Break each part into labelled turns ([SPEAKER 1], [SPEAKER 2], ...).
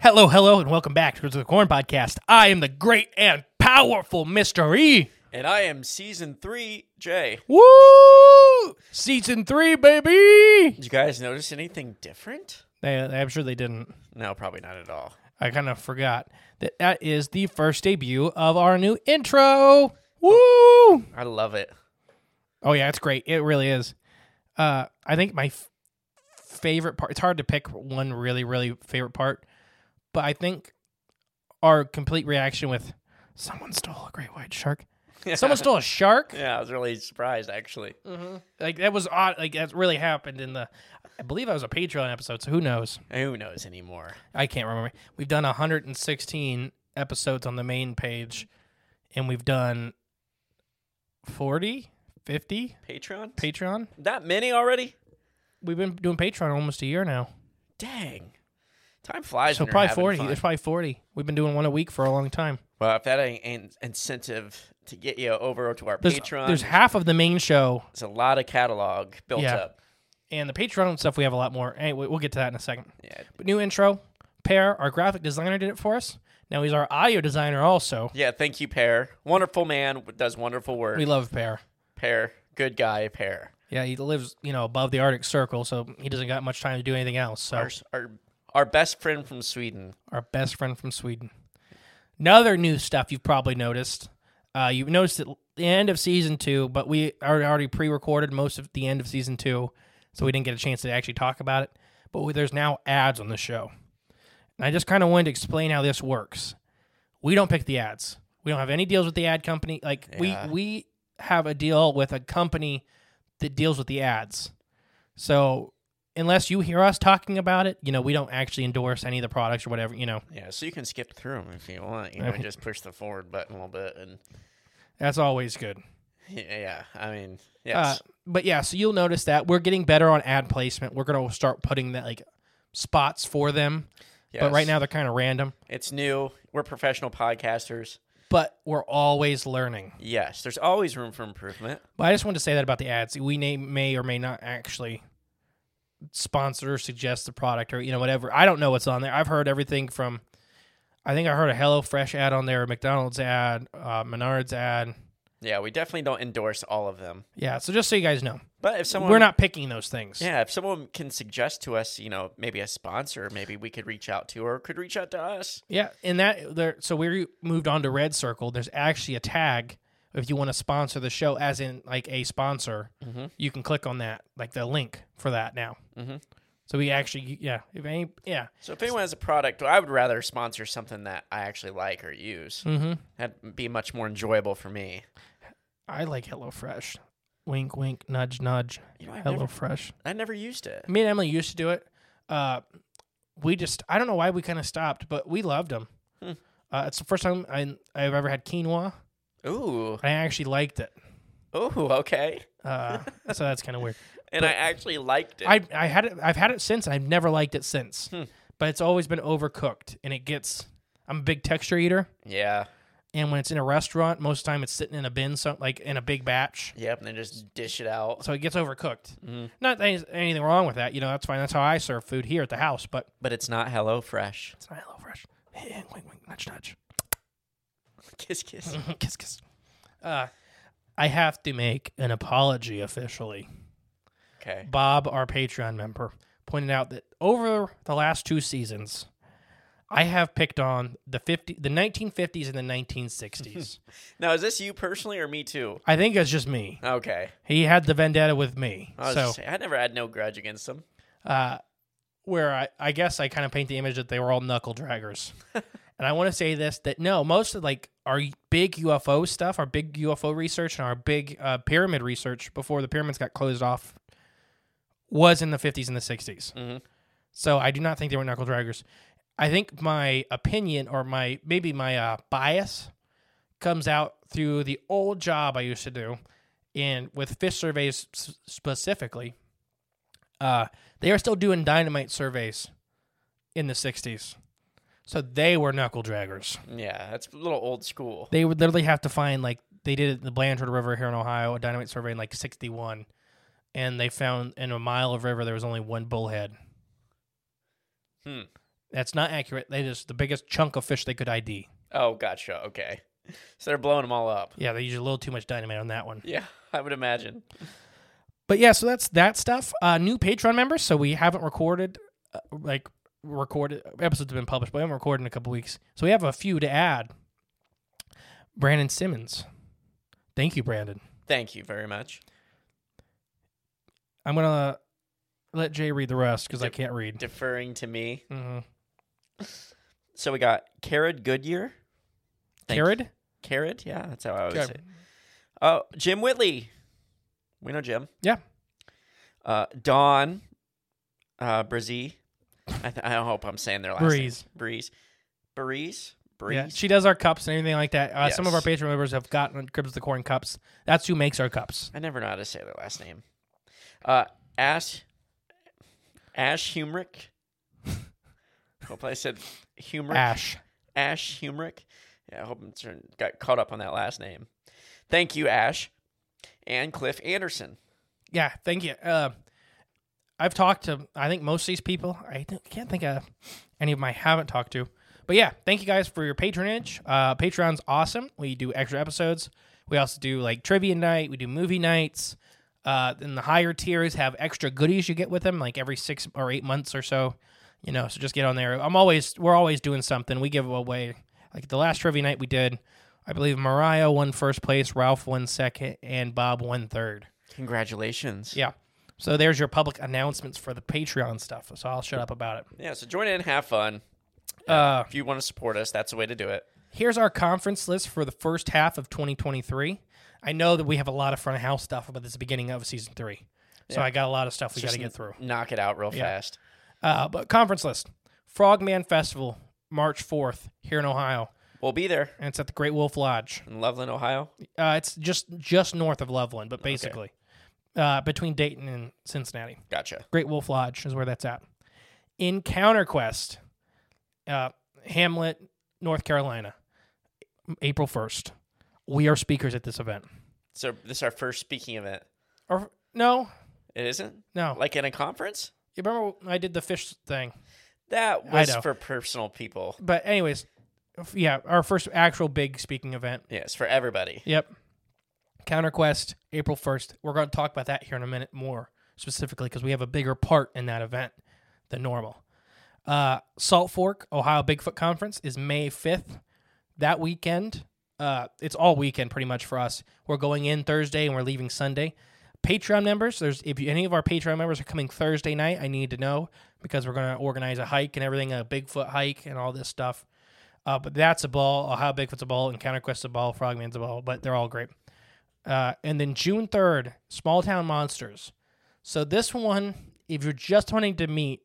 [SPEAKER 1] Hello, hello, and welcome back to the Corn Podcast. I am the great and powerful Mr. E.
[SPEAKER 2] And I am season three, Jay.
[SPEAKER 1] Woo! Season three, baby.
[SPEAKER 2] Did you guys notice anything different?
[SPEAKER 1] They, I'm sure they didn't.
[SPEAKER 2] No, probably not at all.
[SPEAKER 1] I kind of forgot that that is the first debut of our new intro. Woo!
[SPEAKER 2] I love it.
[SPEAKER 1] Oh yeah, it's great. It really is. Uh, I think my f- favorite part. It's hard to pick one really, really favorite part, but I think our complete reaction with someone stole a great white shark. Someone stole a shark.
[SPEAKER 2] Yeah, I was really surprised actually.
[SPEAKER 1] Like that was odd. Like that really happened in the. I believe that was a Patreon episode. So who knows?
[SPEAKER 2] Who knows anymore?
[SPEAKER 1] I can't remember. We've done 116 episodes on the main page, and we've done 40, 50
[SPEAKER 2] Patreon?
[SPEAKER 1] Patreon.
[SPEAKER 2] that many already?
[SPEAKER 1] We've been doing Patreon almost a year now.
[SPEAKER 2] Dang. Time flies.
[SPEAKER 1] So
[SPEAKER 2] when you're
[SPEAKER 1] probably
[SPEAKER 2] having
[SPEAKER 1] 40.
[SPEAKER 2] fun.
[SPEAKER 1] There's probably 40. We've been doing one a week for a long time.
[SPEAKER 2] Well, if that ain't an incentive to get you over to our
[SPEAKER 1] There's,
[SPEAKER 2] Patreon,
[SPEAKER 1] there's
[SPEAKER 2] there's,
[SPEAKER 1] half of the main show,
[SPEAKER 2] a lot of catalog built
[SPEAKER 1] Yeah.
[SPEAKER 2] up.
[SPEAKER 1] and the Patreon stuff we have a lot more. Anyway, we'll get to that in a second.
[SPEAKER 2] Yeah.
[SPEAKER 1] But new intro. Pear, our graphic designer, did it for us. Now he's our audio designer also.
[SPEAKER 2] Yeah, thank you, Pear. Wonderful man, does wonderful work.
[SPEAKER 1] We love Pear.
[SPEAKER 2] Pear, good guy, Pear.
[SPEAKER 1] Yeah, he lives, you know, above the Arctic Circle, so he doesn't got much time to do anything else. So
[SPEAKER 2] Our, our, our best friend from Sweden.
[SPEAKER 1] our best friend from Sweden. Another new stuff you've probably noticed. Uh, you've noticed at the end of season two, but we are already pre-recorded most of the end of season two, so we didn't get a chance to actually talk about it. But we, there's now ads on the show, and I just kind of wanted to explain how this works. We don't pick the ads. We don't have any deals with the ad company. Like we we have a deal with a company that deals with the ads. So unless you hear us talking about it, you know, we don't actually endorse any of the products or whatever, you know.
[SPEAKER 2] Yeah, so you can skip through them if you want. You know, and just push the forward button a little bit, and
[SPEAKER 1] That's always good.
[SPEAKER 2] yeah, I mean,
[SPEAKER 1] Uh,
[SPEAKER 2] yes,
[SPEAKER 1] but yeah, so you'll notice that we're getting better on ad placement. We're going to start putting that like spots for them. But right
[SPEAKER 2] Yes.
[SPEAKER 1] now they're kind of random,
[SPEAKER 2] it's new. We're professional podcasters.
[SPEAKER 1] but we're always learning.
[SPEAKER 2] Yes, there's always room for improvement.
[SPEAKER 1] But I just wanted to say that about the ads. We may, may or may not actually sponsor or suggest the product or you know whatever. I don't know what's on there. I've heard everything from I think I heard a HelloFresh ad on there, a McDonald's ad, uh, Menards ad.
[SPEAKER 2] Yeah, we definitely don't endorse all of them.
[SPEAKER 1] Yeah, so just so you guys know,
[SPEAKER 2] But if someone
[SPEAKER 1] we're not picking those things.
[SPEAKER 2] Yeah, if someone can suggest to us, you know, maybe a sponsor, maybe we could reach out to or could reach out to us.
[SPEAKER 1] Yeah, and that there. So we moved on to Red Circle. There's actually a tag if you want to sponsor the show, as in like a sponsor. You can click on that, like the link for that now. Mm-hmm. So we actually, yeah, if any, yeah,
[SPEAKER 2] So if anyone has a product, I would rather sponsor something that I actually like or use. Mm-hmm. That'd be much more enjoyable for me.
[SPEAKER 1] I like HelloFresh. Wink, wink, nudge, nudge.
[SPEAKER 2] know, I've never-
[SPEAKER 1] HelloFresh.
[SPEAKER 2] I never used it.
[SPEAKER 1] Me and Emily used to do it. Uh, we just, I don't know why we kind of stopped, but we loved them. Uh, it's the first time I, I've ever had quinoa.
[SPEAKER 2] Ooh,
[SPEAKER 1] I actually liked it.
[SPEAKER 2] ooh, okay.
[SPEAKER 1] Uh, so that's kind of weird.
[SPEAKER 2] And I actually liked it.
[SPEAKER 1] I I had it. I've had it since. and I've never liked it since. But it's always been overcooked, and it gets. I'm a big texture eater,
[SPEAKER 2] yeah,
[SPEAKER 1] And when it's in a restaurant, most of the time it's sitting in a bin, so, like in a big batch.
[SPEAKER 2] Yep, and then just dish it out.
[SPEAKER 1] So it gets overcooked. Not that there's anything wrong with that. You know, that's fine. That's how I serve food here at the house, but
[SPEAKER 2] But it's not Hello Fresh.
[SPEAKER 1] it's not HelloFresh. Hey, hey, wink, wink, nudge, nudge.
[SPEAKER 2] Kiss, kiss.
[SPEAKER 1] kiss, kiss. Uh, I have to make an apology officially.
[SPEAKER 2] Okay.
[SPEAKER 1] Bob, our Patreon member, pointed out that over the last two seasons, I have picked on the fifty, the nineteen fifties and the nineteen sixties.
[SPEAKER 2] Now, is this you personally or me too?
[SPEAKER 1] I think it's just me.
[SPEAKER 2] Okay.
[SPEAKER 1] He had the vendetta with me,
[SPEAKER 2] I was
[SPEAKER 1] so
[SPEAKER 2] just saying, I never had no grudge against them.
[SPEAKER 1] uh, where I, I guess I kind of paint the image that they were all knuckle draggers. and I want to say this that no, most of like our big UFO stuff, our big UFO research, and our big uh, pyramid research before the pyramids got closed off was in the 50s and the 60s.
[SPEAKER 2] Mhm.
[SPEAKER 1] So I do not think they were knuckle draggers. I think my opinion or my maybe my uh, bias comes out through the old job I used to do, and with fish surveys s- specifically, uh, they are still doing dynamite surveys in the 60s. So they were knuckle draggers.
[SPEAKER 2] Yeah, that's a little old school.
[SPEAKER 1] They would literally have to find, like, they did it in the Blanchard River here in Ohio, a dynamite survey in like 61. And they found in a mile of river, there was only one bullhead.
[SPEAKER 2] Hmm.
[SPEAKER 1] That's not accurate. They just, the biggest chunk of fish they could ID.
[SPEAKER 2] Oh, gotcha. Okay. So they're blowing them all up.
[SPEAKER 1] Yeah, they used a little too much dynamite on that one.
[SPEAKER 2] Yeah, I would imagine.
[SPEAKER 1] But yeah, so that's that stuff. Uh, new Patreon members, so we haven't recorded, uh, like recorded episodes have been published, but we haven't recorded in a couple weeks. So we have a few to add. Brandon Simmons, thank you, Brandon.
[SPEAKER 2] Thank you very much.
[SPEAKER 1] I'm gonna let Jay read the rest because I can't read.
[SPEAKER 2] Deferring to me.
[SPEAKER 1] Mhm.
[SPEAKER 2] So we got Carrot Goodyear. Thank you.
[SPEAKER 1] Carrot,
[SPEAKER 2] Carrot, yeah, that's how I always
[SPEAKER 1] Okay.
[SPEAKER 2] say. it. Oh, Jim Whitley. We know Jim.
[SPEAKER 1] yeah,
[SPEAKER 2] Uh, Don uh, Brzee. I, th- I hope I'm saying their last
[SPEAKER 1] Breeze.
[SPEAKER 2] name. Breeze. Breeze. Breeze.
[SPEAKER 1] yeah. She does our cups and everything like that. Uh, Some of our
[SPEAKER 2] Yes.
[SPEAKER 1] Patreon members have gotten Cribs of the Corn cups. That's who makes our cups.
[SPEAKER 2] I never know how to say their last name. Uh, Ash. Ash Humrick. hope I said Humrick.
[SPEAKER 1] Ash,
[SPEAKER 2] Ash Humrick. Yeah, I hope I'm turn- got caught up on that last name. Thank you, Ash. And Cliff Anderson.
[SPEAKER 1] yeah, thank you. Uh, I've talked to I think most of these people. I th- can't think of any of them I haven't talked to. But yeah, thank you guys for your patronage. Uh, Patreon's awesome. We do extra episodes. We also do like trivia night. We do movie nights. Uh, then the higher tiers have extra goodies you get with them, like every six or eight months or so. You know, so just get on there. I'm always we're always doing something. We give away like the last trivia night we did. I believe Mariah won first place, Ralph won second, and Bob won third.
[SPEAKER 2] Congratulations.
[SPEAKER 1] Yeah. So there's your public announcements for the Patreon stuff. So I'll shut up about it.
[SPEAKER 2] Yeah, so join in, have fun.
[SPEAKER 1] Uh,
[SPEAKER 2] If you want to support us, that's the way to do it.
[SPEAKER 1] here's our conference list for the first half of 2023. I know that we have a lot of front of house stuff, but this is the beginning of season three. So I got a lot of stuff we got to get through.
[SPEAKER 2] Knock it out real fast.
[SPEAKER 1] Uh, but conference list Frogman Festival, March 4th, here in Ohio.
[SPEAKER 2] We'll be there
[SPEAKER 1] And it's at the Great Wolf Lodge.
[SPEAKER 2] in Loveland, Ohio.
[SPEAKER 1] Uh, it's just just north of Loveland, but basically uh, between Dayton and Cincinnati.
[SPEAKER 2] Gotcha.
[SPEAKER 1] Great Wolf Lodge is where that's at. Encounter Quest, uh, Hamlet, North Carolina, April 1st. We are speakers at this event.
[SPEAKER 2] So this is our first speaking event.
[SPEAKER 1] Or no,
[SPEAKER 2] It isn't?
[SPEAKER 1] no.
[SPEAKER 2] Like in a conference?
[SPEAKER 1] you remember I did the fish thing.
[SPEAKER 2] That was
[SPEAKER 1] know.
[SPEAKER 2] for personal people.
[SPEAKER 1] But anyways, f- yeah, our first actual big speaking event.
[SPEAKER 2] Yes, for everybody.
[SPEAKER 1] Yep. Counter Quest, April 1st. We're going to talk about that here in a minute more specifically because we have a bigger part in that event than normal. Uh, Salt Fork, Ohio Bigfoot Conference is May 5th. That weekend, uh, it's all weekend pretty much for us. We're going in Thursday and we're leaving Sunday. Patreon members, there's if you, any of our Patreon members are coming Thursday night, I need to know because we're going to organize a hike and everything, a Bigfoot hike and all this stuff. Uh, but that's a ball. Ohio Bigfoot's a ball. Encounter Quest's a ball. Frogman's a ball. But they're all great. Uh, and then June 3rd, Small Town Monsters. So this one, if you're just wanting to meet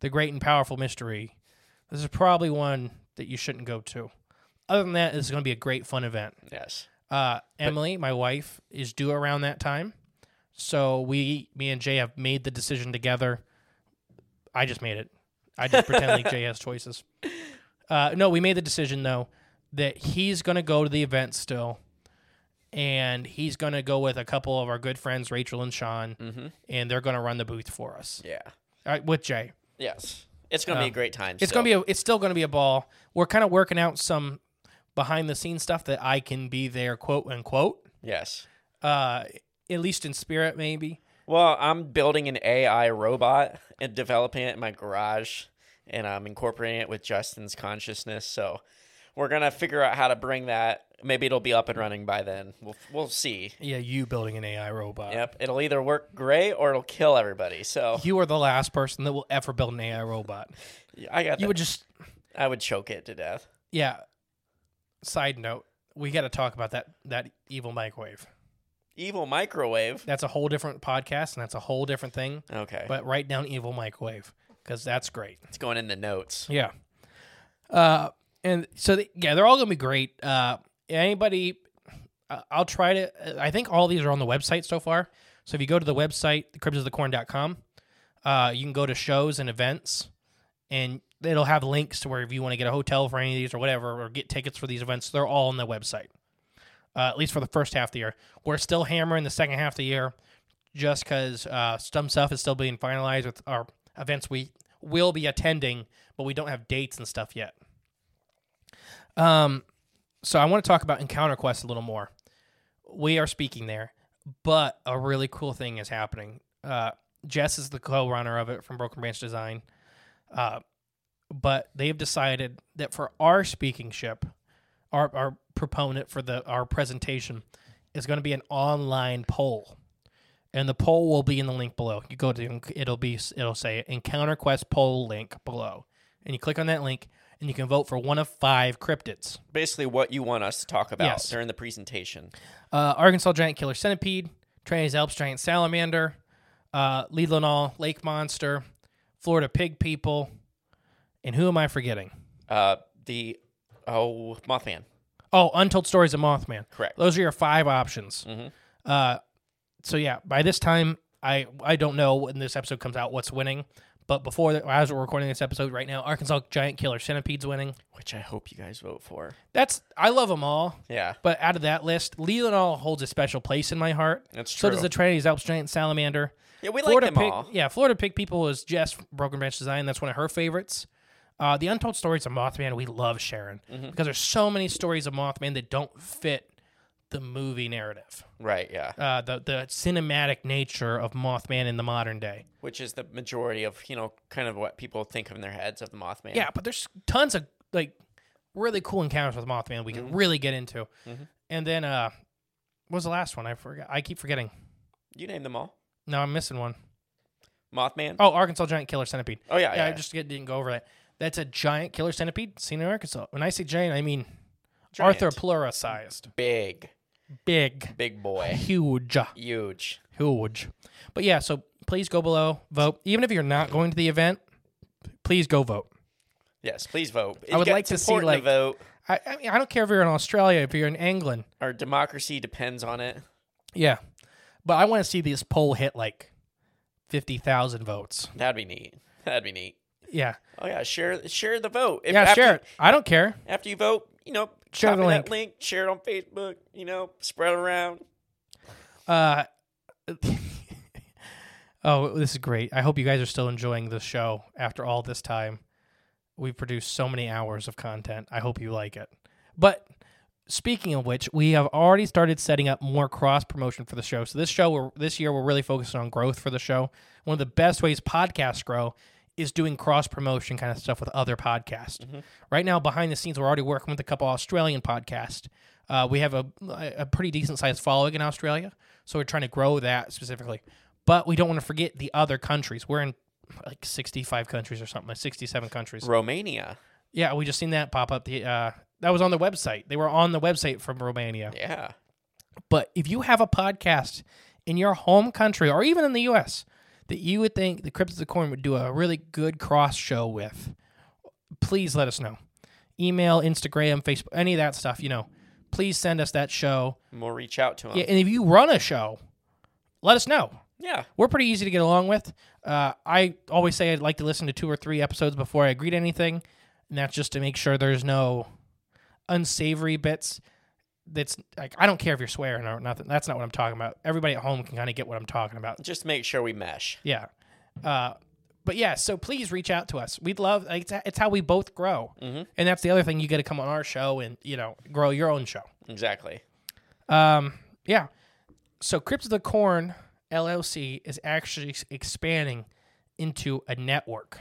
[SPEAKER 1] the great and powerful mystery, this is probably one that you shouldn't go to. Other than that, it's going to be a great fun event.
[SPEAKER 2] Yes.
[SPEAKER 1] Uh, Emily, my wife, is due around that time. So we, me and Jay, have made the decision together. I just made it. I just pretend like Jay has choices. Uh, no, we made the decision though that he's going to go to the event still, and he's going to go with a couple of our good friends, Rachel and Sean, and they're going to run the booth for us.
[SPEAKER 2] Yeah.
[SPEAKER 1] All right, with Jay.
[SPEAKER 2] Yes. It's gonna be a great time.
[SPEAKER 1] Uh, It's
[SPEAKER 2] still.
[SPEAKER 1] gonna be a, it's still gonna be a ball. We're kind of working out some behind the scenes stuff that I can be there, quote unquote,
[SPEAKER 2] yes.
[SPEAKER 1] uh, at least in spirit, maybe.
[SPEAKER 2] Well, I'm building an AI robot and developing it in my garage, and I'm incorporating it with Justin's consciousness. So we're gonna figure out how to bring that. Maybe it'll be up and running by then. We'll we'll see.
[SPEAKER 1] Yeah, you building an AI robot.
[SPEAKER 2] Yep, it'll either work great or it'll kill everybody. So
[SPEAKER 1] You are the last person that will ever build an AI robot.
[SPEAKER 2] I
[SPEAKER 1] You
[SPEAKER 2] got. that.
[SPEAKER 1] would just
[SPEAKER 2] I would choke it to death.
[SPEAKER 1] yeah. Side note, we got to talk about that that evil microwave.
[SPEAKER 2] Evil microwave.
[SPEAKER 1] That's a whole different podcast and that's a whole different thing.
[SPEAKER 2] Okay,
[SPEAKER 1] But write down evil microwave because that's great.
[SPEAKER 2] it's going in the notes.
[SPEAKER 1] Yeah. Uh, and so th- yeah, they're all gonna be great. Uh, anybody, I- I'll try to. I think all these are on the website so far. So if you go to the website, cribsofthecorn.com, uh, you can go to shows and events, and it'll have links to where if you want to get a hotel for any of these or whatever, or get tickets for these events, they're all on the website. Uh, at least for the first half of the year, we're still hammering the second half of the year, just because uh, some stuff is still being finalized with our events we will be attending, but we don't have dates and stuff yet. Um, so I want to talk about Encounter Quest a little more. We are speaking there, but a really cool thing is happening. Uh, Jess is the co-runner of it from Broken Branch Design, uh, but they've decided that for our speaking ship, our our proponent for the our presentation is going to be an online poll and the poll will be in the link below. You go to it'll be it'll say Encounter Quest poll link below, and you click on that link, and you can vote for one of five cryptids:
[SPEAKER 2] Basically, what you want us to talk about
[SPEAKER 1] Yes.
[SPEAKER 2] during the presentation.
[SPEAKER 1] uh, Arkansas giant killer centipede, Trans Alps giant salamander, uh, Leelanau lake monster, Florida pig people, and who am I forgetting?
[SPEAKER 2] Uh, the oh Mothman.
[SPEAKER 1] Oh, Untold Stories of Mothman.
[SPEAKER 2] Correct. Mm-hmm.
[SPEAKER 1] Those are your five options. Uh, so yeah, by this time, I I don't know when this episode comes out what's winning, but before the, as we're recording this episode right now, Arkansas Giant Killer Centipede's winning.
[SPEAKER 2] which I hope you guys vote for.
[SPEAKER 1] That's I love them all,
[SPEAKER 2] Yeah,
[SPEAKER 1] but out of that list, Leland all holds a special place in my heart.
[SPEAKER 2] That's
[SPEAKER 1] So does
[SPEAKER 2] true.
[SPEAKER 1] the Trinity's Alps Giant Salamander.
[SPEAKER 2] yeah, we
[SPEAKER 1] Florida
[SPEAKER 2] like them
[SPEAKER 1] Pig,
[SPEAKER 2] all.
[SPEAKER 1] yeah, Florida Pig People is Jess from Broken Branch Design. That's one of her favorites. Uh, the Untold Stories of Mothman, we love Sharon
[SPEAKER 2] Mm-hmm.
[SPEAKER 1] because there's so many stories of Mothman that don't fit the movie narrative,
[SPEAKER 2] Right, yeah,
[SPEAKER 1] uh, the the cinematic nature of Mothman in the modern day.
[SPEAKER 2] which is the majority of you know kind of what people think of in their heads of the Mothman.
[SPEAKER 1] Yeah, but there's tons of like really cool encounters with Mothman we
[SPEAKER 2] Mm-hmm.
[SPEAKER 1] can really get into. And then uh, what was the last one? I forgot. I keep forgetting.
[SPEAKER 2] you name them all.
[SPEAKER 1] No, I'm missing one.
[SPEAKER 2] Mothman.
[SPEAKER 1] Oh, Arkansas Giant Killer Centipede.
[SPEAKER 2] Oh, yeah,
[SPEAKER 1] yeah.
[SPEAKER 2] yeah,
[SPEAKER 1] I
[SPEAKER 2] yeah.
[SPEAKER 1] just get- didn't go over that. That's a giant killer centipede seen in Arkansas. When I say giant, I mean
[SPEAKER 2] Giant.
[SPEAKER 1] Arthroplura sized,
[SPEAKER 2] big,
[SPEAKER 1] big,
[SPEAKER 2] big boy,
[SPEAKER 1] huge,
[SPEAKER 2] huge.
[SPEAKER 1] huge. But yeah, so please go below, vote. Even if you're not going to the event, please go vote.
[SPEAKER 2] Yes, please vote.
[SPEAKER 1] I would
[SPEAKER 2] Yeah,
[SPEAKER 1] like
[SPEAKER 2] it's
[SPEAKER 1] to see,
[SPEAKER 2] important
[SPEAKER 1] like-
[SPEAKER 2] vote.
[SPEAKER 1] I, I mean, I don't care if you're in Australia, if you're in England,
[SPEAKER 2] Our democracy depends on it.
[SPEAKER 1] yeah. But I want to see this poll hit like fifty thousand votes.
[SPEAKER 2] That'd be neat. That'd be neat.
[SPEAKER 1] Yeah,
[SPEAKER 2] Oh yeah, share share the vote. If
[SPEAKER 1] yeah,
[SPEAKER 2] after,
[SPEAKER 1] share it. I don't care.
[SPEAKER 2] after you vote. You know,
[SPEAKER 1] Share the
[SPEAKER 2] copy
[SPEAKER 1] link.
[SPEAKER 2] That link. Share it on Facebook. You know, spread it around.
[SPEAKER 1] Uh, oh, this is great. I hope you guys are still enjoying the show after all this time. We've produced so many hours of content. I hope you like it. But speaking of which, we have already started setting up more cross promotion for the show. So this show, we're, this year, we're really focusing on growth for the show. One of the best ways podcasts grow is doing cross promotion kind of stuff with other podcasts. Right now, behind the scenes, we're already working with a couple Australian podcasts. Uh, we have a, a pretty decent sized following in Australia, so we're trying to grow that specifically. But we don't want to forget the other countries. We're in like 65 countries or something, like 67 countries.
[SPEAKER 2] Romania.
[SPEAKER 1] Yeah, we just seen that pop up. The uh, that was on the website. They were on the website from Romania.
[SPEAKER 2] Yeah.
[SPEAKER 1] But if you have a podcast in your home country or even in the US that you would think the Crypts of the Corn would do a really good cross show with, please let us know. Email, Instagram, Facebook, any of that stuff, you know. Please send us that show.
[SPEAKER 2] We'll reach out to them.
[SPEAKER 1] Yeah, and if you run a show, let us know.
[SPEAKER 2] yeah.
[SPEAKER 1] We're pretty easy to get along with. Uh, I always say I'd like to listen to two or three episodes before I agree to anything, and that's just to make sure there's no unsavory bits. That's like I don't care if you're swearing or nothing. That's not what I'm talking about. Everybody at home can kind of get what I'm talking about.
[SPEAKER 2] Just make sure we mesh.
[SPEAKER 1] Yeah. Uh, but yeah, so please reach out to us. We'd love like, it's, it's how we both grow, and that's the other thing. You got to come on our show and you know grow your own show.
[SPEAKER 2] Exactly.
[SPEAKER 1] Um, yeah. So Crypt of the Corn LLC is actually s- expanding into a network.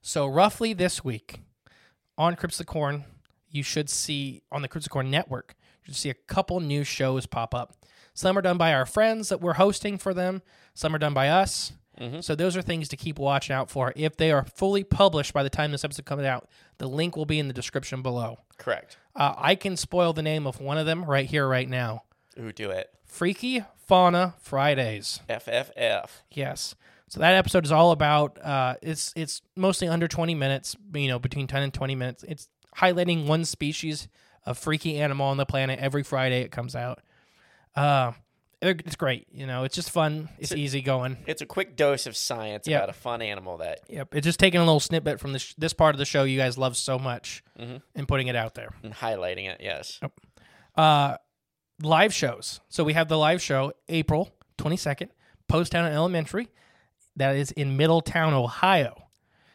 [SPEAKER 1] So roughly this week on Crypt of the Corn, you should see on the Crypt of the Corn network, you should see a couple new shows pop up. Some are done by our friends that we're hosting for them. Some are done by us. So those are things to keep watching out for. If they are fully published by the time this episode comes out, the link will be in the description below.
[SPEAKER 2] Correct.
[SPEAKER 1] Uh, I can spoil the name of one of them right here, right now.
[SPEAKER 2] Ooh, do it.
[SPEAKER 1] Freaky Fauna Fridays.
[SPEAKER 2] FFF.
[SPEAKER 1] Yes. So that episode is all about. Uh, it's it's mostly under twenty minutes. You know, between ten and twenty minutes. It's highlighting one species of freaky animal on the planet every Friday. It comes out. Uh, they're- it's great. You know, it's just fun. It's easy going.
[SPEAKER 2] It's a quick dose of science
[SPEAKER 1] Yeah.
[SPEAKER 2] about a fun animal that
[SPEAKER 1] Yep. It's just taking a little snippet from this this part of the show you guys love so much and putting it out there.
[SPEAKER 2] and highlighting it. Yes.
[SPEAKER 1] uh, live shows. So we have the live show April 22nd, Post Town Elementary. That is in Middletown, Ohio,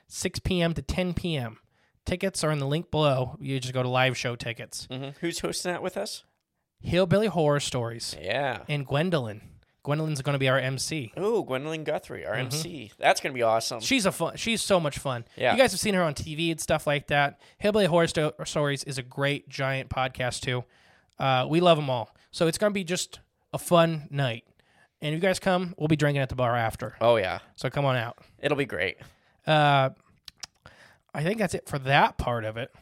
[SPEAKER 1] 6 p.m. to 10 p.m. Tickets are in the link below. You just go to live show tickets.
[SPEAKER 2] hmm Who's hosting that with us?
[SPEAKER 1] Hillbilly Horror Stories
[SPEAKER 2] Yeah.
[SPEAKER 1] and Gwendolyn. Gwendolyn's going to be our MC.
[SPEAKER 2] Ooh, Gwendolyn Guthrie, our MC.
[SPEAKER 1] Mm-hmm.
[SPEAKER 2] That's gonna be awesome.
[SPEAKER 1] She's a fun. She's so much fun.
[SPEAKER 2] Yeah.
[SPEAKER 1] You guys have seen her on TV and stuff like that. Hillbilly Horror Sto- Stories is a great giant podcast too. Uh, we love them all. So it's gonna be just a fun night. And if you guys come, we'll be drinking at the bar after.
[SPEAKER 2] oh yeah,
[SPEAKER 1] So come on out.
[SPEAKER 2] it'll be great.
[SPEAKER 1] Uh, I think that's it for that part of it.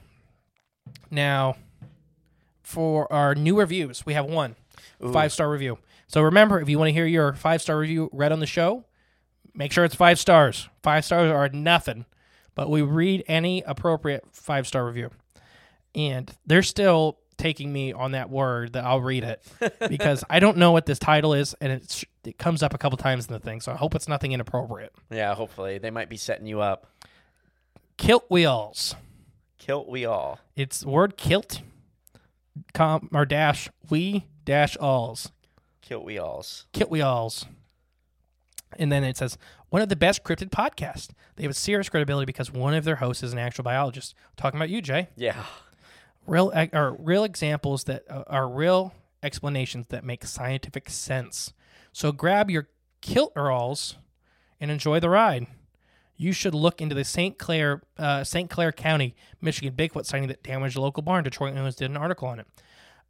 [SPEAKER 1] Now, for our new reviews, we have one five star review. So remember, if you want to hear your five star review read on the show, make sure it's five stars. Five stars are nothing, but we read any appropriate five star review. And they're still taking me on that word that I'll read it because I don't know what this title is, and it's, it comes up a couple times in the thing. So I hope it's nothing inappropriate.
[SPEAKER 2] Yeah, hopefully they might be setting you up.
[SPEAKER 1] Kilt wheels.
[SPEAKER 2] Kilt we all.
[SPEAKER 1] It's word kilt, com or dash we dash alls
[SPEAKER 2] Kilt we alls.
[SPEAKER 1] kilt we alls, and then it says one of the best cryptid podcasts. They have a serious credibility because one of their hosts is an actual biologist. Talking about you, Jay.
[SPEAKER 2] Yeah.
[SPEAKER 1] Real ex- or real examples that uh, are real explanations that make scientific sense. So grab your kilt or alls and enjoy the ride. You should look into the St. Clair, uh, St. Clair County, Michigan Bigfoot sighting that damaged a local barn. Detroit News did an article on it,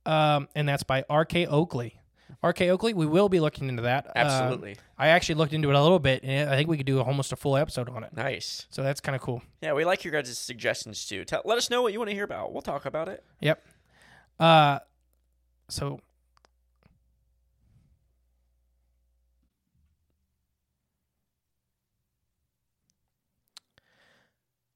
[SPEAKER 1] um, and that's by R.K. Oakley. R.K. Oakley, we will be looking into that. Um,
[SPEAKER 2] Absolutely.
[SPEAKER 1] I actually looked into it a little bit, and I think we could do almost a full episode on it.
[SPEAKER 2] Nice.
[SPEAKER 1] So that's kind of cool.
[SPEAKER 2] Yeah, we like your guys' suggestions too. Tell, let us know what you want to hear about. We'll talk about it.
[SPEAKER 1] Yep. Uh, so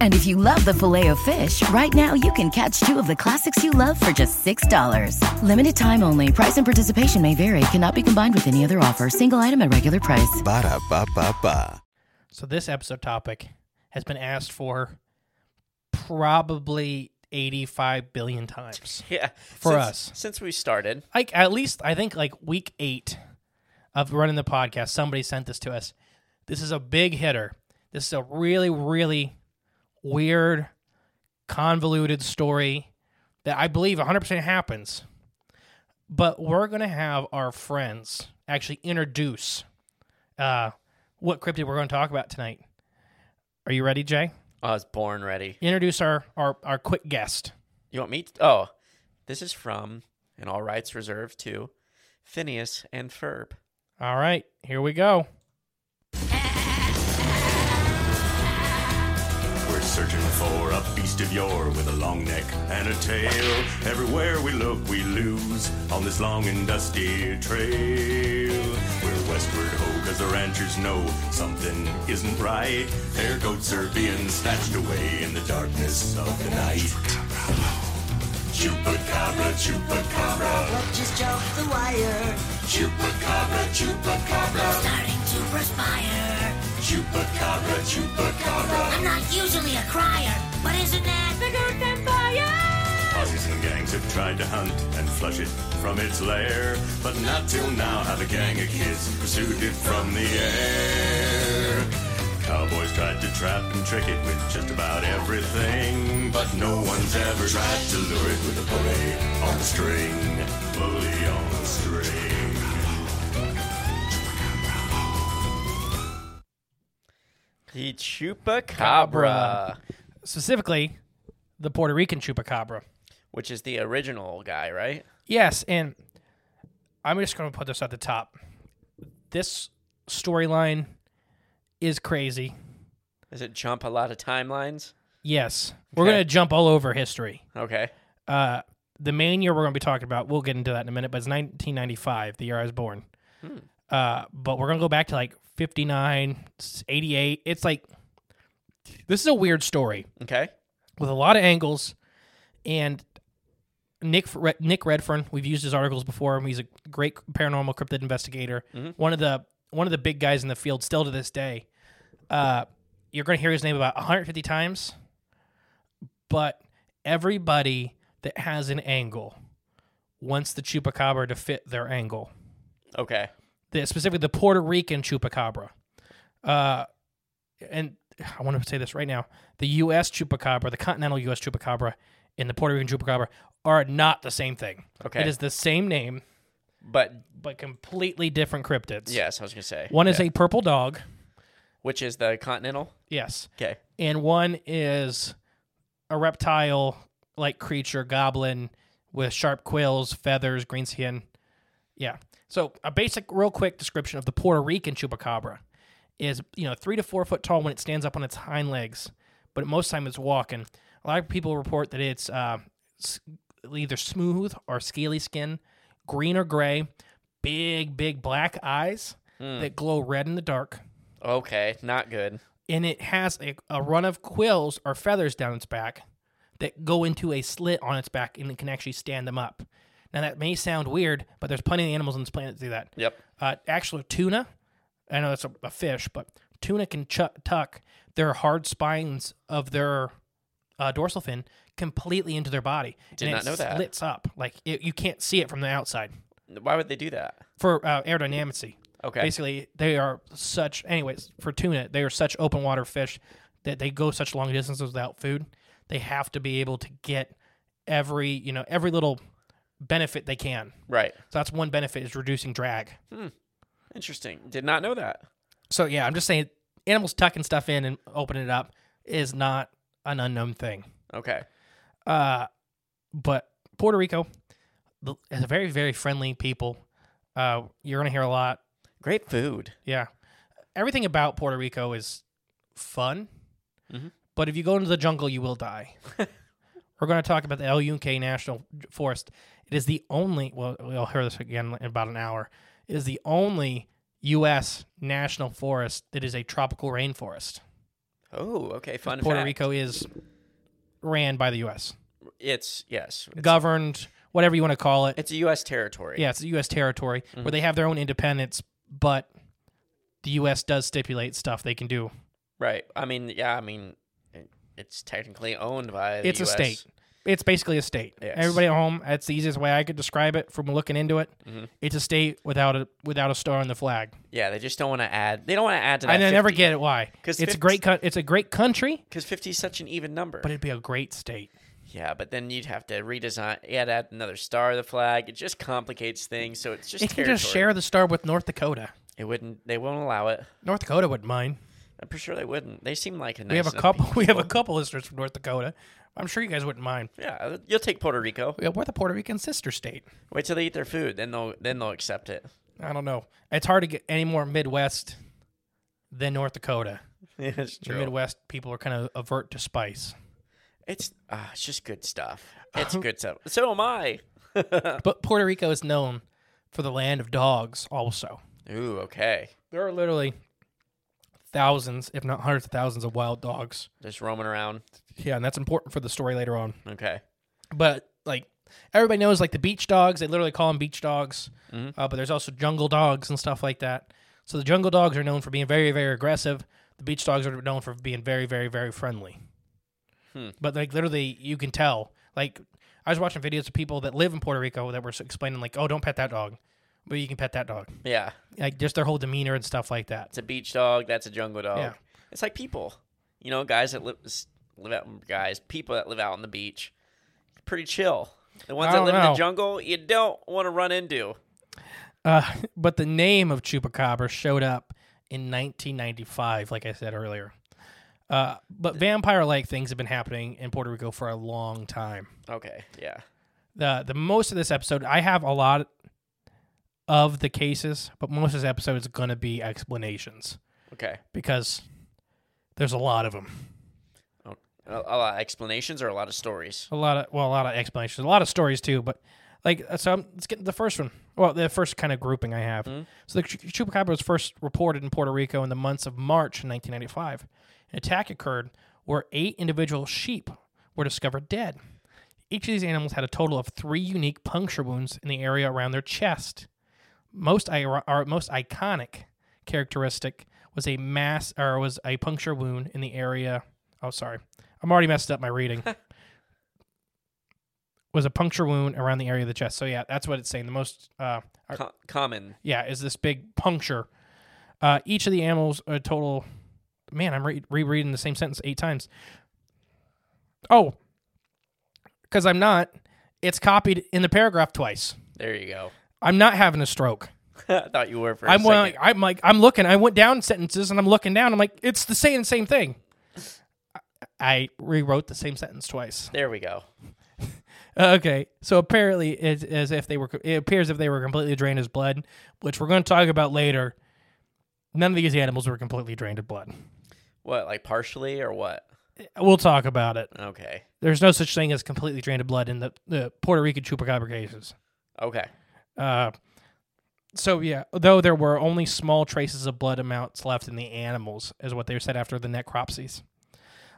[SPEAKER 3] And if you love the filet of fish, right now you can catch two of the classics you love for just $6. Limited time only. Price and participation may vary. Cannot be combined with any other offer. Single item at regular price.
[SPEAKER 4] Ba-da-ba-ba-ba.
[SPEAKER 1] So this episode topic has been asked for probably 85 billion times.
[SPEAKER 2] Yeah.
[SPEAKER 1] For
[SPEAKER 2] since-
[SPEAKER 1] us.
[SPEAKER 2] Since we started.
[SPEAKER 1] Like at least I think like week 8 of running the podcast somebody sent this to us. This is a big hitter. This is a really really weird convoluted story that I believe 100% happens. But we're going to have our friends actually introduce uh, what cryptid we're going to talk about tonight. Are you ready, Jay?
[SPEAKER 2] I was born ready.
[SPEAKER 1] Introduce our, our, our quick guest.
[SPEAKER 2] You want me to? Oh, this is from, and all rights reserved to, Phineas and Ferb.
[SPEAKER 1] All right, here we go.
[SPEAKER 4] We're
[SPEAKER 5] searching for a beast of yore with a long neck and a tail. Everywhere we look, we lose on this long and dusty trail. We're westward ho, cause the ranchers know something isn't right. Their goats are being snatched away in the darkness of the night. Chupacabra, chupacabra,
[SPEAKER 6] Just jump the wire.
[SPEAKER 5] chupacabra, chupacabra,
[SPEAKER 6] Starting to perspire.
[SPEAKER 5] chupacabra, chupacabra.
[SPEAKER 6] I'm not usually a crier, but isn't that bigger than fire?
[SPEAKER 5] Posses and gangs have tried to hunt and flush it from its lair, but not till now have a gang of kids pursued it from the air. Cowboys tried to trap and trick it with just about everything, but no one's ever tried to lure it with a bully on a string. Bully on a string.
[SPEAKER 2] The Chupacabra,
[SPEAKER 1] Specifically, the Puerto Rican chupacabra.
[SPEAKER 2] which is the original guy, right?
[SPEAKER 1] Yes, and I'm just going to put this at the top. This storyline is crazy.
[SPEAKER 2] Does it jump a lot of timelines?
[SPEAKER 1] Yes, we're
[SPEAKER 2] Okay.
[SPEAKER 1] going to jump all over history.
[SPEAKER 2] Okay.
[SPEAKER 1] Uh, the main year we're going to be talking about, we'll get into that in a minute, but it's 1995, the year I was born. Uh, but we're going to go back to like 59, 88. It's like, this is a weird story
[SPEAKER 2] Okay.
[SPEAKER 1] with a lot of angles. And Nick Re- Nick Redfern, we've used his articles before. He's a great paranormal cryptid investigator. One of the one of the big guys in the field still to this day. Uh, you're going to hear his name about 150 times, but everybody that has an angle wants the chupacabra to fit their angle
[SPEAKER 2] Okay.
[SPEAKER 1] the specifically the Puerto Rican chupacabra. Uh, and I want to say this right now: the U.S. chupacabra, the continental U.S. chupacabra, and the Puerto Rican chupacabra are not the same thing.
[SPEAKER 2] Okay.
[SPEAKER 1] it is the same name
[SPEAKER 2] But
[SPEAKER 1] but completely different cryptids.
[SPEAKER 2] yes, I was gonna say
[SPEAKER 1] one is
[SPEAKER 2] Yeah.
[SPEAKER 1] a purple dog.
[SPEAKER 2] which is the continental.
[SPEAKER 1] Yes,
[SPEAKER 2] Okay.
[SPEAKER 1] and one is a reptile like creature, goblin with sharp quills, feathers, green skin. Yeah. So a basic, real quick description of the Puerto Rican chupacabra is you know three to four foot tall when it stands up on its hind legs, but most time it's walking. A lot of people report that it's uh, s- either smooth or scaly skin, green or gray, big, big black eyes that glow red in the dark
[SPEAKER 2] Okay. Not good.
[SPEAKER 1] and it has a, a run of quills or feathers down its back that go into a slit on its back and it can actually stand them up. Now that may sound weird, but there's plenty of animals on this planet that do that.
[SPEAKER 2] Yep.
[SPEAKER 1] Uh, actually, tuna. I know that's a, a fish, but tuna can chu tuck their hard spines of their uh, dorsal fin completely into their body.
[SPEAKER 2] Did
[SPEAKER 1] and
[SPEAKER 2] not
[SPEAKER 1] it
[SPEAKER 2] know that.
[SPEAKER 1] Slits up like it, you can't see it from the outside
[SPEAKER 2] Why would they do that?
[SPEAKER 1] for uh, aerodynamicy.
[SPEAKER 2] Okay.
[SPEAKER 1] Basically, they are such, anyways, for tuna, they are such open water fish that they go such long distances without food. They have to be able to get every, you know, every little benefit they can.
[SPEAKER 2] Right.
[SPEAKER 1] So that's one benefit is reducing drag.
[SPEAKER 2] Interesting. Did not know that.
[SPEAKER 1] So yeah, I'm just saying, animals tucking stuff in and opening it up is not an unknown thing.
[SPEAKER 2] Okay.
[SPEAKER 1] Uh, but Puerto Rico the- is a very, very friendly people. Uh, you're gonna hear a lot
[SPEAKER 2] Great food.
[SPEAKER 1] Yeah. Everything about Puerto Rico is fun,
[SPEAKER 2] Mm-hmm.
[SPEAKER 1] but if you go into the jungle, you will die. We're going to talk about the El Yunque National Forest. It is the only, well, we'll hear this again in about an hour. It is the only U.S. national forest that is a tropical rainforest.
[SPEAKER 2] Oh, okay. Fun
[SPEAKER 1] Puerto
[SPEAKER 2] fact.
[SPEAKER 1] Rico is ran by the U.S.,
[SPEAKER 2] It's yes. It's,
[SPEAKER 1] governed, whatever you want to call it.
[SPEAKER 2] it's Mm-hmm. a U.S. territory.
[SPEAKER 1] Yeah, it's a U.S. territory where they have their own independence, but the U.S. does stipulate stuff they can do
[SPEAKER 2] Right. I mean, yeah. I mean, it- it's technically owned by. The
[SPEAKER 1] it's
[SPEAKER 2] US.
[SPEAKER 1] a state. It's basically a state.
[SPEAKER 2] Yes.
[SPEAKER 1] Everybody at home. That's the easiest way I could describe it from looking into it. It's a state without a without a star on the flag,
[SPEAKER 2] Yeah. They just don't want to add. They don't want to add to that.
[SPEAKER 1] and I never
[SPEAKER 2] 50,
[SPEAKER 1] get it why.
[SPEAKER 2] 'Cause
[SPEAKER 1] It's a
[SPEAKER 2] 50
[SPEAKER 1] great co- it's a great country,
[SPEAKER 2] because fifty is such an even number.
[SPEAKER 1] but it'd be a great state.
[SPEAKER 2] yeah, but then you'd have to redesign. You had to add another star to the flag. It just complicates things. So it's just
[SPEAKER 1] It can
[SPEAKER 2] territory.
[SPEAKER 1] just share the star with North Dakota.
[SPEAKER 2] It wouldn't. They won't allow it.
[SPEAKER 1] North Dakota wouldn't mind.
[SPEAKER 2] I'm pretty sure they wouldn't. They seem like a nice
[SPEAKER 1] we have a
[SPEAKER 2] enough
[SPEAKER 1] couple.
[SPEAKER 2] people.
[SPEAKER 1] We have a couple listeners from North Dakota. I'm sure you guys wouldn't mind.
[SPEAKER 2] Yeah, you'll take Puerto Rico.
[SPEAKER 1] Yeah, We're the Puerto Rican sister state.
[SPEAKER 2] Wait till they eat their food, then they'll then they'll accept it.
[SPEAKER 1] I don't know. It's hard to get any more Midwest than North Dakota.
[SPEAKER 2] Yeah, it's
[SPEAKER 1] The
[SPEAKER 2] true.
[SPEAKER 1] Midwest people are kind of avert to spice.
[SPEAKER 2] It's ah, it's just good stuff.
[SPEAKER 1] Oh.
[SPEAKER 2] It's good stuff. So am I.
[SPEAKER 1] But Puerto Rico is known for the land of dogs also.
[SPEAKER 2] Ooh, okay.
[SPEAKER 1] There are literally thousands, if not hundreds of thousands of wild dogs.
[SPEAKER 2] Just roaming around.
[SPEAKER 1] Yeah, and that's important for the story later on.
[SPEAKER 2] Okay.
[SPEAKER 1] But like everybody knows like the beach dogs, they literally call them beach dogs. Uh, but there's also jungle dogs and stuff like that. So the jungle dogs are known for being very very aggressive. The beach dogs are known for being very very very friendly.
[SPEAKER 2] Hmm.
[SPEAKER 1] But like literally you can tell. Like I was watching videos of people that live in Puerto Rico that were explaining like, "Oh, don't pet that dog." But you can pet that dog.
[SPEAKER 2] Yeah.
[SPEAKER 1] Like just their whole demeanor and stuff like that.
[SPEAKER 2] It's a beach dog. That's a jungle dog.
[SPEAKER 1] Yeah.
[SPEAKER 2] It's like people, you know, guys that live s- live out guys, people that live out on the beach, pretty chill. The ones
[SPEAKER 1] I
[SPEAKER 2] that
[SPEAKER 1] don't
[SPEAKER 2] live in
[SPEAKER 1] know.
[SPEAKER 2] the jungle, you don't want to run into.
[SPEAKER 1] Uh, but the name of Chupacabra showed up in 1995, like I said earlier. Uh, but vampire-like things have been happening in Puerto Rico for a long time.
[SPEAKER 2] Okay, yeah,
[SPEAKER 1] The the most of this episode, I have a lot of the cases, but most of this episode is going to be explanations
[SPEAKER 2] okay.
[SPEAKER 1] because there's a lot of them.
[SPEAKER 2] Oh, A, a lot of explanations or a lot of stories.
[SPEAKER 1] A lot of well, a lot of explanations, a lot of stories too. But like, uh, so I'm, let's get the first one. Well, the first kind of grouping I have. So the chu- chupacabra was first reported in Puerto Rico in the months of March 1995. An attack occurred where eight individual sheep were discovered dead. Each of these animals had a total of three unique puncture wounds in the area around their chest. Most ir- our most iconic characteristic was a mass or was a puncture wound in the area. Oh, sorry, I'm already messed up my reading was a puncture wound around the area of the chest. So yeah, that's what it's saying. The most, uh, are-
[SPEAKER 2] Co- common.
[SPEAKER 1] yeah, is this big puncture. Uh, each of the animals a total. Man, I'm re- rereading the same sentence eight times. Oh, because I'm not. It's copied in the paragraph twice.
[SPEAKER 2] There you go.
[SPEAKER 1] I'm not having a stroke.
[SPEAKER 2] I thought you were for a
[SPEAKER 1] I'm
[SPEAKER 2] second.
[SPEAKER 1] like, I'm like, I'm looking. I went down sentences and I'm looking down. I'm like, it's the same same thing. I- I rewrote the same sentence twice.
[SPEAKER 2] there we go.
[SPEAKER 1] Uh, Okay, so apparently it's as if they were. It appears if they were completely drained as blood, which we're going to talk about later. None of these animals were completely drained of blood.
[SPEAKER 2] What, like partially or what?
[SPEAKER 1] We'll talk about it.
[SPEAKER 2] Okay,
[SPEAKER 1] There's no such thing as completely drained of blood in the, the Puerto Rican chupacabra cases.
[SPEAKER 2] okay.
[SPEAKER 1] Uh, so yeah, though there were only small traces of blood amounts left in the animals, is what they said after the necropsies.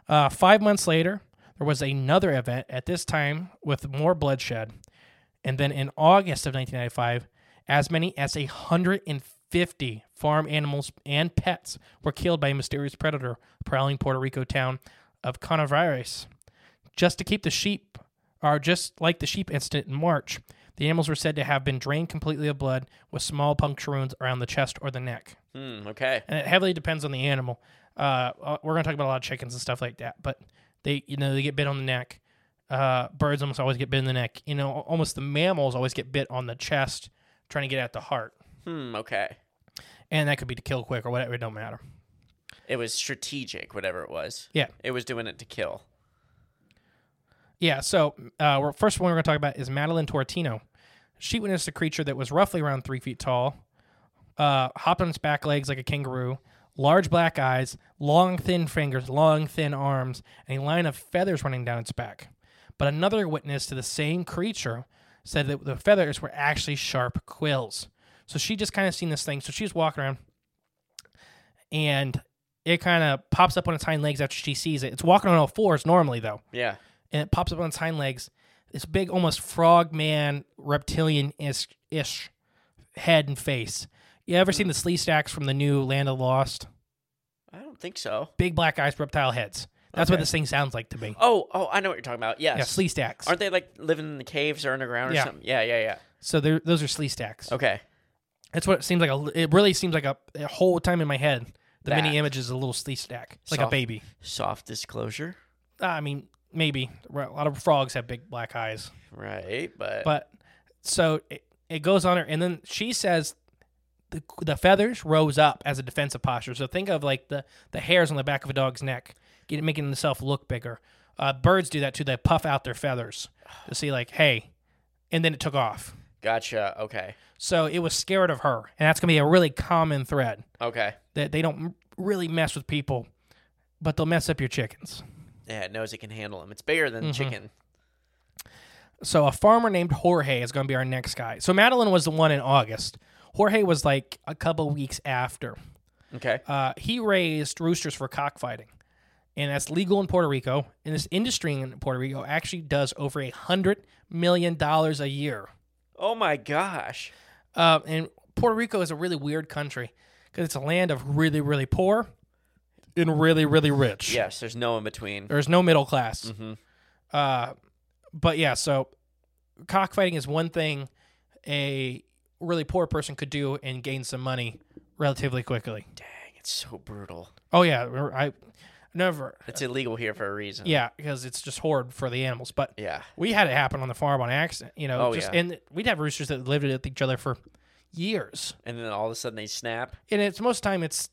[SPEAKER 1] Uh, five months later, there was another event. At this time, with more bloodshed, and then in August of 1995, as many as 150 farm animals and pets were killed by a mysterious predator prowling Puerto Rico town of Canavieres just to keep the sheep, or just like the sheep incident in March, the animals were said to have been drained completely of blood with small puncture wounds around the chest or the neck.
[SPEAKER 2] Hmm, okay.
[SPEAKER 1] And it heavily depends on the animal. Uh, uh, we're going to talk about a lot of chickens and stuff like that, but they, you know, they get bit on the neck. Uh, birds almost always get bit in the neck. You know, al- almost the mammals always get bit on the chest, trying to get at the heart.
[SPEAKER 2] Hmm, okay.
[SPEAKER 1] And that could be to kill quick or whatever. It don't matter.
[SPEAKER 2] It was strategic, whatever it was.
[SPEAKER 1] Yeah.
[SPEAKER 2] It was doing it to kill.
[SPEAKER 1] Yeah, so uh, we're, first one we're going to talk about is Madeline Tortino. She witnessed a creature that was roughly around three feet tall, uh, hopped on its back legs like a kangaroo, large black eyes, long thin fingers, long thin arms, and a line of feathers running down its back. But another witness to the same creature said that the feathers were actually sharp quills. So she just kind of seen this thing. So she's walking around, and it kind of pops up on its hind legs after she sees it. It's walking on all fours normally, though
[SPEAKER 2] Yeah.
[SPEAKER 1] and it pops up on its hind legs. This big, almost frogman, reptilian ish head and face. You ever
[SPEAKER 2] Hmm.
[SPEAKER 1] seen the slee stacks from the new Land of the Lost?
[SPEAKER 2] I don't think so.
[SPEAKER 1] Big black eyes, reptile heads. That's what this thing sounds like to me.
[SPEAKER 2] Oh, oh, I know what you're talking about. Yes.
[SPEAKER 1] Yeah, slee stacks.
[SPEAKER 2] Aren't they like living in the caves or underground or
[SPEAKER 1] Yeah.
[SPEAKER 2] something? Yeah, yeah, yeah.
[SPEAKER 1] so they're, those are slee stacks.
[SPEAKER 2] Okay.
[SPEAKER 1] That's what it seems like. A, it really seems like a, a whole time in my head. The
[SPEAKER 2] That.
[SPEAKER 1] mini image is a little slee stack, like a
[SPEAKER 2] Soft-
[SPEAKER 1] baby. Ah,
[SPEAKER 2] Soft disclosure.
[SPEAKER 1] I mean, maybe a lot of frogs have big black eyes.
[SPEAKER 2] Right, but,
[SPEAKER 1] But so it, it goes on her, and then she says the, the feathers rose up as a defensive posture. So think of like the, the hairs on the back of a dog's neck, getting making themselves look bigger. Uh, birds do that too. They puff out their feathers to see like, hey, and then it took off.
[SPEAKER 2] gotcha. Okay.
[SPEAKER 1] So it was scared of her, and that's gonna be a really common thread
[SPEAKER 2] Okay.
[SPEAKER 1] that they don't m- really mess with people but they'll mess up your chickens.
[SPEAKER 2] Yeah, it knows it can handle them. It's bigger than
[SPEAKER 1] Mhm.
[SPEAKER 2] chicken.
[SPEAKER 1] So a farmer named Jorge is going to be our next guy. So Madeline was the one in August. Jorge was like a couple weeks after.
[SPEAKER 2] Okay.
[SPEAKER 1] Uh, he raised roosters for cockfighting, and that's legal in Puerto Rico. And this industry in Puerto Rico actually does over a hundred million dollars a year.
[SPEAKER 2] Oh my gosh.
[SPEAKER 1] Uh, and Puerto Rico is a really weird country because it's a land of really, really poor and really, really rich.
[SPEAKER 2] Yes, there's no in between.
[SPEAKER 1] There's no middle class.
[SPEAKER 2] Mhm.
[SPEAKER 1] Uh, but yeah, so cockfighting is one thing a really poor person could do and gain some money relatively quickly.
[SPEAKER 2] Dang, it's so brutal.
[SPEAKER 1] Oh yeah, we're- I never.
[SPEAKER 2] It's illegal here for a reason.
[SPEAKER 1] Yeah, because it's just horrid for the animals. But
[SPEAKER 2] Yeah.
[SPEAKER 1] we had it happen on the farm on accident. You know,
[SPEAKER 2] Oh,
[SPEAKER 1] just
[SPEAKER 2] yeah.
[SPEAKER 1] and we'd have roosters that lived with each other for years,
[SPEAKER 2] And then all of a sudden they snap.
[SPEAKER 1] and it's most time it's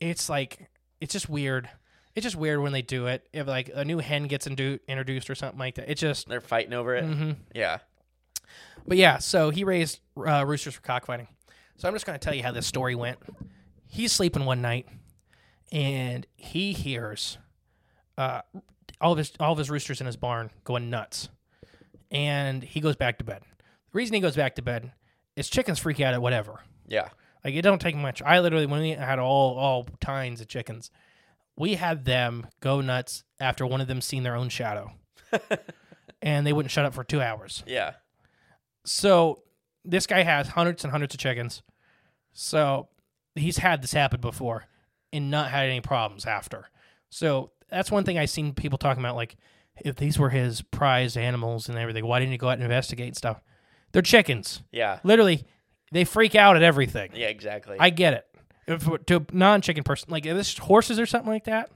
[SPEAKER 1] it's like it's just weird. It's just weird when they do it. If like a new hen gets indu- introduced or something like that, it just
[SPEAKER 2] They're fighting over it.
[SPEAKER 1] Mhm.
[SPEAKER 2] Yeah.
[SPEAKER 1] But yeah, so he raised uh, roosters for cockfighting. So I'm just going to tell you how this story went. He's sleeping one night, and he hears uh, all of his all of his roosters in his barn going nuts, and he goes back to bed. The reason he goes back to bed is chickens freak out at whatever.
[SPEAKER 2] Yeah.
[SPEAKER 1] Like it don't take much. I literally when we had all all kinds of chickens, we had them go nuts after one of them seen their own shadow, and they wouldn't shut up for two hours.
[SPEAKER 2] Yeah.
[SPEAKER 1] So this guy has hundreds and hundreds of chickens. So he's had this happen before and not had any problems after. So that's one thing I've seen people talking about. Like, if these were his prized animals and everything, why didn't he go out and investigate and stuff? They're chickens.
[SPEAKER 2] Yeah.
[SPEAKER 1] Literally, they freak out at everything.
[SPEAKER 2] Yeah, exactly.
[SPEAKER 1] I get it. If it- to a non-chicken person, like if this is horses or something like that,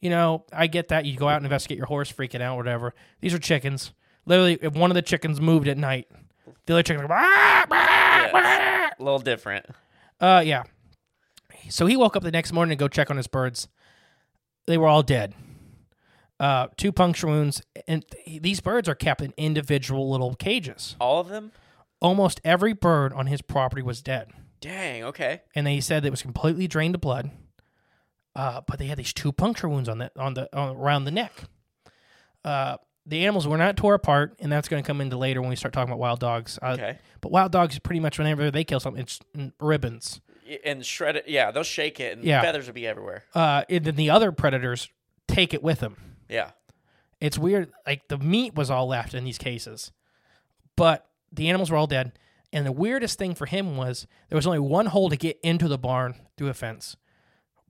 [SPEAKER 1] you know, I get that. You go out and investigate your horse freaking out, whatever. These are chickens. Literally, if one of the chickens moved at night, the other chicken, ah,
[SPEAKER 2] Yeah. a little different.
[SPEAKER 1] uh, yeah. So he woke up the next morning to go check on his birds. They were all dead. Uh, two puncture wounds, and th- these birds are kept in individual little cages.
[SPEAKER 2] All of them?
[SPEAKER 1] Almost every bird on his property was dead.
[SPEAKER 2] Dang, okay.
[SPEAKER 1] and they said it was completely drained of blood. Uh, but they had these two puncture wounds on the on the on, around the neck. Uh, the animals were not tore apart, and that's going to come into later when we start talking about wild dogs. Uh,
[SPEAKER 2] Okay.
[SPEAKER 1] But wild dogs, pretty much whenever they kill something, it's mm, ribbons.
[SPEAKER 2] Y- And shred it. Yeah, they'll shake it and
[SPEAKER 1] Yeah.
[SPEAKER 2] feathers will be everywhere.
[SPEAKER 1] Uh, and then the other predators take it with them.
[SPEAKER 2] Yeah.
[SPEAKER 1] It's weird. Like the meat was all left in these cases, but the animals were all dead. And the weirdest thing for him was there was only one hole to get into the barn through a fence,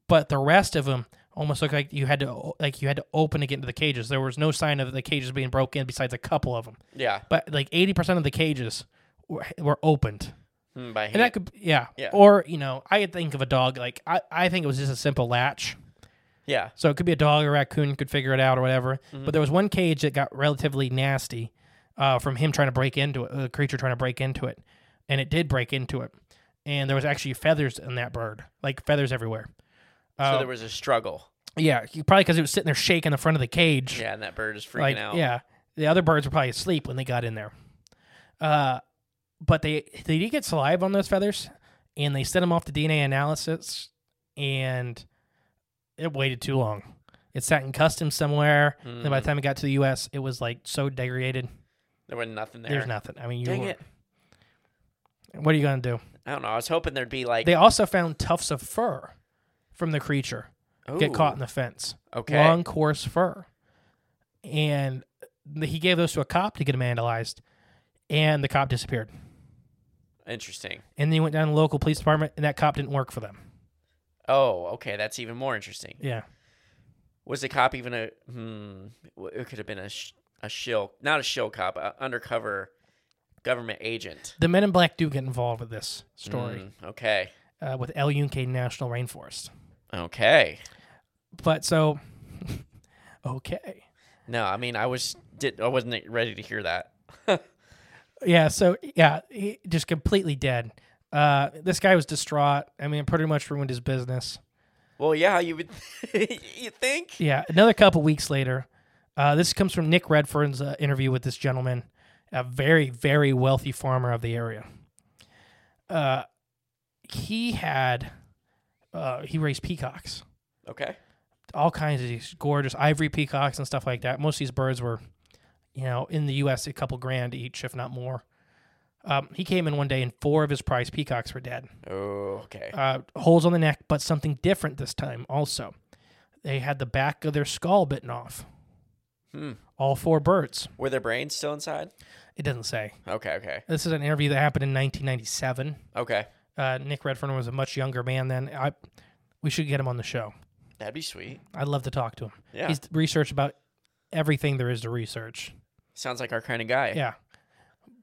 [SPEAKER 1] but the rest of them almost looked like you had to like you had to open to get into the cages. There was no sign of the cages being broken besides a couple of them.
[SPEAKER 2] Yeah.
[SPEAKER 1] But like eighty percent of the cages were, were opened.
[SPEAKER 2] Mm, by
[SPEAKER 1] And that
[SPEAKER 2] hand.
[SPEAKER 1] could, yeah.
[SPEAKER 2] Yeah.
[SPEAKER 1] Or, you know, I could think of a dog, like, I, I think it was just a simple latch.
[SPEAKER 2] Yeah.
[SPEAKER 1] So it could be a dog or raccoon could figure it out or whatever. But there was one cage that got relatively nasty uh, from him trying to break into it, the creature trying to break into it. And it did break into it. And there was actually feathers in that bird, like feathers everywhere.
[SPEAKER 2] so
[SPEAKER 1] Uh,
[SPEAKER 2] there was a struggle.
[SPEAKER 1] yeah, he- probably because it was sitting there shaking the front of the cage.
[SPEAKER 2] Yeah, and that bird is freaking
[SPEAKER 1] like,
[SPEAKER 2] out.
[SPEAKER 1] Yeah, the other birds were probably asleep when they got in there. Uh, but they they did get saliva on those feathers, and they sent them off to DNA analysis, and it waited too long. It sat in customs somewhere, and then by
[SPEAKER 2] Mm.
[SPEAKER 1] the time it got to the U.S., it was like so degraded.
[SPEAKER 2] There was nothing there.
[SPEAKER 1] There's nothing. I mean, you
[SPEAKER 2] Dang
[SPEAKER 1] were-
[SPEAKER 2] it.
[SPEAKER 1] what are you gonna do?
[SPEAKER 2] I don't know. I was hoping there'd be like
[SPEAKER 1] They also found tufts of fur from the creature get caught in the fence.
[SPEAKER 2] Okay.
[SPEAKER 1] Long, coarse fur. And th- he gave those to a cop to get him analyzed, and the cop disappeared.
[SPEAKER 2] interesting.
[SPEAKER 1] And then he went down to the local police department, and that cop didn't work for them.
[SPEAKER 2] Oh, okay. That's even more interesting.
[SPEAKER 1] Yeah.
[SPEAKER 2] Was the cop even a? Hmm. w- It could have been a sh- a shill, not a shill cop, a undercover government agent.
[SPEAKER 1] The Men in Black do get involved with this story
[SPEAKER 2] Hmm, okay.
[SPEAKER 1] uh, with El Yunque National Rainforest.
[SPEAKER 2] Okay.
[SPEAKER 1] But so, okay.
[SPEAKER 2] No, I mean I was did I wasn't ready to hear that.
[SPEAKER 1] Yeah, so yeah, he, just completely dead. Uh, this guy was distraught. I mean, it pretty much ruined his business.
[SPEAKER 2] Well, yeah, you would. you think?
[SPEAKER 1] Yeah, another couple weeks later, uh, this comes from Nick Redfern's uh, interview with this gentleman, a very, very wealthy farmer of the area. Uh, he had, uh, he raised peacocks,
[SPEAKER 2] Okay.
[SPEAKER 1] all kinds of these gorgeous ivory peacocks and stuff like that. Most of these birds were, you know, in the U.S. a couple grand each, if not more. Um, he came in one day and four of his prize peacocks were dead.
[SPEAKER 2] Oh, okay.
[SPEAKER 1] Uh, holes on the neck, but something different this time also. They had the back of their skull bitten off.
[SPEAKER 2] Hmm.
[SPEAKER 1] All four birds.
[SPEAKER 2] Were their brains still inside?
[SPEAKER 1] It doesn't say.
[SPEAKER 2] Okay, okay,
[SPEAKER 1] This is an interview that happened in 1997.
[SPEAKER 2] okay.
[SPEAKER 1] Uh, Nick Redfern was a much younger man then. I, we should get him on the show.
[SPEAKER 2] That'd be sweet.
[SPEAKER 1] I'd love to talk to him.
[SPEAKER 2] Yeah.
[SPEAKER 1] He's researched about everything there is to research.
[SPEAKER 2] Sounds like our kind of guy.
[SPEAKER 1] Yeah.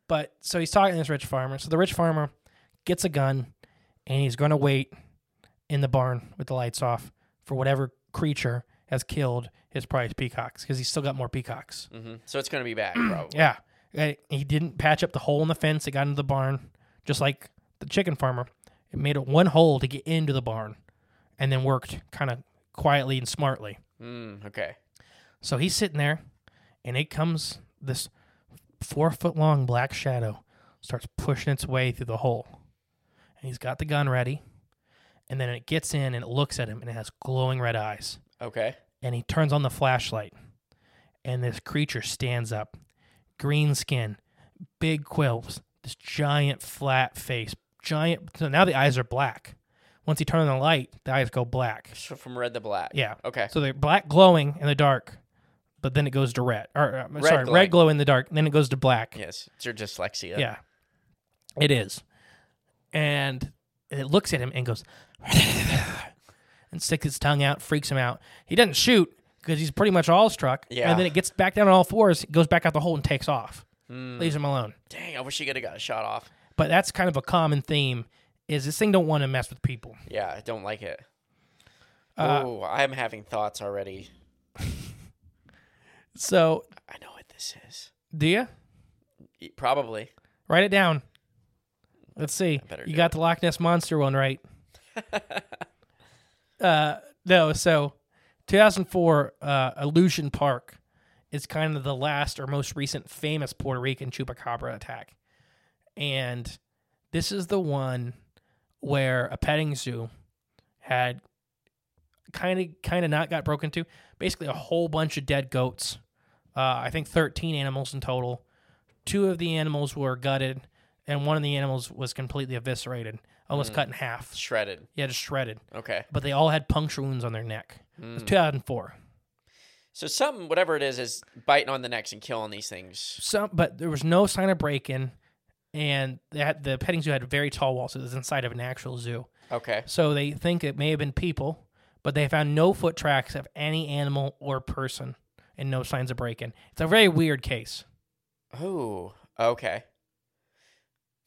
[SPEAKER 1] But so he's talking to this rich farmer. So the rich farmer gets a gun and he's going to wait in the barn with the lights off for whatever creature has killed his prized peacocks because he's still got more peacocks.
[SPEAKER 2] hmm So it's gonna be back, probably.
[SPEAKER 1] Yeah. And He didn't patch up the hole in the fence that got into the barn, just like the chicken farmer. It made it one hole to get into the barn and then worked kind of quietly and smartly.
[SPEAKER 2] Mm, okay.
[SPEAKER 1] So he's sitting there, and it comes this four foot long black shadow starts pushing its way through the hole. And he's got the gun ready, and then it gets in and it looks at him and it has glowing red eyes.
[SPEAKER 2] Okay.
[SPEAKER 1] And he turns on the flashlight, and this creature stands up green skin, big quills, this giant flat face, giant. So now the eyes are black. Once he turns on the light, the eyes go black.
[SPEAKER 2] So from red to black.
[SPEAKER 1] Yeah.
[SPEAKER 2] Okay.
[SPEAKER 1] So they're black glowing in the dark, but then it goes to red. Or uh,
[SPEAKER 2] Red
[SPEAKER 1] sorry,
[SPEAKER 2] glowing.
[SPEAKER 1] red glow in the dark, and then it goes to black.
[SPEAKER 2] yes, it's your dyslexia.
[SPEAKER 1] Yeah. It is. And it looks at him and goes and sticks its tongue out, freaks him out. He doesn't shoot because he's pretty much all struck.
[SPEAKER 2] Yeah.
[SPEAKER 1] And then it gets back down on all fours, goes back out the hole and takes off.
[SPEAKER 2] Hmm.
[SPEAKER 1] Leaves him alone.
[SPEAKER 2] Dang, I wish you could have got a shot off.
[SPEAKER 1] But that's kind of a common theme is this thing don't want to mess with people.
[SPEAKER 2] Yeah, I don't like it.
[SPEAKER 1] Uh,
[SPEAKER 2] oh, I'm having thoughts already.
[SPEAKER 1] So
[SPEAKER 2] I know what this is.
[SPEAKER 1] do you?
[SPEAKER 2] Y- Probably.
[SPEAKER 1] Write it down. Let's see.
[SPEAKER 2] better
[SPEAKER 1] You
[SPEAKER 2] do
[SPEAKER 1] got
[SPEAKER 2] it.
[SPEAKER 1] the Loch Ness monster one right. uh, no, so 2004 uh, Illusion Park is kind of the last or most recent famous Puerto Rican chupacabra attack, and this is the one where a petting zoo had kind of kind of not got broken into. Basically, a whole bunch of dead goats. Uh, I think 13 animals in total two of the animals were gutted and one of the animals was completely eviscerated almost cut in half
[SPEAKER 2] Shredded.
[SPEAKER 1] yeah just shredded
[SPEAKER 2] Okay.
[SPEAKER 1] but they all had puncture wounds on their neck it was 2004
[SPEAKER 2] So something, whatever it is, is biting on the necks and killing these things.
[SPEAKER 1] some but there was no sign of break-in and they had, the petting zoo had a very tall wall so it was inside of an actual zoo
[SPEAKER 2] Okay.
[SPEAKER 1] so they think it may have been people but they found no foot tracks of any animal or person and no signs of break-in it's a very weird case
[SPEAKER 2] Oh, okay.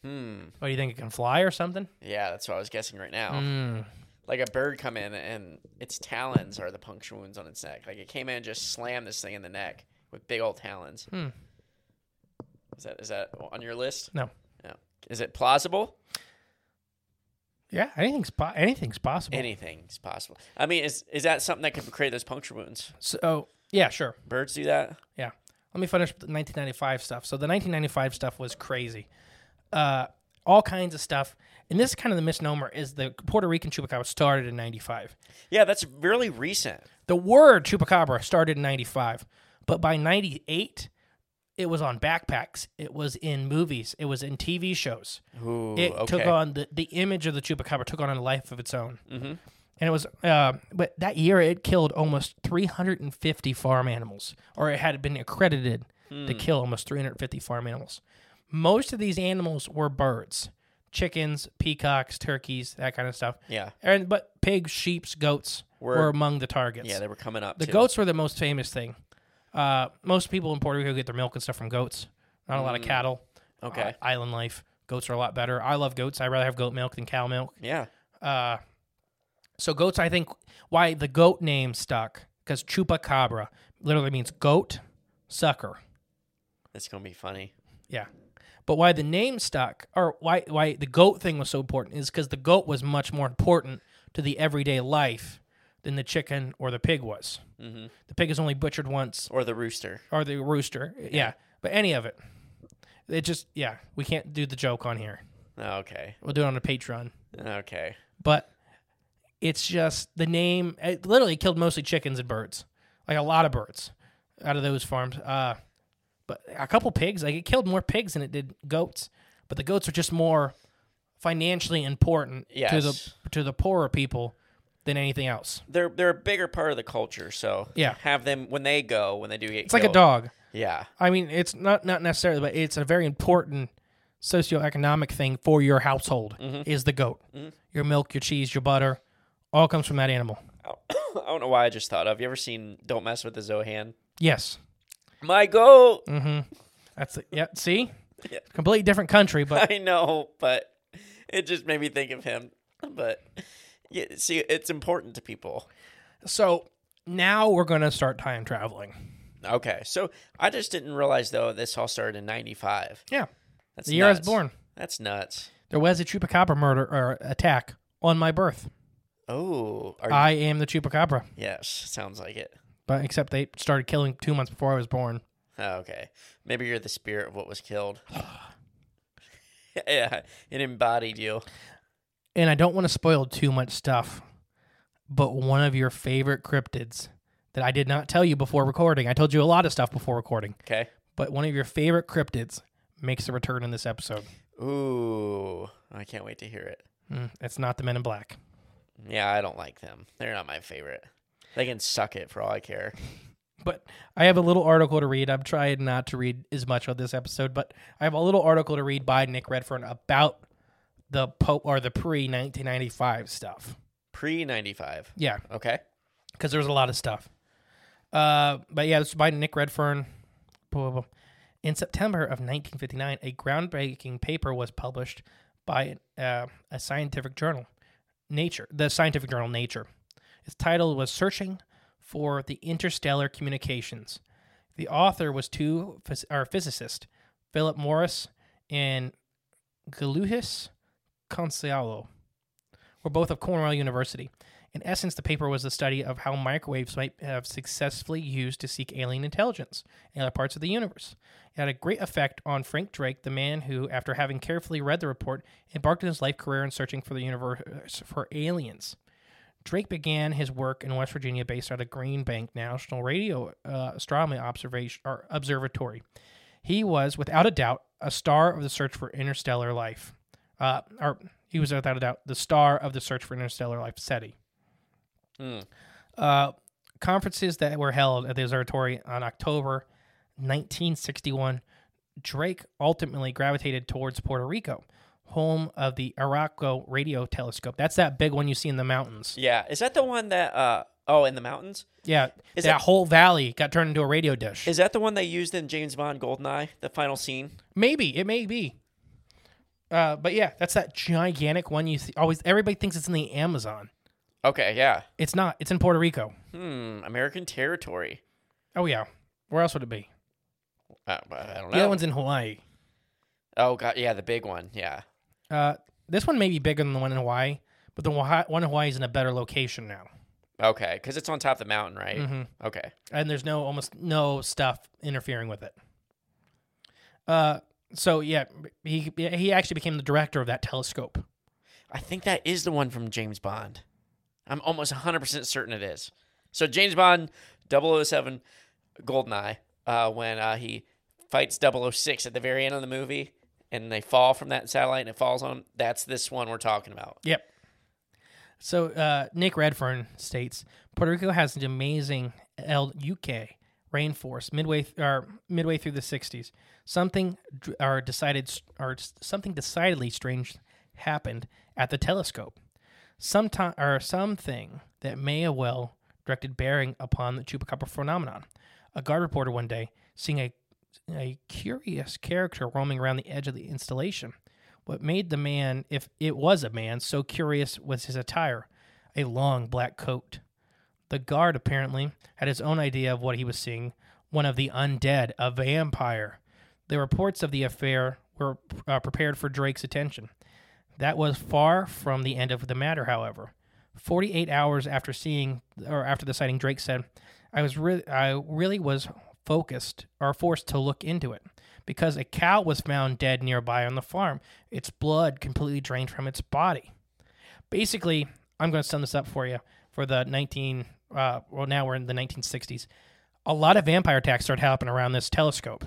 [SPEAKER 2] Hmm.
[SPEAKER 1] what do you think it can fly or something
[SPEAKER 2] Yeah, that's what I was guessing right now.
[SPEAKER 1] mm.
[SPEAKER 2] Like a bird come in and its talons are the puncture wounds on its neck. Like it came in and just slammed this thing in the neck with big old talons.
[SPEAKER 1] Hmm.
[SPEAKER 2] Is that is that on your list?
[SPEAKER 1] no
[SPEAKER 2] No. Is it plausible?
[SPEAKER 1] yeah anything's, po- anything's possible
[SPEAKER 2] Anything's possible. I mean, is is that something that could create those puncture wounds?
[SPEAKER 1] So yeah, sure.
[SPEAKER 2] Birds do that.
[SPEAKER 1] Yeah. Let me finish with the 1995 stuff. So the 1995 stuff was crazy. Uh, all kinds of stuff. And this is kind of the misnomer is the Puerto Rican chupacabra started in 95.
[SPEAKER 2] Yeah, that's really recent.
[SPEAKER 1] The word chupacabra started in 95, but by 98 it was on backpacks. It was in movies. It was in TV shows.
[SPEAKER 2] Ooh,
[SPEAKER 1] it
[SPEAKER 2] okay.
[SPEAKER 1] took on the, the image of the chupacabra took on a life of its own. Mm-hmm. And it was, uh, but that year it killed almost 350 farm animals, or it had been accredited to
[SPEAKER 2] Hmm.
[SPEAKER 1] kill almost 350 farm animals. Most of these animals were birds, chickens, peacocks, turkeys, that kind of stuff.
[SPEAKER 2] Yeah.
[SPEAKER 1] And but pigs, sheep, goats were,
[SPEAKER 2] Were-
[SPEAKER 1] among the targets.
[SPEAKER 2] Yeah, they were coming up.
[SPEAKER 1] The
[SPEAKER 2] too.
[SPEAKER 1] goats were the most famous thing. Uh, most people in Puerto Rico get their milk and stuff from goats. Not a lot of
[SPEAKER 2] Mm.
[SPEAKER 1] cattle.
[SPEAKER 2] Okay.
[SPEAKER 1] Uh, island life. Goats are a lot better. I love goats. I'd rather have goat milk than cow milk.
[SPEAKER 2] Yeah.
[SPEAKER 1] Uh, so goats, I think, why the goat name stuck because chupacabra literally means goat sucker.
[SPEAKER 2] That's gonna be funny.
[SPEAKER 1] Yeah. But why the name stuck, or why why the goat thing was so important, is because the goat was much more important to the everyday life than the chicken or the pig was. Mm-hmm. The pig is only butchered once,
[SPEAKER 2] Or the rooster.
[SPEAKER 1] or the rooster. Yeah. But any of it. It just, yeah, we can't do the joke on here.
[SPEAKER 2] Okay.
[SPEAKER 1] We'll do it on a Patreon.
[SPEAKER 2] Okay.
[SPEAKER 1] But It's just the name. It literally killed mostly chickens and birds, like a lot of birds out of those farms. Uh, but a couple pigs, like it killed more pigs than it did goats. But the goats are just more financially important to the
[SPEAKER 2] Yes.
[SPEAKER 1] to the poorer people than anything else.
[SPEAKER 2] They're they're a bigger part of the culture, so
[SPEAKER 1] Yeah.
[SPEAKER 2] have them when they go when they do get.
[SPEAKER 1] It's like a
[SPEAKER 2] killed.
[SPEAKER 1] dog.
[SPEAKER 2] Yeah,
[SPEAKER 1] I mean, it's not not necessarily, but it's a very important socioeconomic thing for your household is the goat. Your milk, your cheese, your butter, all comes from that animal.
[SPEAKER 2] I don't know why I just thought of. You ever seen "Don't Mess with the Zohan"?
[SPEAKER 1] Yes.
[SPEAKER 2] My goat.
[SPEAKER 1] Mm-hmm. That's it. Yeah. See, completely different country, but
[SPEAKER 2] I know, but it just made me think of him. But yeah, see, it's important to people.
[SPEAKER 1] so now we're gonna start time traveling.
[SPEAKER 2] Okay, so I just didn't realize though this all started in '95.
[SPEAKER 1] Yeah.
[SPEAKER 2] That's
[SPEAKER 1] the year I was
[SPEAKER 2] nuts.
[SPEAKER 1] born,
[SPEAKER 2] That's nuts.
[SPEAKER 1] there was a chupacabra murder or attack on my birth.
[SPEAKER 2] Oh, are you-
[SPEAKER 1] I am the chupacabra,
[SPEAKER 2] yes, sounds like it.
[SPEAKER 1] but except they started killing two months before I was born.
[SPEAKER 2] Oh, okay, maybe you're the spirit of what was killed. yeah, it embodied you.
[SPEAKER 1] and I don't want to spoil too much stuff, but one of your favorite cryptids that I did not tell you before recording. I told you a lot of stuff before recording,
[SPEAKER 2] Okay.
[SPEAKER 1] but one of your favorite cryptids makes a return in this episode.
[SPEAKER 2] Ooh, I can't wait to hear it.
[SPEAKER 1] Mm, It's not the Men in Black.
[SPEAKER 2] Yeah, I don't like them. They're not my favorite. They can suck it for all I care.
[SPEAKER 1] But I have a little article to read. I'm trying not to read as much of this episode, but I have a little article to read by Nick Redfern about the po or the pre 1995 stuff.
[SPEAKER 2] Pre ninety five.
[SPEAKER 1] Yeah.
[SPEAKER 2] Okay.
[SPEAKER 1] because there was a lot of stuff. Uh, but yeah, this is by Nick Redfern. Blah, blah, blah. In September of 1959, a groundbreaking paper was published by uh, a scientific journal, Nature. The scientific journal Nature. Its title was "Searching for the Interstellar Communications." The author was two phys- or physicists, Philip Morris and Galuhis Concialo were both of Cornell University. In essence, the paper was the study of how microwaves might have successfully used to seek alien intelligence in other parts of the universe. It had a great effect on Frank Drake, the man who, after having carefully read the report, embarked on his life career in searching for the universe for aliens. Drake began his work in West Virginia based out of Green Bank National Radio uh, Astronomy Observation or Observatory. He was, without a doubt, a star of the search for interstellar life. Uh, or he was, without a doubt, the star of the search for interstellar life, SETI. Uh, conferences that were held at the observatory on October 1961, Drake ultimately gravitated towards Puerto Rico, home of the Araco Radio Telescope. That's that big one you see in the mountains.
[SPEAKER 2] Yeah. Is that the one that? uh Oh, in the mountains.
[SPEAKER 1] Yeah,
[SPEAKER 2] Is
[SPEAKER 1] that,
[SPEAKER 2] that-
[SPEAKER 1] whole valley got turned into a radio dish.
[SPEAKER 2] Is that the one they used in James Bond Goldeneye? The final scene.
[SPEAKER 1] Maybe it may be. Uh, but yeah, that's that gigantic one you see. Always, everybody thinks it's in the Amazon.
[SPEAKER 2] Okay. Yeah.
[SPEAKER 1] It's not. It's in Puerto Rico.
[SPEAKER 2] Hmm. American territory.
[SPEAKER 1] Oh yeah, where else would it be?
[SPEAKER 2] Uh, but I don't know.
[SPEAKER 1] The other one's in Hawaii.
[SPEAKER 2] Oh god. Yeah, the big one. Yeah.
[SPEAKER 1] Uh, this one may be bigger than the one in Hawaii, but the Wa- one in Hawaii is in a better location now,
[SPEAKER 2] Okay. Because it's on top of the mountain, right?
[SPEAKER 1] Mm-hmm.
[SPEAKER 2] Okay.
[SPEAKER 1] and there's no almost no stuff interfering with it. Uh, so yeah, he he actually became the director of that telescope.
[SPEAKER 2] I think that is the one from James Bond. I'm almost 100% certain it is. So James Bond 007 Goldeneye uh, when uh, he fights 006 at the very end of the movie and they fall from that satellite and it falls on him. That's this one we're talking about.
[SPEAKER 1] Yep. So uh, Nick Redfern states Puerto Rico has an amazing El UK rainforest midway th- or midway through the 60s. Something dr- or decided or s- something decidedly strange happened at the telescope. Sometime or something that may have well directed bearing upon the chupacabra phenomenon. A guard reporter one day seeing a a curious character roaming around the edge of the installation. What made the man, if it was a man, so curious was his attire a long black coat. The guard apparently had his own idea of what he was seeing one of the undead, a vampire. The reports of the affair were uh, prepared for Drake's attention. That was far from the end of the matter, however. 48 hours after seeing or after the sighting, Drake said, "I was re- I really was focused or forced to look into it because a cow was found dead nearby on the farm. Its blood completely drained from its body. Basically, I'm going to sum this up for you for the 19. Uh, well, now we're in the 1960s. A lot of vampire attacks started happening around this telescope.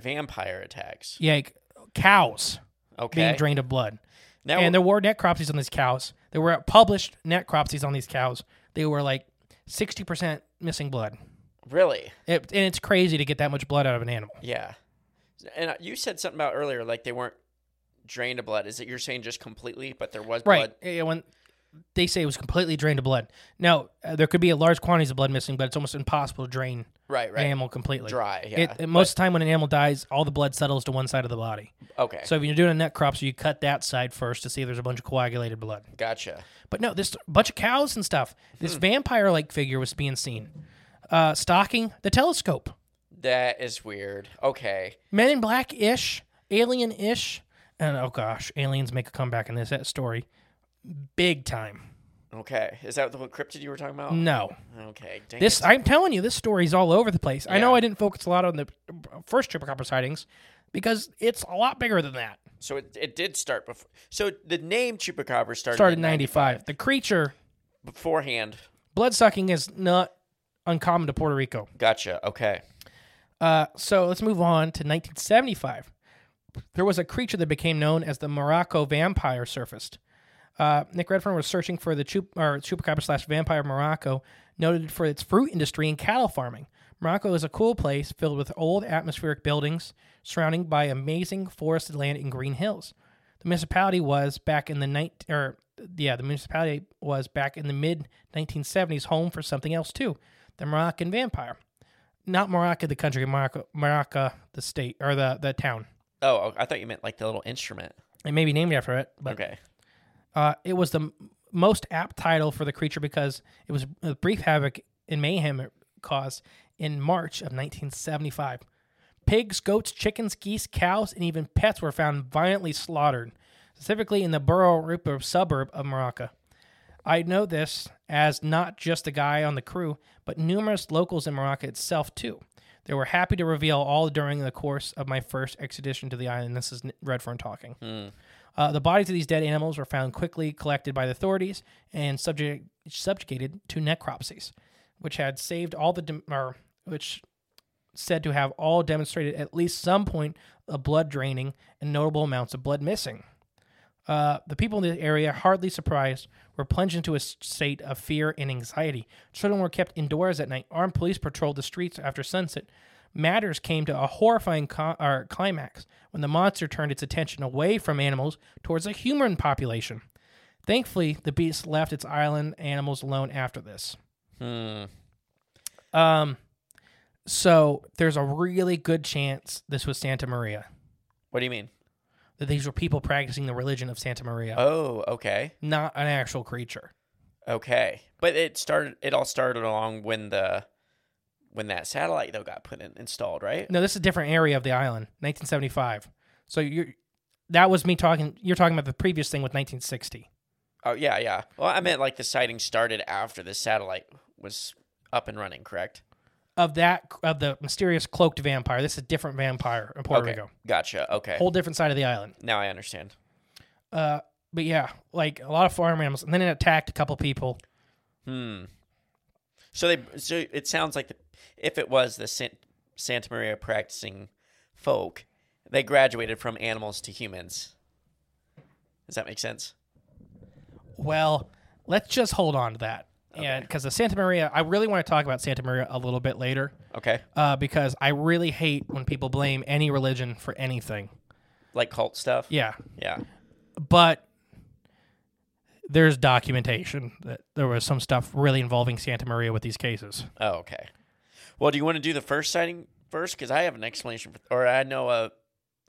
[SPEAKER 2] Vampire attacks.
[SPEAKER 1] Yeah, like cows
[SPEAKER 2] Okay.
[SPEAKER 1] being drained of blood.
[SPEAKER 2] Now-
[SPEAKER 1] and there were necropsies on these cows. There were published necropsies on these cows. They were like 60% missing blood.
[SPEAKER 2] Really?
[SPEAKER 1] It, and it's crazy to get that much blood out of an animal.
[SPEAKER 2] Yeah. And uh, you said something about earlier, like they weren't drained of blood. Is it you're saying just completely, but there was
[SPEAKER 1] Right.
[SPEAKER 2] blood?
[SPEAKER 1] Yeah, when they say it was completely drained of blood. Now, uh, there could be a large quantities of blood missing, but it's almost impossible to drain
[SPEAKER 2] Right, right.
[SPEAKER 1] an animal completely.
[SPEAKER 2] Dry,
[SPEAKER 1] It-
[SPEAKER 2] yeah,
[SPEAKER 1] It, most of the time, when an animal dies, all the blood settles to one side of the body.
[SPEAKER 2] Okay.
[SPEAKER 1] So if you're doing a necropsy, you cut that side first to see if there's a bunch of coagulated blood.
[SPEAKER 2] Gotcha.
[SPEAKER 1] But no, this bunch of cows and stuff.
[SPEAKER 2] Hmm.
[SPEAKER 1] This vampire like figure was being seen uh, stalking the telescope.
[SPEAKER 2] That is weird. Okay.
[SPEAKER 1] Men in Black ish, Alien ish, and oh gosh, aliens make a comeback in this that story, big time.
[SPEAKER 2] Okay. Is that the one cryptid you were talking about?
[SPEAKER 1] No.
[SPEAKER 2] Okay. Dang
[SPEAKER 1] Mm. This
[SPEAKER 2] it.
[SPEAKER 1] I'm telling you, this story's all over the place. I know
[SPEAKER 2] Yeah.
[SPEAKER 1] I didn't focus a lot on the first chupacabra sightings because it's a lot bigger than that.
[SPEAKER 2] so it, it did start before. So the name Chupacabra started,
[SPEAKER 1] Started in
[SPEAKER 2] in
[SPEAKER 1] 95. The creature,
[SPEAKER 2] Beforehand.
[SPEAKER 1] blood sucking is not uncommon to Puerto Rico.
[SPEAKER 2] Gotcha. Okay.
[SPEAKER 1] Uh, so let's move on to 1975. There was a creature that became known as the Morocco vampire surfaced. Uh, Nick Redfern was searching for the chup- or chupacabra slash vampire Morocco, noted for its fruit industry and cattle farming. Morocco is a cool place filled with old atmospheric buildings, surrounding by amazing forested land and green hills. The municipality was back in the night, or yeah, the municipality was back in the mid 1970s home for something else too, the Moroccan vampire not Morocco the country, Morocco, Morocco the state or the the town.
[SPEAKER 2] Oh, I thought you meant like the little instrument.
[SPEAKER 1] It may be named after it, but
[SPEAKER 2] Okay.
[SPEAKER 1] uh, it was the m- most apt title for the creature because it was a brief havoc and mayhem it caused in March of 1975. Pigs, goats, chickens, geese, cows, and even pets were found violently slaughtered, specifically in the Borough Ripper suburb of Morocco. I know this as not just the guy on the crew, but numerous locals in Morocco itself, too. They were happy to reveal all during the course of my first expedition to the island. This is N- Redfern talking. Uh, the bodies of these dead animals were found quickly collected by the authorities and subject, subjugated to necropsies, which had saved all the dem- or which said to have all demonstrated at least some point of blood draining and notable amounts of blood missing. Uh, the people in the area, hardly surprised, were plunged into a s- state of fear and anxiety. Children were kept indoors at night. Armed police patrolled the streets after sunset. Matters came to a horrifying co- or climax when the monster turned its attention away from animals towards a human population. Thankfully, the beast left its island animals alone after this.
[SPEAKER 2] Hmm.
[SPEAKER 1] Um, so there's a really good chance this was Santa Maria.
[SPEAKER 2] What do you mean?
[SPEAKER 1] That these were people practicing the religion of Santa Maria,
[SPEAKER 2] Oh, okay.
[SPEAKER 1] not an actual creature.
[SPEAKER 2] Okay. But it started it all started along when the when that satellite though got put in installed, right?
[SPEAKER 1] No, this is a different area of the island. 1975. So you're that was me talking. You're talking about the previous thing with 1960.
[SPEAKER 2] Oh yeah, yeah. Well, I meant like the sighting started after the satellite was up and running, correct?
[SPEAKER 1] Of that of the mysterious cloaked vampire. This is a different vampire in Puerto
[SPEAKER 2] okay.
[SPEAKER 1] Rico.
[SPEAKER 2] Gotcha. Okay.
[SPEAKER 1] Whole different side of the island.
[SPEAKER 2] Now I understand.
[SPEAKER 1] Uh, but yeah, like a lot of farm animals, and then it attacked a couple people.
[SPEAKER 2] Hmm. So they so it sounds like the, if it was the Sant, Santa Maria practicing folk, they graduated from animals to humans. Does that make sense?
[SPEAKER 1] Well, let's just hold on to that. And because the Santa Maria, I really want to talk about Santa Maria a little bit later.
[SPEAKER 2] Okay.
[SPEAKER 1] Uh, because I really hate when people blame any religion for anything.
[SPEAKER 2] Like cult stuff.
[SPEAKER 1] Yeah.
[SPEAKER 2] Yeah.
[SPEAKER 1] but there's documentation that there was some stuff really involving Santa Maria with these cases.
[SPEAKER 2] Oh, okay. Well, do you want to do the first sighting first? Because I have an explanation, for, or I know a,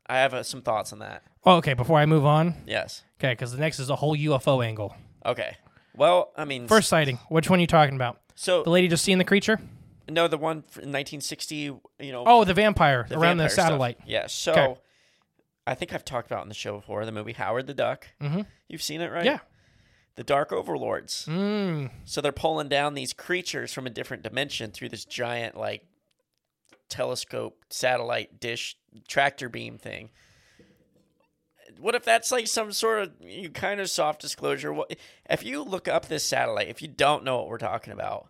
[SPEAKER 2] I have uh some thoughts on that.
[SPEAKER 1] Oh, okay, before I move on,
[SPEAKER 2] Yes.
[SPEAKER 1] okay, because the next is a whole UFO angle.
[SPEAKER 2] Okay. Well, I mean, s-
[SPEAKER 1] First sighting, which one are you talking about?
[SPEAKER 2] So
[SPEAKER 1] The lady just seeing the creature?
[SPEAKER 2] no, the one f- in 1960. You know.
[SPEAKER 1] Oh, the vampire
[SPEAKER 2] the
[SPEAKER 1] around
[SPEAKER 2] vampire
[SPEAKER 1] the
[SPEAKER 2] stuff.
[SPEAKER 1] satellite.
[SPEAKER 2] Yeah. So,
[SPEAKER 1] Okay.
[SPEAKER 2] I think I've talked about in the show before the movie Howard the Duck. Mm-hmm. You've seen it, right?
[SPEAKER 1] Yeah.
[SPEAKER 2] The Dark Overlords.
[SPEAKER 1] Mm,
[SPEAKER 2] So they're pulling down these creatures from a different dimension through this giant like telescope satellite dish tractor beam thing. what if that's like some sort of you kind of soft disclosure? What if you look up this satellite? If you don't know what we're talking about,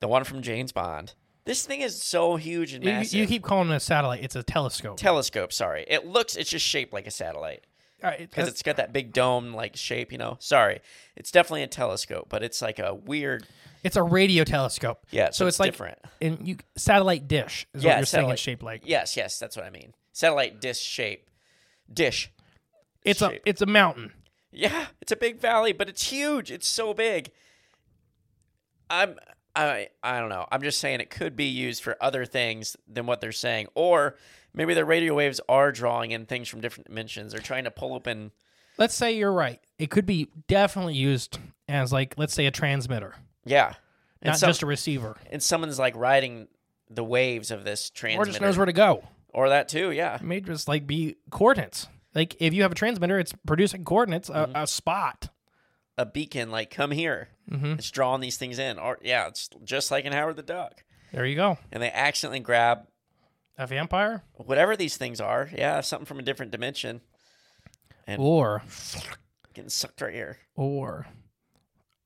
[SPEAKER 2] the one from James Bond. This thing is so huge and
[SPEAKER 1] You,
[SPEAKER 2] massive.
[SPEAKER 1] you keep calling it a satellite. It's a telescope.
[SPEAKER 2] telescope. Sorry, it looks. It's just shaped like a satellite
[SPEAKER 1] All right,
[SPEAKER 2] because
[SPEAKER 1] that's-
[SPEAKER 2] it's got that big dome like shape. You know. Sorry, it's definitely a telescope, but it's like a weird.
[SPEAKER 1] It's a radio telescope.
[SPEAKER 2] Yeah, so
[SPEAKER 1] so, it's,
[SPEAKER 2] it's
[SPEAKER 1] like
[SPEAKER 2] different.
[SPEAKER 1] And you satellite dish is
[SPEAKER 2] yeah,
[SPEAKER 1] what you're saying
[SPEAKER 2] satellite
[SPEAKER 1] it's shaped like.
[SPEAKER 2] Yes, yes, that's what I mean. Satellite dish shape, dish.
[SPEAKER 1] it's
[SPEAKER 2] shape.
[SPEAKER 1] a it's a mountain.
[SPEAKER 2] Yeah, it's a big valley, but it's huge. It's so big. I'm I I don't know. I'm just saying it could be used for other things than what they're saying, or maybe the radio waves are drawing in things from different dimensions. They're trying to pull open.
[SPEAKER 1] Let's say you're right. It could be definitely used as like let's say a transmitter,
[SPEAKER 2] Yeah, and
[SPEAKER 1] not
[SPEAKER 2] some-
[SPEAKER 1] just a receiver.
[SPEAKER 2] and someone's like riding the waves of this transmitter,
[SPEAKER 1] Or just knows where to go.
[SPEAKER 2] or that too. Yeah,
[SPEAKER 1] It may just like be coordinates. Like if you have a transmitter, it's producing coordinates,
[SPEAKER 2] Mm-hmm.
[SPEAKER 1] a, a spot.
[SPEAKER 2] a beacon like come here.
[SPEAKER 1] Mm-hmm.
[SPEAKER 2] It's drawing these things in. Or yeah, it's just like in Howard the Duck,
[SPEAKER 1] There you go.
[SPEAKER 2] and they accidentally grab
[SPEAKER 1] A vampire
[SPEAKER 2] whatever these things are. Yeah, something from a different dimension. And-
[SPEAKER 1] or
[SPEAKER 2] getting sucked right here.
[SPEAKER 1] or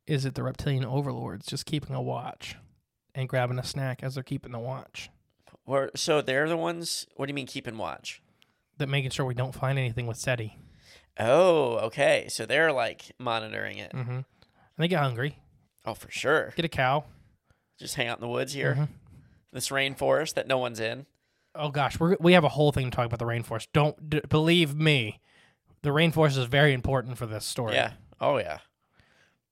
[SPEAKER 1] is it the reptilian overlords just keeping a watch and grabbing a snack as they're keeping the watch?
[SPEAKER 2] Where, so they're the ones. What do you mean keeping watch?
[SPEAKER 1] That making sure we don't find anything with SETI.
[SPEAKER 2] Oh, okay. So they're like monitoring it.
[SPEAKER 1] Mm-hmm. And they get hungry.
[SPEAKER 2] Oh, for sure.
[SPEAKER 1] Get a cow.
[SPEAKER 2] Just hang out in the woods
[SPEAKER 1] Mm-hmm.
[SPEAKER 2] here, this rainforest that no one's in.
[SPEAKER 1] Oh gosh, we we have a whole thing to talk about the rainforest. Don't d- believe me. The rainforest is very important for this story.
[SPEAKER 2] Yeah. Oh yeah.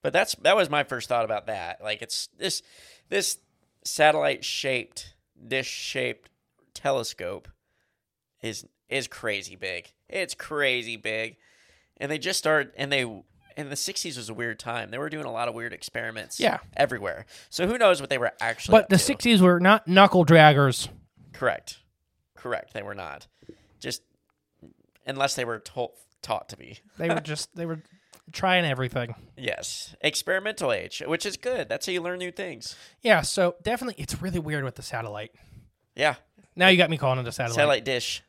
[SPEAKER 2] But that's that was my first thought about that. Like it's this this satellite shaped dish shaped telescope is is crazy big. It's crazy big. And they just started and they and the 60s was a weird time. They were doing a lot of weird experiments
[SPEAKER 1] Yeah.
[SPEAKER 2] everywhere. So who knows what they were actually
[SPEAKER 1] But
[SPEAKER 2] up
[SPEAKER 1] the
[SPEAKER 2] to.
[SPEAKER 1] 60s were not knuckle draggers.
[SPEAKER 2] Correct. Correct. They were not. Just unless they were told taught to be.
[SPEAKER 1] They were just they were trying everything.
[SPEAKER 2] Yes, experimental age, which is good. That's how you learn new things.
[SPEAKER 1] Yeah, so definitely it's really weird with the satellite.
[SPEAKER 2] Yeah,
[SPEAKER 1] Now you got me calling it a satellite.
[SPEAKER 2] satellite dish,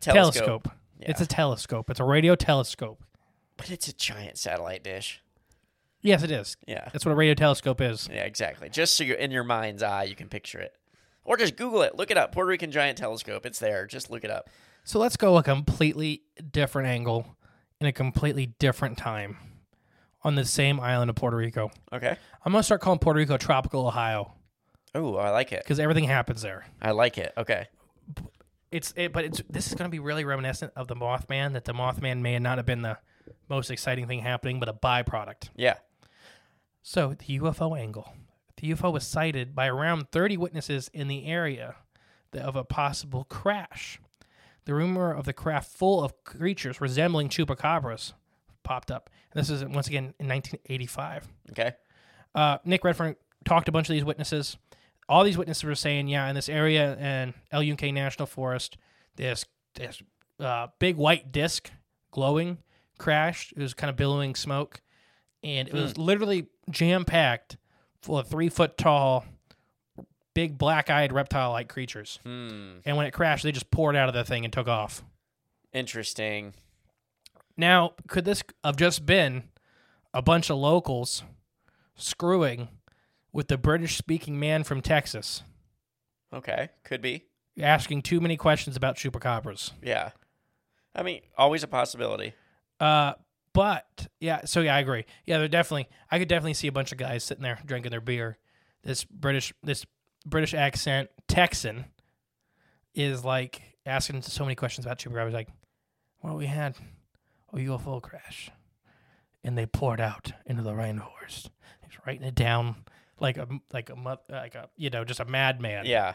[SPEAKER 2] telescope.
[SPEAKER 1] telescope. It's
[SPEAKER 2] Yeah.
[SPEAKER 1] a telescope. It's a radio telescope.
[SPEAKER 2] but it's a giant satellite dish.
[SPEAKER 1] Yes, it is.
[SPEAKER 2] Yeah,
[SPEAKER 1] That's what a radio telescope is.
[SPEAKER 2] yeah, exactly. Just so you're in your mind's eye, you can picture it, or just Google it. Look it up. Puerto Rican giant telescope. It's there. Just look it up.
[SPEAKER 1] So let's go a completely different angle in a completely different time on the same island of Puerto Rico.
[SPEAKER 2] Okay.
[SPEAKER 1] I'm gonna start calling Puerto Rico tropical Ohio
[SPEAKER 2] Oh, I like it.
[SPEAKER 1] because everything happens there.
[SPEAKER 2] I like it. Okay.
[SPEAKER 1] It's it, but it's this is gonna be really reminiscent of the Mothman. That the Mothman may not have been the most exciting thing happening, but a byproduct.
[SPEAKER 2] Yeah.
[SPEAKER 1] So the UFO angle. The UFO was sighted by around 30 witnesses in the area th- of a possible crash. The rumor of the craft full of creatures resembling chupacabras popped up. This is once again in 1985.
[SPEAKER 2] Okay.
[SPEAKER 1] uh, Nick Redfern talked to a bunch of these witnesses. All these witnesses were saying, yeah, in this area and LUK National Forest, this this uh, big white disc glowing crashed. It was kind of billowing smoke, and it was literally jam packed full of three foot tall, big black eyed reptile like creatures. And when it crashed, they just poured out of the thing and took off.
[SPEAKER 2] Interesting.
[SPEAKER 1] Now, could this have just been a bunch of locals screwing with the British speaking man from Texas,
[SPEAKER 2] Okay. Could be.
[SPEAKER 1] asking too many questions about chupacabras?
[SPEAKER 2] Yeah. I mean, always a possibility.
[SPEAKER 1] Uh, but yeah, so yeah, I agree. Yeah, they're definitely, I could definitely see a bunch of guys sitting there drinking their beer. This British, this British accent Texan is like asking so many questions about chupacabras. Like, well, we had a UFO crash, and they poured out into the rainforest. He's writing it down like a like a mo- like a you know just a madman.
[SPEAKER 2] Yeah.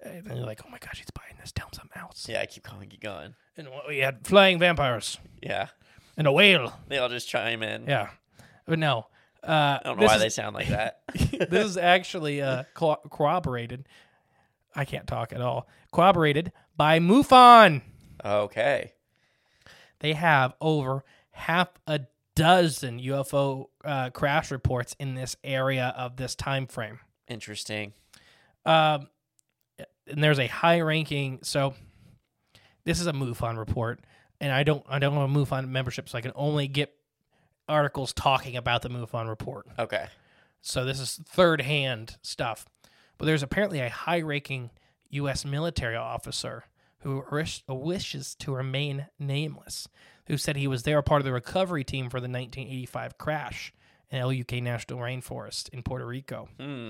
[SPEAKER 1] And then you're like, oh my gosh, he's buying this down some else.
[SPEAKER 2] Yeah. Keep going. Keep going.
[SPEAKER 1] And we had flying vampires
[SPEAKER 2] Yeah.
[SPEAKER 1] and a whale.
[SPEAKER 2] They all just chime in.
[SPEAKER 1] Yeah, but no. Uh,
[SPEAKER 2] I don't know
[SPEAKER 1] this
[SPEAKER 2] why
[SPEAKER 1] is-
[SPEAKER 2] they sound like that.
[SPEAKER 1] this is actually uh, co- corroborated. I can't talk at all. Corroborated by MUFON.
[SPEAKER 2] okay.
[SPEAKER 1] They have over half a dozen UFO uh, crash reports in this area of this time frame.
[SPEAKER 2] Interesting.
[SPEAKER 1] Um, and there's a high ranking. So this is a MUFON report. and I don't I don't have a MUFON membership, so I can only get articles talking about the MUFON report.
[SPEAKER 2] Okay.
[SPEAKER 1] So this is third hand stuff. But there's apparently a high ranking U.S. military officer who wish, wishes to remain nameless, who said he was there part of the recovery team for the 1985 crash in LUK National Rainforest in Puerto Rico.
[SPEAKER 2] Hmm.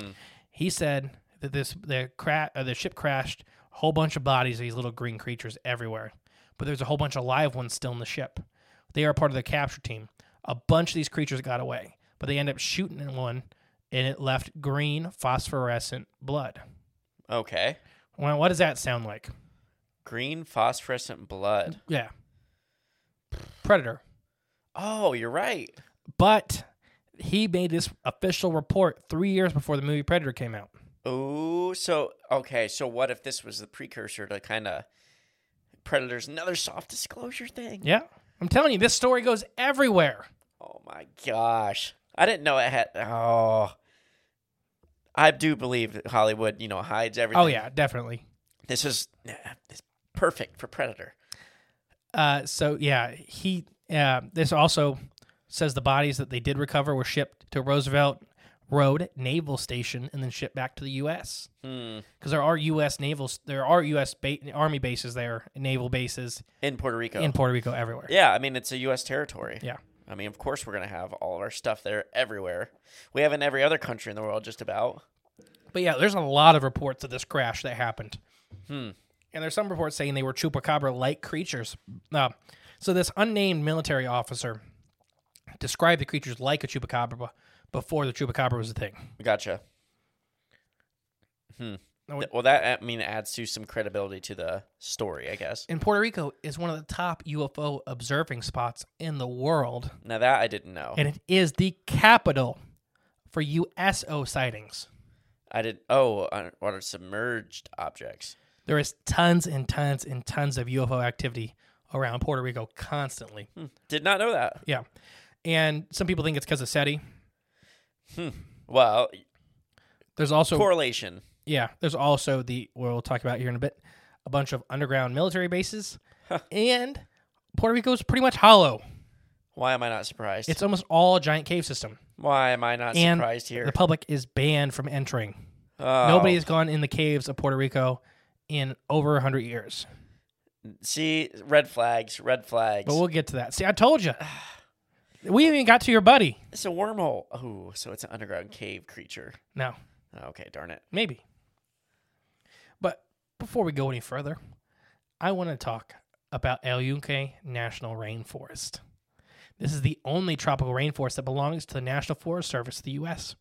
[SPEAKER 1] He said that this the cra- uh, the ship crashed, a whole bunch of bodies of these little green creatures everywhere, but there's a whole bunch of live ones still in the ship. They are part of the capture team. A bunch of these creatures got away, but they end up shooting at one, and it left green phosphorescent blood.
[SPEAKER 2] Okay.
[SPEAKER 1] Well, what does that sound like?
[SPEAKER 2] Green phosphorescent blood.
[SPEAKER 1] Yeah, predator.
[SPEAKER 2] Oh, you're right.
[SPEAKER 1] But he made this official report three years before the movie Predator came out.
[SPEAKER 2] Oh, so okay. So what if this was the precursor to kind of Predators? Another soft disclosure thing.
[SPEAKER 1] Yeah, I'm telling you, this story goes everywhere.
[SPEAKER 2] Oh my gosh. I didn't know it had. Oh. I do believe that Hollywood, you know, hides everything.
[SPEAKER 1] Oh yeah, definitely.
[SPEAKER 2] This is nah, it's perfect for Predator.
[SPEAKER 1] Uh, so yeah, he. Uh, this also says the bodies that they did recover were shipped to Roosevelt Road Naval Station and then shipped back to the U.S.
[SPEAKER 2] Hmm.
[SPEAKER 1] because there are U.S. naval there are U.S. Ba- Army bases there, naval bases
[SPEAKER 2] In Puerto Rico.
[SPEAKER 1] in Puerto Rico everywhere.
[SPEAKER 2] Yeah, I mean, it's a U.S. territory.
[SPEAKER 1] Yeah.
[SPEAKER 2] I mean, of course, we're going to have all of our stuff there everywhere. We have in every other country in the world, just about.
[SPEAKER 1] But yeah, there's a lot of reports of this crash that happened.
[SPEAKER 2] Hmm.
[SPEAKER 1] And there's some reports saying they were chupacabra like creatures. Uh, so this unnamed military officer described the creatures like a chupacabra before the chupacabra was a thing.
[SPEAKER 2] Gotcha. Hmm.
[SPEAKER 1] No, it-
[SPEAKER 2] Well, that, I mean, adds to some credibility to the story, I guess.
[SPEAKER 1] And Puerto Rico is one of the top UFO observing spots in the world.
[SPEAKER 2] Now, that I didn't know.
[SPEAKER 1] And it is the capital for USO sightings.
[SPEAKER 2] I did. Oh, uh, what are submerged objects?
[SPEAKER 1] There is tons and tons and tons of UFO activity around Puerto Rico constantly.
[SPEAKER 2] Did not know that.
[SPEAKER 1] Yeah. And some people think it's because of SETI.
[SPEAKER 2] Well,
[SPEAKER 1] There's also
[SPEAKER 2] correlation.
[SPEAKER 1] Yeah, there's also the we'll talk about here in a bit, a bunch of underground military bases, and Puerto Rico is pretty much hollow.
[SPEAKER 2] Why am I not surprised?
[SPEAKER 1] It's almost all a giant cave system,
[SPEAKER 2] Why am I not
[SPEAKER 1] and
[SPEAKER 2] surprised here?
[SPEAKER 1] the public is banned from entering.
[SPEAKER 2] Oh,
[SPEAKER 1] Nobody has gone in the caves of Puerto Rico in over hundred years.
[SPEAKER 2] Oh, see red flags, red flags.
[SPEAKER 1] But we'll get to that. See, I told you. We haven't even got to your buddy.
[SPEAKER 2] it's a wormhole. Oh, so it's an underground cave creature.
[SPEAKER 1] No,
[SPEAKER 2] Okay, darn it.
[SPEAKER 1] maybe. But before we go any further, I want to talk about El Yunque National Rainforest. This is the only tropical rainforest that belongs to the National Forest Service of the U.S.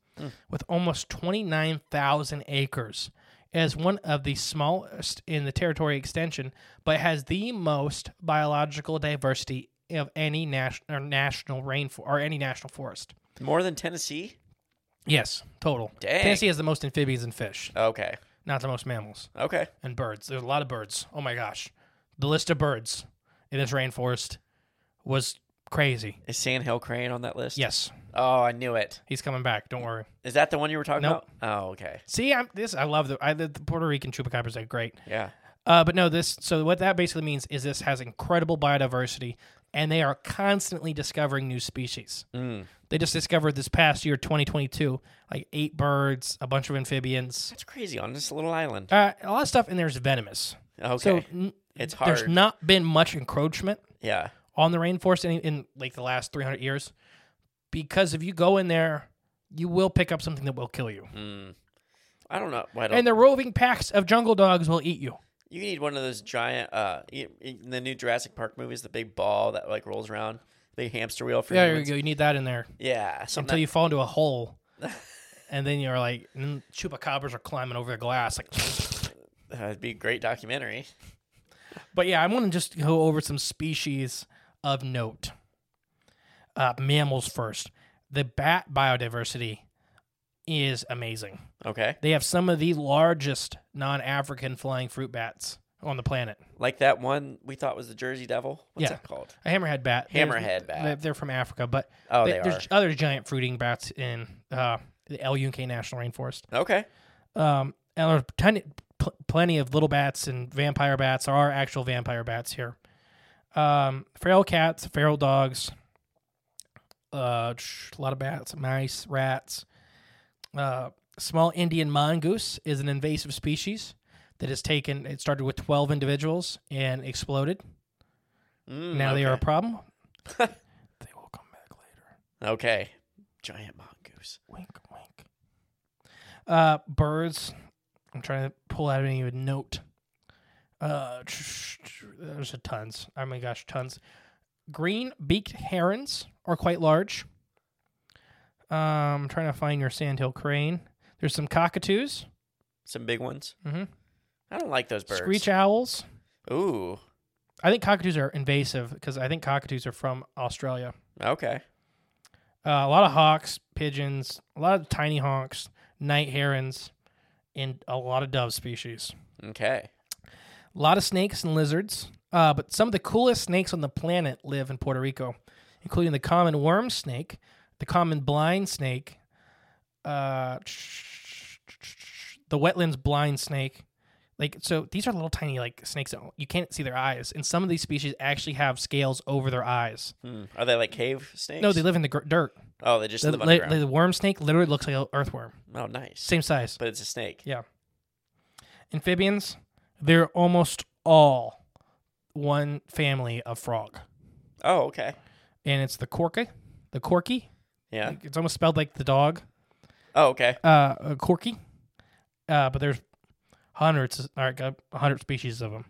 [SPEAKER 1] With almost 29,000 acres, it is one of the smallest in the territory extension, but has the most biological diversity of any national or national rainforest or any national forest.
[SPEAKER 2] More than Tennessee?
[SPEAKER 1] Yes, total.
[SPEAKER 2] Dang.
[SPEAKER 1] Tennessee has the most amphibians and fish,
[SPEAKER 2] Okay,
[SPEAKER 1] not the most mammals
[SPEAKER 2] okay.
[SPEAKER 1] and birds. There's a lot of birds. Oh my gosh, the list of birds in this rainforest was crazy.
[SPEAKER 2] Is Sandhill Crane on that list?
[SPEAKER 1] Yes,
[SPEAKER 2] Oh, I knew it.
[SPEAKER 1] he's coming back. Don't worry.
[SPEAKER 2] Is that the one you were talking
[SPEAKER 1] Nope.
[SPEAKER 2] about? Oh, okay.
[SPEAKER 1] See, I'm this. I love the I, the Puerto Rican chupacabras are great.
[SPEAKER 2] Yeah.
[SPEAKER 1] Uh, but no, this. So what that basically means is this has incredible biodiversity, and they are constantly discovering new species. They just discovered this past year, 2022, like eight birds, a bunch of amphibians.
[SPEAKER 2] That's crazy on this little island.
[SPEAKER 1] Uh, a lot of stuff in there is venomous.
[SPEAKER 2] Okay.
[SPEAKER 1] Uh, So n-
[SPEAKER 2] It's
[SPEAKER 1] There's
[SPEAKER 2] hard.
[SPEAKER 1] not been much encroachment.
[SPEAKER 2] yeah.
[SPEAKER 1] on the rainforest in, in like the last 300 years because if you go in there you will pick up something that will kill you
[SPEAKER 2] I don't know. Why don't
[SPEAKER 1] and the roving packs of jungle dogs will eat you
[SPEAKER 2] You need one of those giant, uh, y- in the new Jurassic Park movies, the big ball that like rolls around, big hamster wheel for
[SPEAKER 1] there you
[SPEAKER 2] humans.
[SPEAKER 1] go you need that in there
[SPEAKER 2] Yeah, something.
[SPEAKER 1] until you fall into a hole and then you're like and chupacabras are climbing over the glass like
[SPEAKER 2] that, would be a great documentary.
[SPEAKER 1] but yeah i'm going to just go over some species of note uh, mammals first the bat biodiversity is amazing
[SPEAKER 2] Okay,
[SPEAKER 1] they have some of the largest non-african flying fruit bats on the planet
[SPEAKER 2] like that one we thought was the Jersey Devil. What's
[SPEAKER 1] Yeah.
[SPEAKER 2] that called?
[SPEAKER 1] A hammerhead bat. There's-
[SPEAKER 2] Hammerhead bat.
[SPEAKER 1] They're, they're from Africa, but
[SPEAKER 2] Oh,
[SPEAKER 1] th-
[SPEAKER 2] they
[SPEAKER 1] there's other giant fruiting bats in uh, the LUK National Rainforest.
[SPEAKER 2] Okay,
[SPEAKER 1] Um, and there's plenty, pl- plenty of little bats and vampire bats. There are actual vampire bats here. Um, feral cats, feral dogs, uh, tsh, a lot of bats, mice, rats. Uh, small Indian mongoose is an invasive species that has taken. It started with twelve individuals and exploded. now they are a problem.
[SPEAKER 2] Okay. Giant mongoose.
[SPEAKER 1] Wink, wink. Uh, birds. I'm trying to pull out any even note. Uh, tr- tr- there's a tons. Oh my gosh, tons. Green beaked herons are quite large. Um, I'm trying to find your sandhill crane. There's some cockatoos,
[SPEAKER 2] Some big ones.
[SPEAKER 1] Mhm.
[SPEAKER 2] I don't like those birds.
[SPEAKER 1] screech owls.
[SPEAKER 2] Ooh.
[SPEAKER 1] I think cockatoos are invasive because I think cockatoos are from Australia.
[SPEAKER 2] Okay.
[SPEAKER 1] Uh, a lot of hawks, pigeons, a lot of uh, tiny hawks, night herons, and a lot of dove species.
[SPEAKER 2] Okay.
[SPEAKER 1] A lot of snakes and lizards, uh, but some of the coolest snakes on the planet live in Puerto Rico, including the common worm snake, the common blind snake, uh, the wetlands blind snake. Like so, these are little tiny like snakes that you can't see their eyes, and some of these species actually have scales over their eyes.
[SPEAKER 2] Hmm. Are they like cave snakes?
[SPEAKER 1] No, they live in the gr- dirt.
[SPEAKER 2] Oh, they just
[SPEAKER 1] the,
[SPEAKER 2] live
[SPEAKER 1] li-
[SPEAKER 2] underground.
[SPEAKER 1] the worm snake literally looks like an earthworm,
[SPEAKER 2] oh, nice.
[SPEAKER 1] same size.
[SPEAKER 2] But it's a snake.
[SPEAKER 1] Yeah. Amphibians, they're almost all one family of frog.
[SPEAKER 2] Oh, okay.
[SPEAKER 1] And it's the corky, the corky.
[SPEAKER 2] Yeah.
[SPEAKER 1] Like, It's almost spelled like the dog,
[SPEAKER 2] Oh, okay.
[SPEAKER 1] uh, a corky. Uh, but there's hundreds, all right, hundred species of them.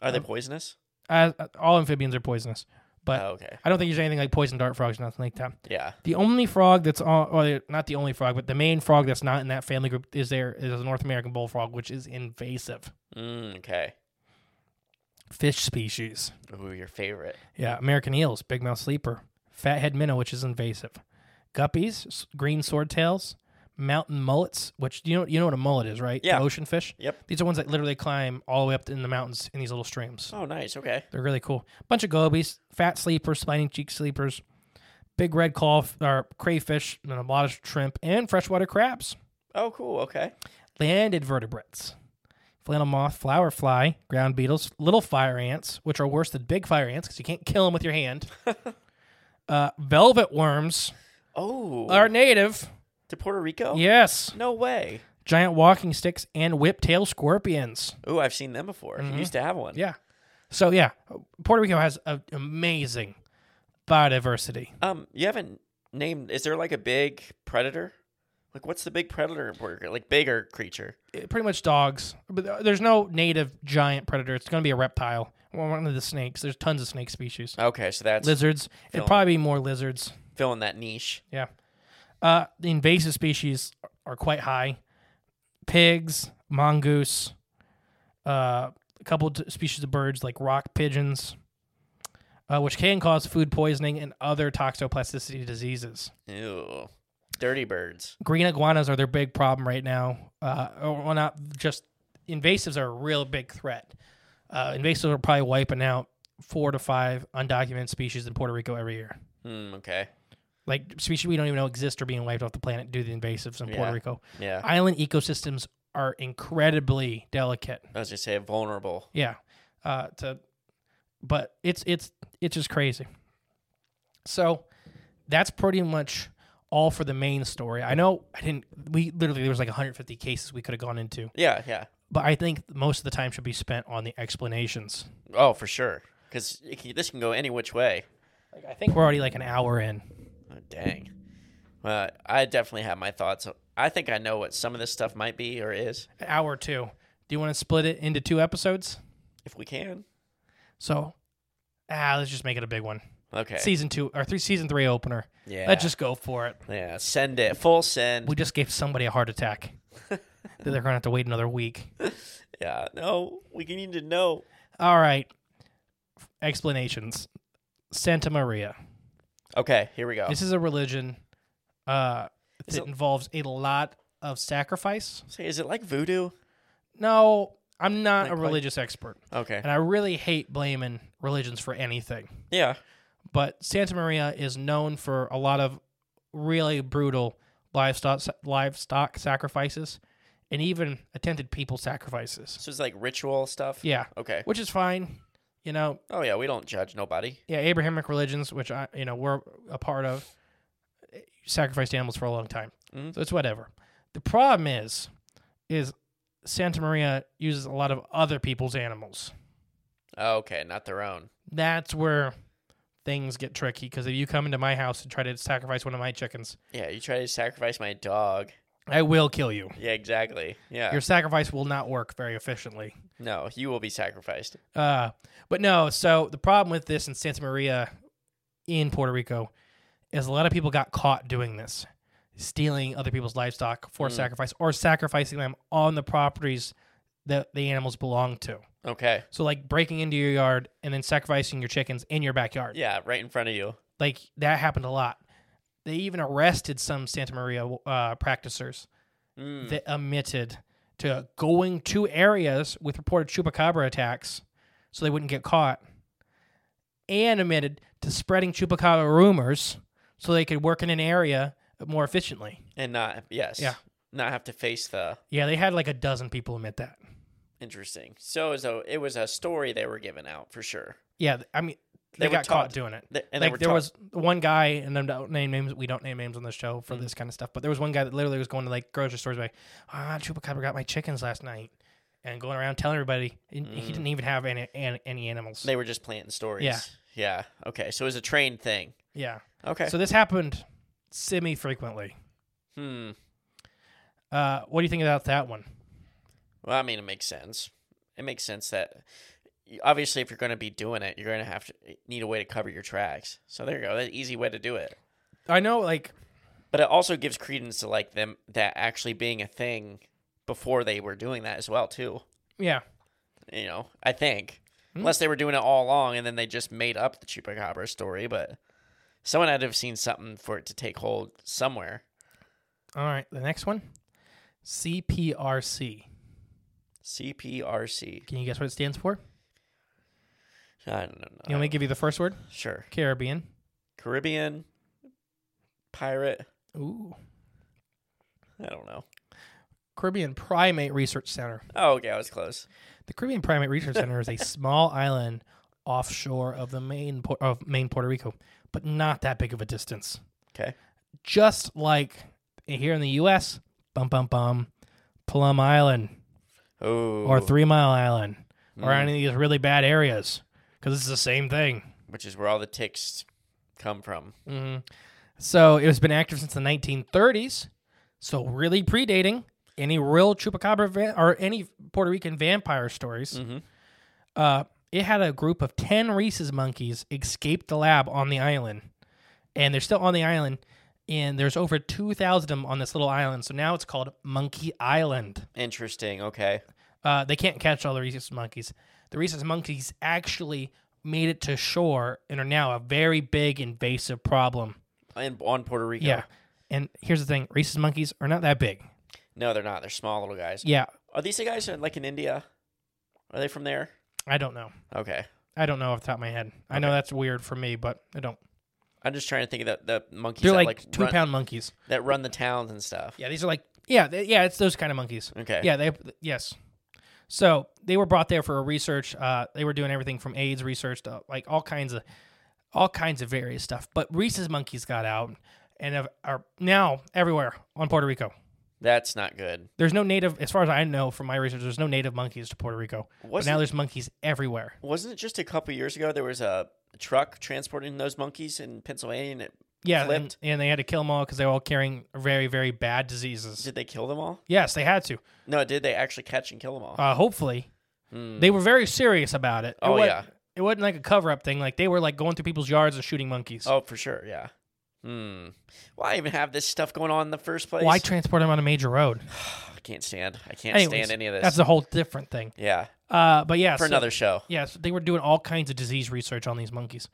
[SPEAKER 2] Are they poisonous?
[SPEAKER 1] Uh, all amphibians are poisonous, but
[SPEAKER 2] Oh, okay.
[SPEAKER 1] I don't think there's anything like poison dart frogs, nothing like that.
[SPEAKER 2] Yeah.
[SPEAKER 1] The only frog that's on, or not the only frog, but the main frog that's not in that family group is there is a North American bullfrog, which is invasive
[SPEAKER 2] Mm, okay.
[SPEAKER 1] fish species.
[SPEAKER 2] Ooh, your favorite.
[SPEAKER 1] Yeah, American eels, big mouth sleeper, fathead minnow, which is invasive, guppies, s- green swordtails, mountain mullets, which you know you know what a mullet is, right? The
[SPEAKER 2] Yeah.
[SPEAKER 1] ocean fish.
[SPEAKER 2] Yep.
[SPEAKER 1] These are ones that literally climb all the way up in the mountains in these little streams.
[SPEAKER 2] Oh, nice. Okay.
[SPEAKER 1] They're really cool. Bunch of gobies, fat sleepers, spiny cheek sleepers, big red claw f- or crayfish, and a lot of shrimp and freshwater crabs.
[SPEAKER 2] Oh, cool. Okay.
[SPEAKER 1] Landed vertebrates. Flannel moth, flower fly, ground beetles, little fire ants, which are worse than big fire ants because you can't kill them with your hand. uh, velvet worms
[SPEAKER 2] Oh,
[SPEAKER 1] are native.
[SPEAKER 2] to Puerto Rico?
[SPEAKER 1] Yes.
[SPEAKER 2] No way.
[SPEAKER 1] Giant walking sticks and whiptail scorpions.
[SPEAKER 2] Ooh, I've seen them before.
[SPEAKER 1] Mm-hmm.
[SPEAKER 2] You used to have one.
[SPEAKER 1] Yeah. So, yeah, Puerto Rico has an amazing biodiversity.
[SPEAKER 2] Um, you haven't named. Is there like a big predator? Like, what's the big predator in Puerto Rico? Like bigger creature?
[SPEAKER 1] it- pretty much dogs, but th- there's no native giant predator. It's going to be a reptile. One one of the snakes. There's tons of snake species.
[SPEAKER 2] Okay, so that's
[SPEAKER 1] lizards.
[SPEAKER 2] film.
[SPEAKER 1] It'd probably be more lizards.
[SPEAKER 2] filling that niche.
[SPEAKER 1] Yeah. Uh, the invasive species are quite high. Pigs, mongoose, uh, a couple t- species of birds like rock pigeons, uh, which can cause food poisoning and other toxoplasticity diseases.
[SPEAKER 2] Ew, dirty birds.
[SPEAKER 1] green iguanas are their big problem right now. Uh, or well, not just invasives are a real big threat. Uh, invasives are probably wiping out four to five undocumented species in Puerto Rico every year.
[SPEAKER 2] Hmm. Okay.
[SPEAKER 1] Like species we don't even know exist are being wiped off the planet due to the invasives in
[SPEAKER 2] Yeah.
[SPEAKER 1] Puerto Rico.
[SPEAKER 2] Yeah.
[SPEAKER 1] Island ecosystems are incredibly delicate.
[SPEAKER 2] I was just saying vulnerable.
[SPEAKER 1] Yeah. Uh, to, but it's it's it's just crazy. So that's pretty much all for the main story. I know I didn't. We literally there was like 150 cases we could have gone into,
[SPEAKER 2] Yeah. Yeah.
[SPEAKER 1] but I think most of the time should be spent on the explanations.
[SPEAKER 2] Oh, for sure. Because can, this can go any which way.
[SPEAKER 1] Like I think we're already like an hour in.
[SPEAKER 2] Oh, dang. Well, I definitely have my thoughts. I think I know what some of this stuff might be or is,
[SPEAKER 1] An hour two. Do you want to split it into two episodes?
[SPEAKER 2] if we can.
[SPEAKER 1] So, ah, let's just make it a big one.
[SPEAKER 2] Okay.
[SPEAKER 1] Season two or three, season three opener.
[SPEAKER 2] Yeah.
[SPEAKER 1] Let's just go for it.
[SPEAKER 2] Yeah. Send it. Full send.
[SPEAKER 1] We just gave somebody a heart attack. They're gonna have to wait another week.
[SPEAKER 2] yeah. No, we need to know.
[SPEAKER 1] All right. Explanations. Santa Maria.
[SPEAKER 2] Okay. Here we go.
[SPEAKER 1] This is a religion uh,
[SPEAKER 2] Is
[SPEAKER 1] that
[SPEAKER 2] it-
[SPEAKER 1] involves a lot of sacrifice.
[SPEAKER 2] Say, is it like voodoo?
[SPEAKER 1] No, I'm not
[SPEAKER 2] Not
[SPEAKER 1] a
[SPEAKER 2] quite.
[SPEAKER 1] religious expert.
[SPEAKER 2] Okay.
[SPEAKER 1] And I really hate blaming religions for anything.
[SPEAKER 2] Yeah.
[SPEAKER 1] But Santa Maria is known for a lot of really brutal livestock, livestock sacrifices and even attempted people sacrifices.
[SPEAKER 2] So it's like ritual stuff.
[SPEAKER 1] Yeah.
[SPEAKER 2] Okay.
[SPEAKER 1] Which is fine.
[SPEAKER 7] You know,
[SPEAKER 2] Oh yeah, we don't judge nobody.
[SPEAKER 7] yeah, Abrahamic religions, which I, you know, we're a part of, sacrificed animals for a long time.
[SPEAKER 2] Mhm.
[SPEAKER 7] So it's whatever. The problem is, is Santa Maria uses a lot of other people's animals.
[SPEAKER 2] Okay, not their own.
[SPEAKER 7] That's where things get tricky because if you come into my house and try to sacrifice one of my chickens,
[SPEAKER 2] Yeah, you try to sacrifice my dog.
[SPEAKER 7] I will kill you.
[SPEAKER 2] Yeah, exactly. Yeah.
[SPEAKER 7] Your sacrifice will not work very efficiently.
[SPEAKER 2] no, you will be sacrificed.
[SPEAKER 7] Uh, but no, so the problem with this in Santa Maria in Puerto Rico is a lot of people got caught doing this, stealing other people's livestock for sacrifice or sacrificing them on the properties that the animals belong to.
[SPEAKER 2] Okay.
[SPEAKER 7] So like breaking into your yard and then sacrificing your chickens in your backyard.
[SPEAKER 2] Yeah, right in front of you.
[SPEAKER 7] Like that happened a lot. They even arrested some Santa Maria uh, practicers
[SPEAKER 2] Mm.
[SPEAKER 7] that omitted to going to areas with reported chupacabra attacks so they wouldn't get caught and admitted to spreading chupacabra rumors so they could work in an area more efficiently.
[SPEAKER 2] and not yes.
[SPEAKER 7] Yeah.
[SPEAKER 2] Not have to face the
[SPEAKER 7] Yeah, they had like a dozen people admit that.
[SPEAKER 2] interesting. So it was a, it was a story they were giving out for sure.
[SPEAKER 7] Yeah, th- I mean they,
[SPEAKER 2] They were
[SPEAKER 7] got caught
[SPEAKER 2] taught-
[SPEAKER 7] doing it.
[SPEAKER 2] Th- and they
[SPEAKER 7] like
[SPEAKER 2] were
[SPEAKER 7] there
[SPEAKER 2] taught-
[SPEAKER 7] was one guy, and I don't name names. We don't name names on the show
[SPEAKER 2] Mm.
[SPEAKER 7] for this kind of stuff. But there was one guy that literally was going to like grocery stores, like, ah, Chupacabra got my chickens last night, and going around telling everybody and he didn't even have any any, any animals.
[SPEAKER 2] Mm. They were just planting stories.
[SPEAKER 7] Yeah.
[SPEAKER 2] Yeah. Okay. So it was a trained thing.
[SPEAKER 7] yeah.
[SPEAKER 2] Okay.
[SPEAKER 7] So this happened semi frequently.
[SPEAKER 2] hmm.
[SPEAKER 7] Uh, what do you think about that one?
[SPEAKER 2] Well, I mean, it makes sense. It makes sense that y- obviously, if you're going to be doing it, you're going to have to eh, need a way to cover your tracks. So there you go. That's an easy way to do it.
[SPEAKER 7] I know, like,
[SPEAKER 2] But it also gives credence to like them that actually being a thing before they were doing that as well too.
[SPEAKER 7] yeah,
[SPEAKER 2] You know, I think unless they were doing it all along and then they just made up the chupacabra story, but someone had to have seen something for it to take hold somewhere.
[SPEAKER 7] all right. The next one, CPRC.
[SPEAKER 2] CPRC.
[SPEAKER 7] Can you guess what it stands for?
[SPEAKER 2] I don't know.
[SPEAKER 7] You want me to give you the first word?
[SPEAKER 2] Sure.
[SPEAKER 7] Caribbean.
[SPEAKER 2] Caribbean pirate.
[SPEAKER 7] Ooh.
[SPEAKER 2] I don't know.
[SPEAKER 7] Caribbean Primate Research Center.
[SPEAKER 2] Oh, okay, I was close.
[SPEAKER 7] The Caribbean Primate Research Center is a small island offshore of the main port of main Puerto Rico, but not that big of a distance.
[SPEAKER 2] Okay.
[SPEAKER 7] Just like here in the U.S., bum bum bum, Plum Island
[SPEAKER 2] Oh,
[SPEAKER 7] or Three Mile Island or any of these really bad areas, because it's the same thing.
[SPEAKER 2] which is where all the ticks come from.
[SPEAKER 7] So it has been active since the 1930s, so really predating any real chupacabra va- or any Puerto Rican vampire stories. Uh, it had a group of 10 rhesus monkeys escape the lab on the island, and they're still on the island. And there's over 2,000 of them on this little island, so now it's called Monkey Island.
[SPEAKER 2] Interesting. Okay.
[SPEAKER 7] Uh, they can't catch all the rhesus monkeys. The rhesus monkeys actually made it to shore and are now a very big invasive problem.
[SPEAKER 2] And on Puerto Rico.
[SPEAKER 7] Yeah. And here's the thing rhesus monkeys are not that big.
[SPEAKER 2] No, they're not. They're small little guys.
[SPEAKER 7] Yeah.
[SPEAKER 2] Are these the guys in, like in India? Are they from there?
[SPEAKER 7] I don't know.
[SPEAKER 2] Okay.
[SPEAKER 7] I don't know off the top of my head. I know that's weird for me, but I don't.
[SPEAKER 2] I'm just trying to think of the, the monkeys
[SPEAKER 7] They're
[SPEAKER 2] that
[SPEAKER 7] like,
[SPEAKER 2] like
[SPEAKER 7] two
[SPEAKER 2] run,
[SPEAKER 7] pound monkeys.
[SPEAKER 2] that run the towns and stuff.
[SPEAKER 7] Yeah. These are like, yeah, they, yeah, it's those kind of monkeys.
[SPEAKER 2] Okay.
[SPEAKER 7] Yeah. They, yes. So they were brought there for a research. Uh, they were doing everything from AIDS research to like all kinds of, all kinds of various stuff. But rhesus monkeys got out and have, are now everywhere on Puerto Rico.
[SPEAKER 2] That's not good.
[SPEAKER 7] There's no native, as far as I know from my research, there's no native monkeys to Puerto Rico. but
[SPEAKER 2] Wasn't-
[SPEAKER 7] now there's monkeys everywhere.
[SPEAKER 2] Wasn't it just a couple years ago there was a truck transporting those monkeys in Pennsylvania and it
[SPEAKER 7] Yeah, and,
[SPEAKER 2] flipped?
[SPEAKER 7] and they had to kill them all because they were all carrying very, very bad diseases.
[SPEAKER 2] Did they kill them all?
[SPEAKER 7] Yes, they had to.
[SPEAKER 2] No, did they actually catch and kill them all? Hmm.
[SPEAKER 7] Uh, hopefully, they were very serious about it. It
[SPEAKER 2] Oh,
[SPEAKER 7] wa-
[SPEAKER 2] yeah.
[SPEAKER 7] it wasn't like a cover-up thing. Like they were like going through people's yards and shooting monkeys.
[SPEAKER 2] oh, for sure. Yeah. Hmm. Why even have this stuff going on in the first place?
[SPEAKER 7] Why transport them on a major road?
[SPEAKER 2] I can't stand. I can't
[SPEAKER 7] Anyways,
[SPEAKER 2] stand any of this.
[SPEAKER 7] That's a whole different thing.
[SPEAKER 2] yeah.
[SPEAKER 7] Uh, but yeah,
[SPEAKER 2] For
[SPEAKER 7] so-
[SPEAKER 2] another show.
[SPEAKER 7] Yes, they were doing all kinds of disease research on these monkeys.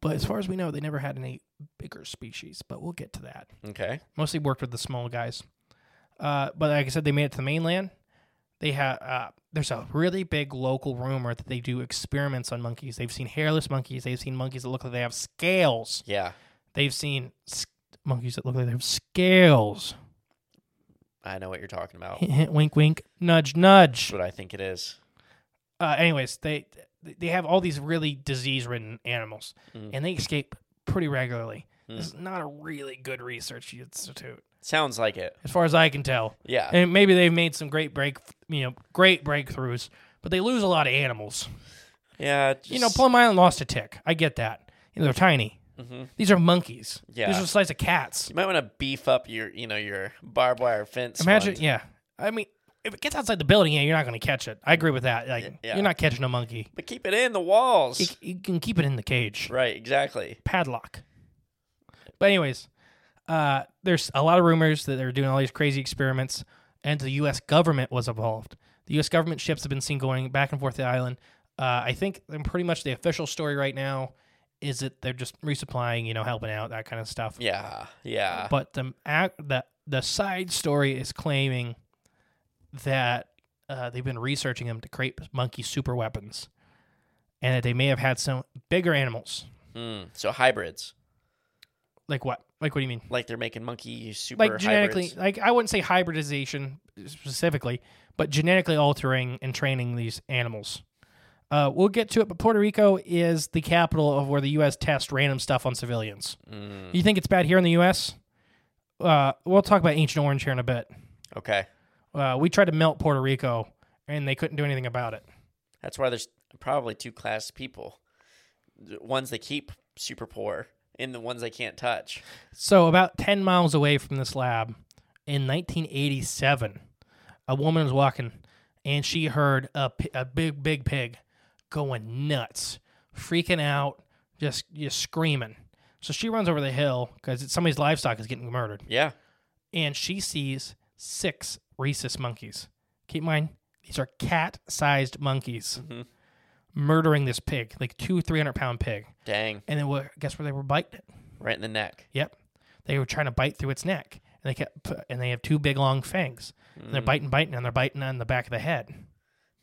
[SPEAKER 7] But as far as we know, they never had any bigger species. But we'll get to that.
[SPEAKER 2] Okay.
[SPEAKER 7] mostly worked with the small guys. Uh, but like I said, they made it to the mainland. They have uh, there's a really big local rumor that they do experiments on monkeys. They've seen hairless monkeys. They've seen monkeys that look like they have scales.
[SPEAKER 2] Yeah.
[SPEAKER 7] They've seen s- monkeys that look like they have scales.
[SPEAKER 2] I know what you're talking about.
[SPEAKER 7] Hint, hint, wink, wink, nudge, nudge.
[SPEAKER 2] That's what I think it is.
[SPEAKER 7] Uh, anyways, they they have all these really disease-ridden animals,
[SPEAKER 2] Mm-hmm.
[SPEAKER 7] and they escape pretty regularly.
[SPEAKER 2] Mm.
[SPEAKER 7] This is not a really good research institute,
[SPEAKER 2] Sounds like it.
[SPEAKER 7] as far as I can tell.
[SPEAKER 2] Yeah.
[SPEAKER 7] and maybe they've made some great break, you know, great breakthroughs, but they lose a lot of animals.
[SPEAKER 2] Yeah.
[SPEAKER 7] You know,
[SPEAKER 2] just-
[SPEAKER 7] Plum Island lost a tick. I get that. You know, they're tiny. These are monkeys.
[SPEAKER 2] Mm-hmm. Yeah.
[SPEAKER 7] These are the size of cats.
[SPEAKER 2] you might want to beef up your, you know, your barbed wire fence.
[SPEAKER 7] Imagine,
[SPEAKER 2] fund.
[SPEAKER 7] yeah. I mean, if it gets outside the building, yeah, you're not going to catch it. I agree with that. Like,
[SPEAKER 2] yeah.
[SPEAKER 7] you're not catching a monkey.
[SPEAKER 2] But keep it in the walls.
[SPEAKER 7] You, you can keep it in the cage,
[SPEAKER 2] right. Exactly.
[SPEAKER 7] padlock. But anyways, uh, there's a lot of rumors that they're doing all these crazy experiments, and the U.S. government was involved. The U.S. government ships have been seen going back and forth the island. Uh, I think and pretty much the official story right now is that they're just resupplying, you know, helping out that kind of stuff.
[SPEAKER 2] Yeah. Yeah.
[SPEAKER 7] but the act the the side story is claiming that uh, they've been researching them to create monkey super weapons, and that they may have had some bigger animals.
[SPEAKER 2] Mm, so hybrids,
[SPEAKER 7] Like what? Like what do you mean?
[SPEAKER 2] like they're making monkey super
[SPEAKER 7] Like genetically?
[SPEAKER 2] hybrids.
[SPEAKER 7] Like I wouldn't say hybridization specifically, but genetically altering and training these animals. Uh, we'll get to it, but Puerto Rico is the capital of where the U.S. tests random stuff on civilians. You think it's bad here in the U.S.? Uh, we'll talk about Ancient Orange here in a bit.
[SPEAKER 2] Okay,
[SPEAKER 7] Uh, we tried to melt Puerto Rico, and they couldn't do anything about it.
[SPEAKER 2] that's why there's probably two class of people: the ones that keep super poor and the ones they can't touch.
[SPEAKER 7] So, about 10 miles away from this lab in 1987, a woman was walking and she heard a, pi- a big, big pig going nuts, freaking out, just, just screaming. So, she runs over the hill because somebody's livestock is getting murdered,
[SPEAKER 2] Yeah,
[SPEAKER 7] and she sees six rhesus monkeys. Keep in mind, these are cat sized monkeys murdering this pig, like two, 300 pound pig.
[SPEAKER 2] dang,
[SPEAKER 7] and then what, guess where they were biting it?
[SPEAKER 2] right in the neck.
[SPEAKER 7] Yep, they were trying to bite through its neck, and they kept pu- and they have two big long fangs. And they're biting, biting, and they're biting on the back of the head.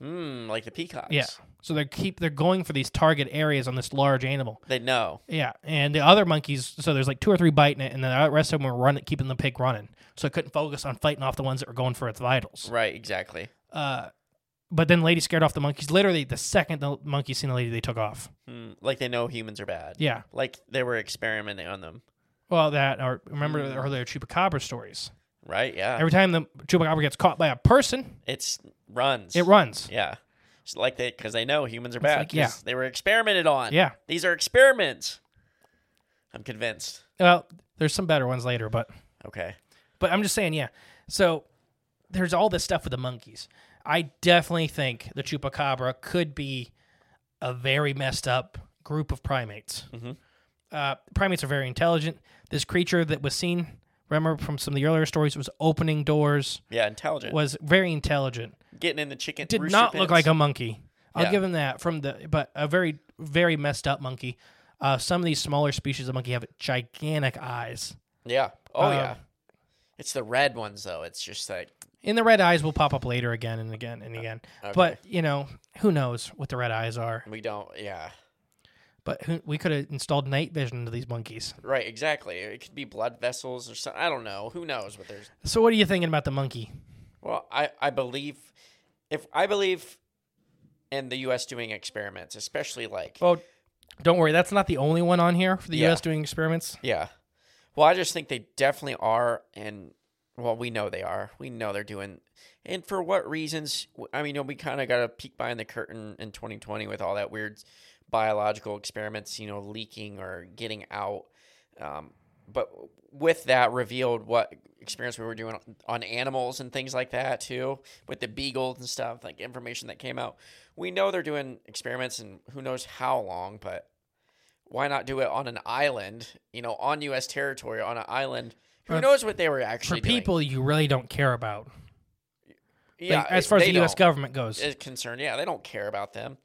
[SPEAKER 2] Mm, like the peacocks.
[SPEAKER 7] Yeah, so they keep they're going for these target areas on this large animal.
[SPEAKER 2] they know.
[SPEAKER 7] Yeah, and the other monkeys, so there's like two or three biting it, and the rest of them were running, keeping the pig running, so it couldn't focus on fighting off the ones that were going for its vitals.
[SPEAKER 2] Right, exactly.
[SPEAKER 7] But then, lady scared off the monkeys. Literally, the second the monkey seen the lady, they took off.
[SPEAKER 2] Mm, like they know humans are bad.
[SPEAKER 7] Yeah.
[SPEAKER 2] like they were experimenting on them.
[SPEAKER 7] Well, that or remember the earlier chupacabra stories.
[SPEAKER 2] Right. Yeah.
[SPEAKER 7] Every time the chupacabra gets caught by a person,
[SPEAKER 2] it's runs.
[SPEAKER 7] it runs.
[SPEAKER 2] Yeah. It's like they, because they know humans are bad.
[SPEAKER 7] like, yeah.
[SPEAKER 2] 'cause They were experimented on.
[SPEAKER 7] Yeah.
[SPEAKER 2] These are experiments. I'm convinced.
[SPEAKER 7] Well, there's some better ones later, but
[SPEAKER 2] Okay.
[SPEAKER 7] but I'm just saying, yeah. So there's all this stuff with the monkeys. I definitely think the chupacabra could be a very messed up group of primates. Uh, primates are very intelligent. This creature that was seen, remember from some of the earlier stories, was opening doors,
[SPEAKER 2] Yeah. Intelligent.
[SPEAKER 7] was very intelligent.
[SPEAKER 2] Getting in the chicken.
[SPEAKER 7] Did
[SPEAKER 2] rooster
[SPEAKER 7] not look
[SPEAKER 2] pens.
[SPEAKER 7] like a monkey. I'll
[SPEAKER 2] Yeah.
[SPEAKER 7] give him that from the, but a very very messed up monkey. Uh, some of these smaller species of monkey have gigantic eyes.
[SPEAKER 2] Yeah. Oh,
[SPEAKER 7] Um,
[SPEAKER 2] yeah. It's the red ones, though. It's just like,
[SPEAKER 7] And the red eyes will pop up later again and again and again. But you know, who knows what the red eyes are?
[SPEAKER 2] we don't, yeah.
[SPEAKER 7] But who, we could have installed night vision into these monkeys.
[SPEAKER 2] Right. Exactly. It could be blood vessels or something. I don't know. Who knows what there's.
[SPEAKER 7] So what are you thinking about the monkey?
[SPEAKER 2] Well, I, I believe, if I believe in the U.S. doing experiments, especially like,
[SPEAKER 7] Well, don't worry, that's not the only one on here for the
[SPEAKER 2] Yeah.
[SPEAKER 7] U.S. doing experiments.
[SPEAKER 2] Yeah. Well, I just think they definitely are, and well, we know they are. We know they're doing, and for what reasons? W- I mean, we kind of got a peek behind the curtain in 2020 with all that weird biological experiments, you know, leaking or getting out. Um, but with that, revealed what experiments we were doing on animals and things like that too, with the beagles and stuff, like information that came out. We know they're doing experiments, and who knows how long, but why not do it on an island? You know, on U.S. territory, on an island. Who
[SPEAKER 7] Uh,
[SPEAKER 2] knows what they were
[SPEAKER 7] For
[SPEAKER 2] actually doing?
[SPEAKER 7] people you really don't care about,
[SPEAKER 2] Yeah,
[SPEAKER 7] Like, as far as
[SPEAKER 2] they
[SPEAKER 7] the U.S.
[SPEAKER 2] don't-
[SPEAKER 7] government goes.
[SPEAKER 2] is concerned, yeah, they don't care about them.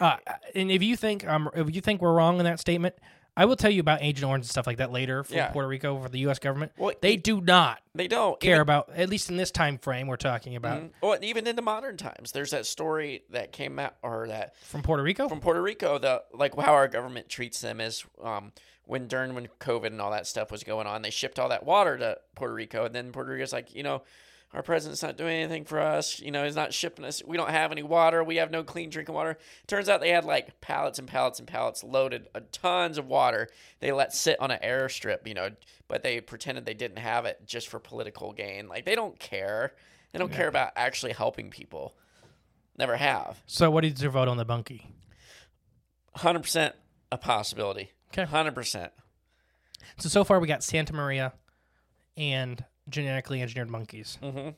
[SPEAKER 7] Uh, and if you think um, if you think we're wrong in that statement, I will tell you about Agent Orange and stuff like that later for
[SPEAKER 2] Yeah.
[SPEAKER 7] Puerto Rico for the U.S. government.
[SPEAKER 2] Well,
[SPEAKER 7] they do not
[SPEAKER 2] They don't
[SPEAKER 7] care
[SPEAKER 2] even-
[SPEAKER 7] about at least in this time frame we're talking about
[SPEAKER 2] Well, and even in the modern times, there's that story that came out, or that
[SPEAKER 7] from Puerto Rico.
[SPEAKER 2] from Puerto Rico, the like how our government treats them is um, when during when COVID and all that stuff was going on, they shipped all that water to Puerto Rico, and then Puerto Rico's like, you know, our president's not doing anything for us. You know, he's not shipping us. We don't have any water. We have no clean drinking water. Turns out they had like pallets and pallets and pallets loaded of tons of water. They let sit on an airstrip, you know, but they pretended they didn't have it just for political gain. Like they don't care. They don't care about actually helping people. Never have.
[SPEAKER 7] So what is your vote on the bunkie?
[SPEAKER 2] Hundred percent a possibility.
[SPEAKER 7] Okay.
[SPEAKER 2] Hundred percent.
[SPEAKER 7] So so far we got Santa Maria and genetically engineered monkeys.
[SPEAKER 2] Mm-hmm.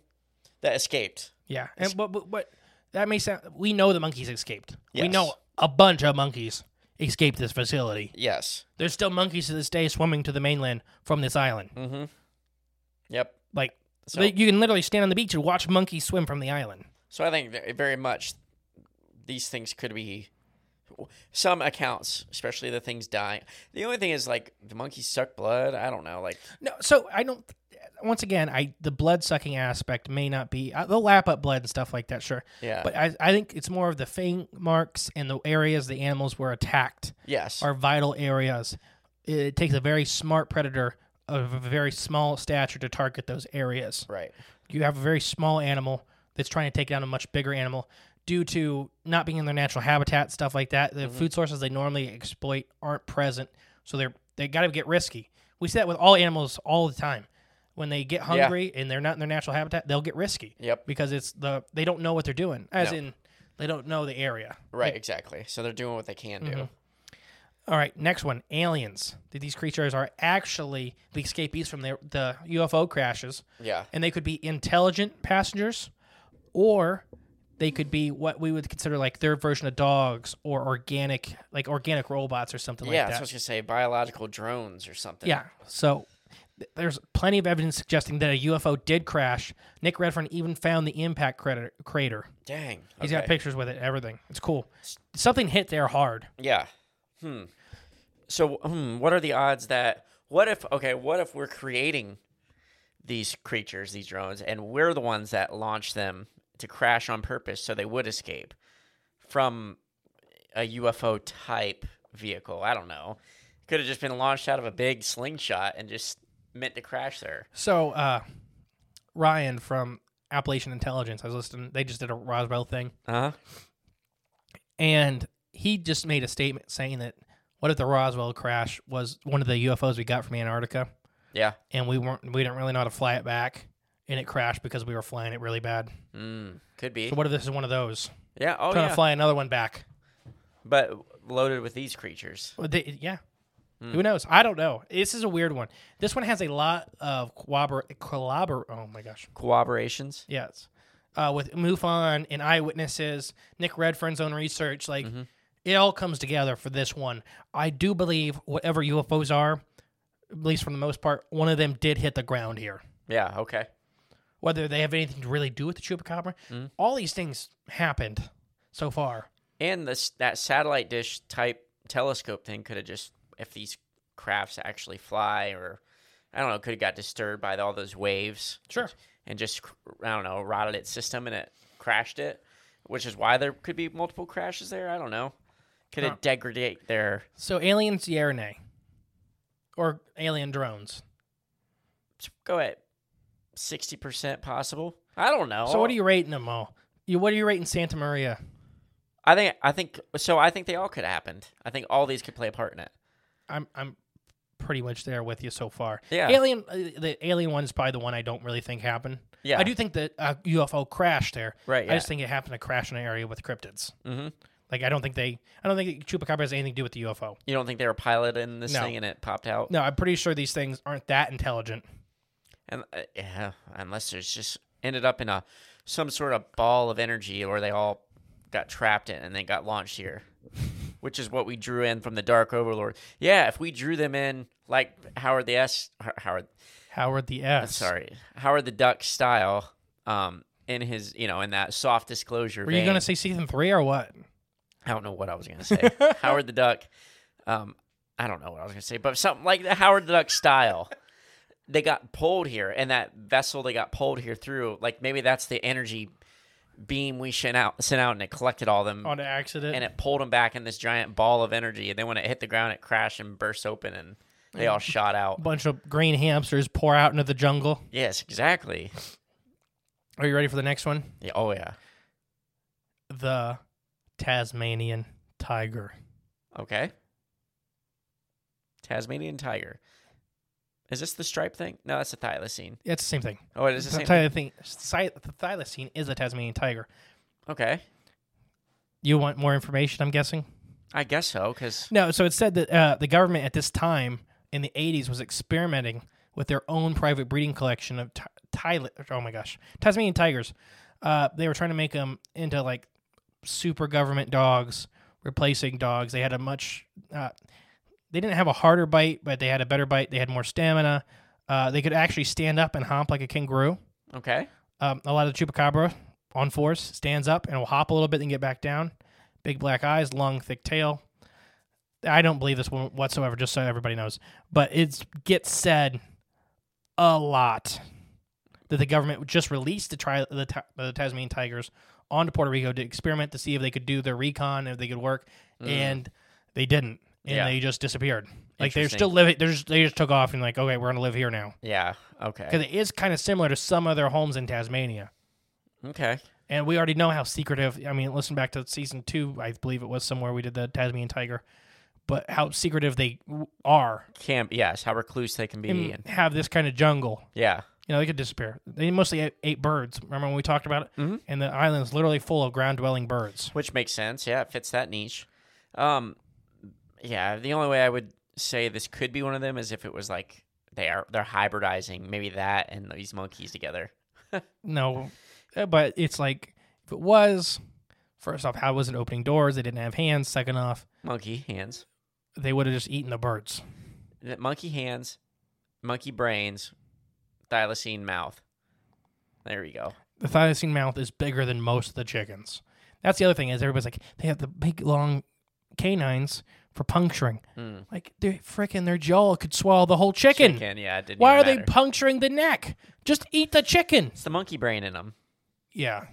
[SPEAKER 2] That escaped.
[SPEAKER 7] Yeah, and but, but but that may sound. We know the monkeys escaped. We
[SPEAKER 2] Yes.
[SPEAKER 7] know a bunch of monkeys escaped this facility.
[SPEAKER 2] Yes.
[SPEAKER 7] There's still monkeys to this day swimming to the mainland from this island.
[SPEAKER 2] Mm-hmm. Yep.
[SPEAKER 7] Like
[SPEAKER 2] So-
[SPEAKER 7] they- you can literally stand on the beach and watch monkeys swim from the island.
[SPEAKER 2] So I think ve- very much these things could be some accounts, especially the things dying. The only thing is like the monkeys suck blood. I don't know. Like
[SPEAKER 7] No, so I don't. Once again, I the blood sucking aspect may not be. uh, They'll lap up blood and stuff like that, sure.
[SPEAKER 2] Yeah.
[SPEAKER 7] But I, I think it's more of the fang marks and the areas the animals were attacked.
[SPEAKER 2] Yes.
[SPEAKER 7] Are vital areas. It takes a very smart predator of a very small stature to target those areas.
[SPEAKER 2] Right.
[SPEAKER 7] You have a very small animal that's trying to take down a much bigger animal due to not being in their natural habitat, stuff like that. The
[SPEAKER 2] Mm-hmm.
[SPEAKER 7] food sources they normally exploit aren't present, so they're they got to get risky. We see that with all animals all the time. When they get hungry and they're not in their natural habitat, they'll get risky.
[SPEAKER 2] Yep.
[SPEAKER 7] Because it's the they don't know what they're doing, as
[SPEAKER 2] No.
[SPEAKER 7] in they don't know the area.
[SPEAKER 2] right, exactly. So they're doing what they can do.
[SPEAKER 7] Mhm. All right, next one. Aliens. That these creatures are actually the escapees from the, the UFO crashes.
[SPEAKER 2] Yeah.
[SPEAKER 7] And they could be intelligent passengers, or they could be what we would consider like their version of dogs or organic, like organic robots or something
[SPEAKER 2] yeah,
[SPEAKER 7] like
[SPEAKER 2] so I
[SPEAKER 7] that.
[SPEAKER 2] was gonna say biological drones or something.
[SPEAKER 7] yeah. So th- there's plenty of evidence suggesting that a UFO did crash. Nick Redfern even found the impact crater. crater.
[SPEAKER 2] Dang.
[SPEAKER 7] He's got
[SPEAKER 2] okay.
[SPEAKER 7] pictures with it, everything. It's cool. Something hit there hard.
[SPEAKER 2] Yeah. Hmm. So, hmm, what are the odds that what if okay, what if we're creating these creatures, these drones, and we're the ones that launch them to crash on purpose so they would escape from a UFO type vehicle? I don't know. Could have just been launched out of a big slingshot and just meant to crash there.
[SPEAKER 7] So uh, Ryan from Appalachian Intelligence, I was listening. They just did a Roswell thing,
[SPEAKER 2] Uh huh.
[SPEAKER 7] and he just made a statement saying that what if the Roswell crash was one of the UFOs we got from Antarctica,
[SPEAKER 2] Yeah.
[SPEAKER 7] and we weren't we didn't really know how to fly it back, and it crashed because we were flying it really bad.
[SPEAKER 2] Mm, could be.
[SPEAKER 7] So what if this is one of those
[SPEAKER 2] yeah. Oh,
[SPEAKER 7] trying
[SPEAKER 2] yeah.
[SPEAKER 7] to fly another one back?
[SPEAKER 2] But loaded with these creatures.
[SPEAKER 7] Well, they- yeah.
[SPEAKER 2] Hmm.
[SPEAKER 7] Who knows? I don't know. This is a weird one. This one has a lot of corrobor- collabor. Oh my gosh.
[SPEAKER 2] Cooperations.
[SPEAKER 7] Yes. Uh, with MUFON and eyewitnesses, Nick Redfern's own research, like it all comes together for this one. I do believe whatever UFOs are, at least for the most part, one of them did hit the ground here.
[SPEAKER 2] Yeah. Okay.
[SPEAKER 7] Whether they have anything to really do with the chupacabra, all these things happened so far.
[SPEAKER 2] And this that satellite dish type telescope thing could have just if these crafts actually fly or I don't know could have got disturbed by all those waves.
[SPEAKER 7] Sure.
[SPEAKER 2] And just cr- I don't know rotted its system and it crashed it, which is why there could be multiple crashes there. I don't know. Could
[SPEAKER 7] Huh.
[SPEAKER 2] it degradate their?
[SPEAKER 7] So alien Sierra or alien drones.
[SPEAKER 2] Go at sixty percent possible. I don't know.
[SPEAKER 7] So what are you rating them all? You what are you rating Santa Maria?
[SPEAKER 2] I think I think so. I think they all could have happened. I think all these could play a part in it.
[SPEAKER 7] I'm I'm pretty much there with you so far.
[SPEAKER 2] Yeah.
[SPEAKER 7] Alien, uh, the alien one is probably the one I don't really think happened.
[SPEAKER 2] Yeah.
[SPEAKER 7] I do think that uh, UFO crashed there.
[SPEAKER 2] Right,
[SPEAKER 7] I just
[SPEAKER 2] yeah.
[SPEAKER 7] think it happened to crash in an area with cryptids.
[SPEAKER 2] Mhm.
[SPEAKER 7] Like I don't think they, I don't think Chupacabra has anything to do with the UFO.
[SPEAKER 2] You don't think they were piloting this
[SPEAKER 7] No.
[SPEAKER 2] thing and it popped out?
[SPEAKER 7] No, I'm pretty sure these things aren't that intelligent.
[SPEAKER 2] And uh, yeah, unless there's just ended up in a some sort of ball of energy, or they all got trapped in and they got launched here, which is what we drew in from the Dark Overlord. Yeah, if we drew them in like Howard the S, Ho- Howard,
[SPEAKER 7] Howard the S.
[SPEAKER 2] sorry, Howard the Duck style, um, in his you know in that soft disclosure.
[SPEAKER 7] Were you
[SPEAKER 2] vein.
[SPEAKER 7] gonna say season three or what?
[SPEAKER 2] I don't know what I was gonna say. Howard the Duck. Um, I don't know what I was gonna say, but something like the Howard the Duck style. They got pulled here, and that vessel they got pulled here through. Like maybe that's the energy beam we sent out, sent out, and it collected all them,
[SPEAKER 7] On accident.
[SPEAKER 2] and it pulled them back in this giant ball of energy. And then when it hit the ground, it crashed and burst open, and they all shot
[SPEAKER 7] a
[SPEAKER 2] out.
[SPEAKER 7] bunch of green hamsters pour out into the jungle.
[SPEAKER 2] Yes, exactly.
[SPEAKER 7] Are you ready for the next one?
[SPEAKER 2] Yeah, oh yeah.
[SPEAKER 7] The Tasmanian tiger.
[SPEAKER 2] Okay. Tasmanian tiger. Is this the stripe thing? No, that's a thylacine.
[SPEAKER 7] Yeah, It's the same thing.
[SPEAKER 2] Oh, it is the
[SPEAKER 7] Th-
[SPEAKER 2] same
[SPEAKER 7] tyler thing. Cy- The thylacine is a Tasmanian tiger.
[SPEAKER 2] Okay.
[SPEAKER 7] You want more information? I'm guessing.
[SPEAKER 2] I guess so, because
[SPEAKER 7] No, so it said that uh, the government at this time in the 80s was experimenting with their own private breeding collection of ti- Tyler. Oh my gosh, Tasmanian tigers. Uh, they were trying to make them into like super government dogs, replacing dogs. They had a much. Uh, they didn't have a harder bite, but they had a better bite. They had more stamina. Uh, they could actually stand up and hump like a kangaroo.
[SPEAKER 2] okay.
[SPEAKER 7] Um, a lot of the chupacabra on force stands up and will hop a little bit and get back down. Big black eyes, long, thick tail. I don't believe this one whatsoever, just so everybody knows. But it gets said a lot that the government just released the, tri- the, ta- the Tasmanian tigers onto Puerto Rico to experiment to see if they could do their recon, if they could work,
[SPEAKER 2] Mm.
[SPEAKER 7] and they didn't, and
[SPEAKER 2] Yeah.
[SPEAKER 7] they just disappeared. Like they're
[SPEAKER 2] Interesting.
[SPEAKER 7] still living. They're just, they just took off and like, okay, we're gonna live here now
[SPEAKER 2] Yeah. Okay.
[SPEAKER 7] because it is kind of similar to some other homes in Tasmania.
[SPEAKER 2] okay.
[SPEAKER 7] And we already know how secretive. I mean, listen back to season two, I believe it was somewhere we did the Tasmanian tiger, but how secretive they w- are
[SPEAKER 2] Camp. Yes. How recluse they can be.
[SPEAKER 7] and
[SPEAKER 2] and-
[SPEAKER 7] have this kind of jungle.
[SPEAKER 2] yeah.
[SPEAKER 7] You know, they could disappear. They mostly ate, ate birds. Remember when we talked about it?
[SPEAKER 2] Mhm.
[SPEAKER 7] And the island's literally full of ground dwelling birds.
[SPEAKER 2] Which makes sense. Yeah, it fits that niche. Um, yeah. The only way I would say this could be one of them is if it was like they are they're hybridizing maybe that and these monkeys together.
[SPEAKER 7] No, uh, but it's like if it was, first off, how was it opening doors? They didn't have hands. Second off,
[SPEAKER 2] Monkey hands.
[SPEAKER 7] they would have just eaten the birds.
[SPEAKER 2] Th- Monkey hands. Monkey brains. Thylacine mouth. There we go.
[SPEAKER 7] the thylacine mouth is bigger than most of the chickens. That's the other thing is everybody's like they have the big long canines for puncturing.
[SPEAKER 2] Mm.
[SPEAKER 7] Like they freaking their jaw could swallow the whole chicken.
[SPEAKER 2] Chicken, yeah. It didn't
[SPEAKER 7] Why are
[SPEAKER 2] even
[SPEAKER 7] they
[SPEAKER 2] matter.
[SPEAKER 7] puncturing the neck? Just eat the chicken.
[SPEAKER 2] It's the monkey brain in them.
[SPEAKER 7] Yeah.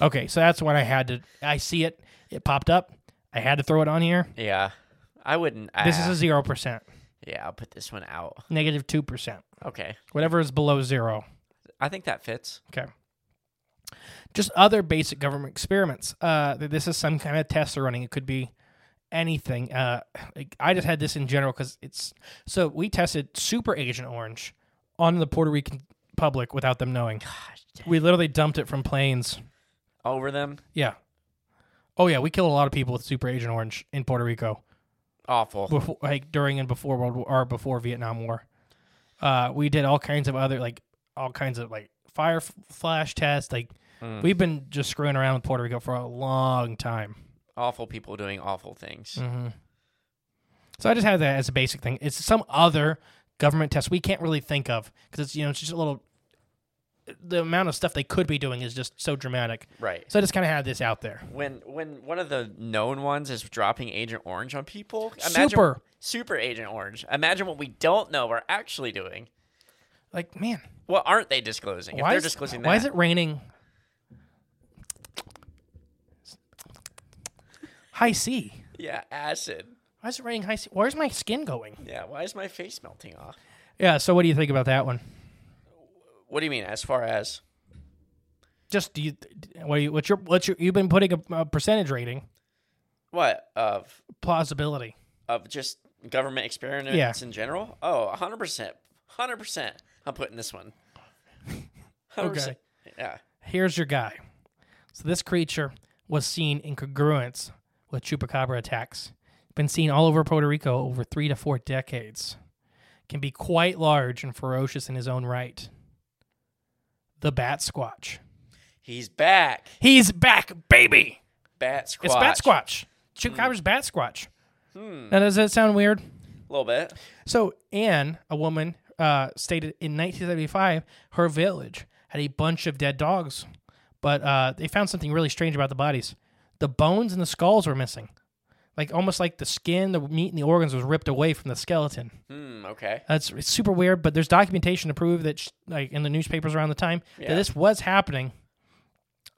[SPEAKER 7] Okay, so that's when I had to. I see it. It popped up. I had to throw it on here.
[SPEAKER 2] Yeah. I wouldn't.
[SPEAKER 7] This is
[SPEAKER 2] ah,
[SPEAKER 7] a zero percent,
[SPEAKER 2] yeah. I'll put this one out.
[SPEAKER 7] negative two percent,
[SPEAKER 2] Okay.
[SPEAKER 7] whatever is below zero.
[SPEAKER 2] I think that fits.
[SPEAKER 7] Okay. Just other basic government experiments. Uh, th- this is some kind of test they're running. It could be anything. Uh, like, I just had this in general because it's so we tested Super Agent Orange on the Puerto Rican public without them knowing. we literally dumped it from planes.
[SPEAKER 2] Over them.
[SPEAKER 7] Yeah. Oh yeah, we killed a lot of people with Super Agent Orange in Puerto Rico
[SPEAKER 2] Awful.
[SPEAKER 7] before, like during and before World War or before Vietnam War. Uh, we did all kinds of other like all kinds of like fire f- flash tests. Like
[SPEAKER 2] Mm.
[SPEAKER 7] we've been just screwing around with Puerto Rico for a long time.
[SPEAKER 2] awful people doing awful things.
[SPEAKER 7] Mm-hmm. So I just have that as a basic thing. It's some other government test we can't really think of because it's you know it's just a little. The amount of stuff they could be doing is just so dramatic.
[SPEAKER 2] Right.
[SPEAKER 7] So I just kind of had this out there.
[SPEAKER 2] When when one of the known ones is dropping Agent Orange on people,
[SPEAKER 7] Super.
[SPEAKER 2] super Agent Orange. Imagine what we don't know are actually doing.
[SPEAKER 7] Like man,
[SPEAKER 2] What aren't they disclosing? if
[SPEAKER 7] why
[SPEAKER 2] they're
[SPEAKER 7] is,
[SPEAKER 2] disclosing
[SPEAKER 7] why is
[SPEAKER 2] that.
[SPEAKER 7] it raining? High C.
[SPEAKER 2] Yeah, acid.
[SPEAKER 7] Why is it raining high C? Where's my skin going?
[SPEAKER 2] Yeah, why is my face melting off?
[SPEAKER 7] Yeah. So what do you think about that one?
[SPEAKER 2] What do you mean? As far as
[SPEAKER 7] Just do you? What do you? What's your? What's your? You've been putting a, a percentage rating
[SPEAKER 2] what of
[SPEAKER 7] plausibility.
[SPEAKER 2] of just government experiments
[SPEAKER 7] Yeah.
[SPEAKER 2] in general? Oh, 100 percent, hundred percent. I'm putting this one. 100%. Yeah.
[SPEAKER 7] Here's your guy. So this creature was seen in congruence with chupacabra attacks. Been seen all over Puerto Rico over three to four decades. Can be quite large and ferocious in his own right. The bat squatch.
[SPEAKER 2] He's back.
[SPEAKER 7] He's back, baby.
[SPEAKER 2] Bat squatch.
[SPEAKER 7] It's bat squatch. Chupacabra's bat squatch. Now does that sound weird?
[SPEAKER 2] A little bit.
[SPEAKER 7] So Anne, a woman, uh, stated in 1975 her village had a bunch of dead dogs, but uh, they found something really strange about the bodies. The bones and the skulls were missing, like almost like the skin, the meat, and the organs was ripped away from the skeleton.
[SPEAKER 2] Hmm. Okay.
[SPEAKER 7] That's it's super weird, but there's documentation to prove that, sh like in the newspapers around the time,
[SPEAKER 2] Yeah.
[SPEAKER 7] that this was happening.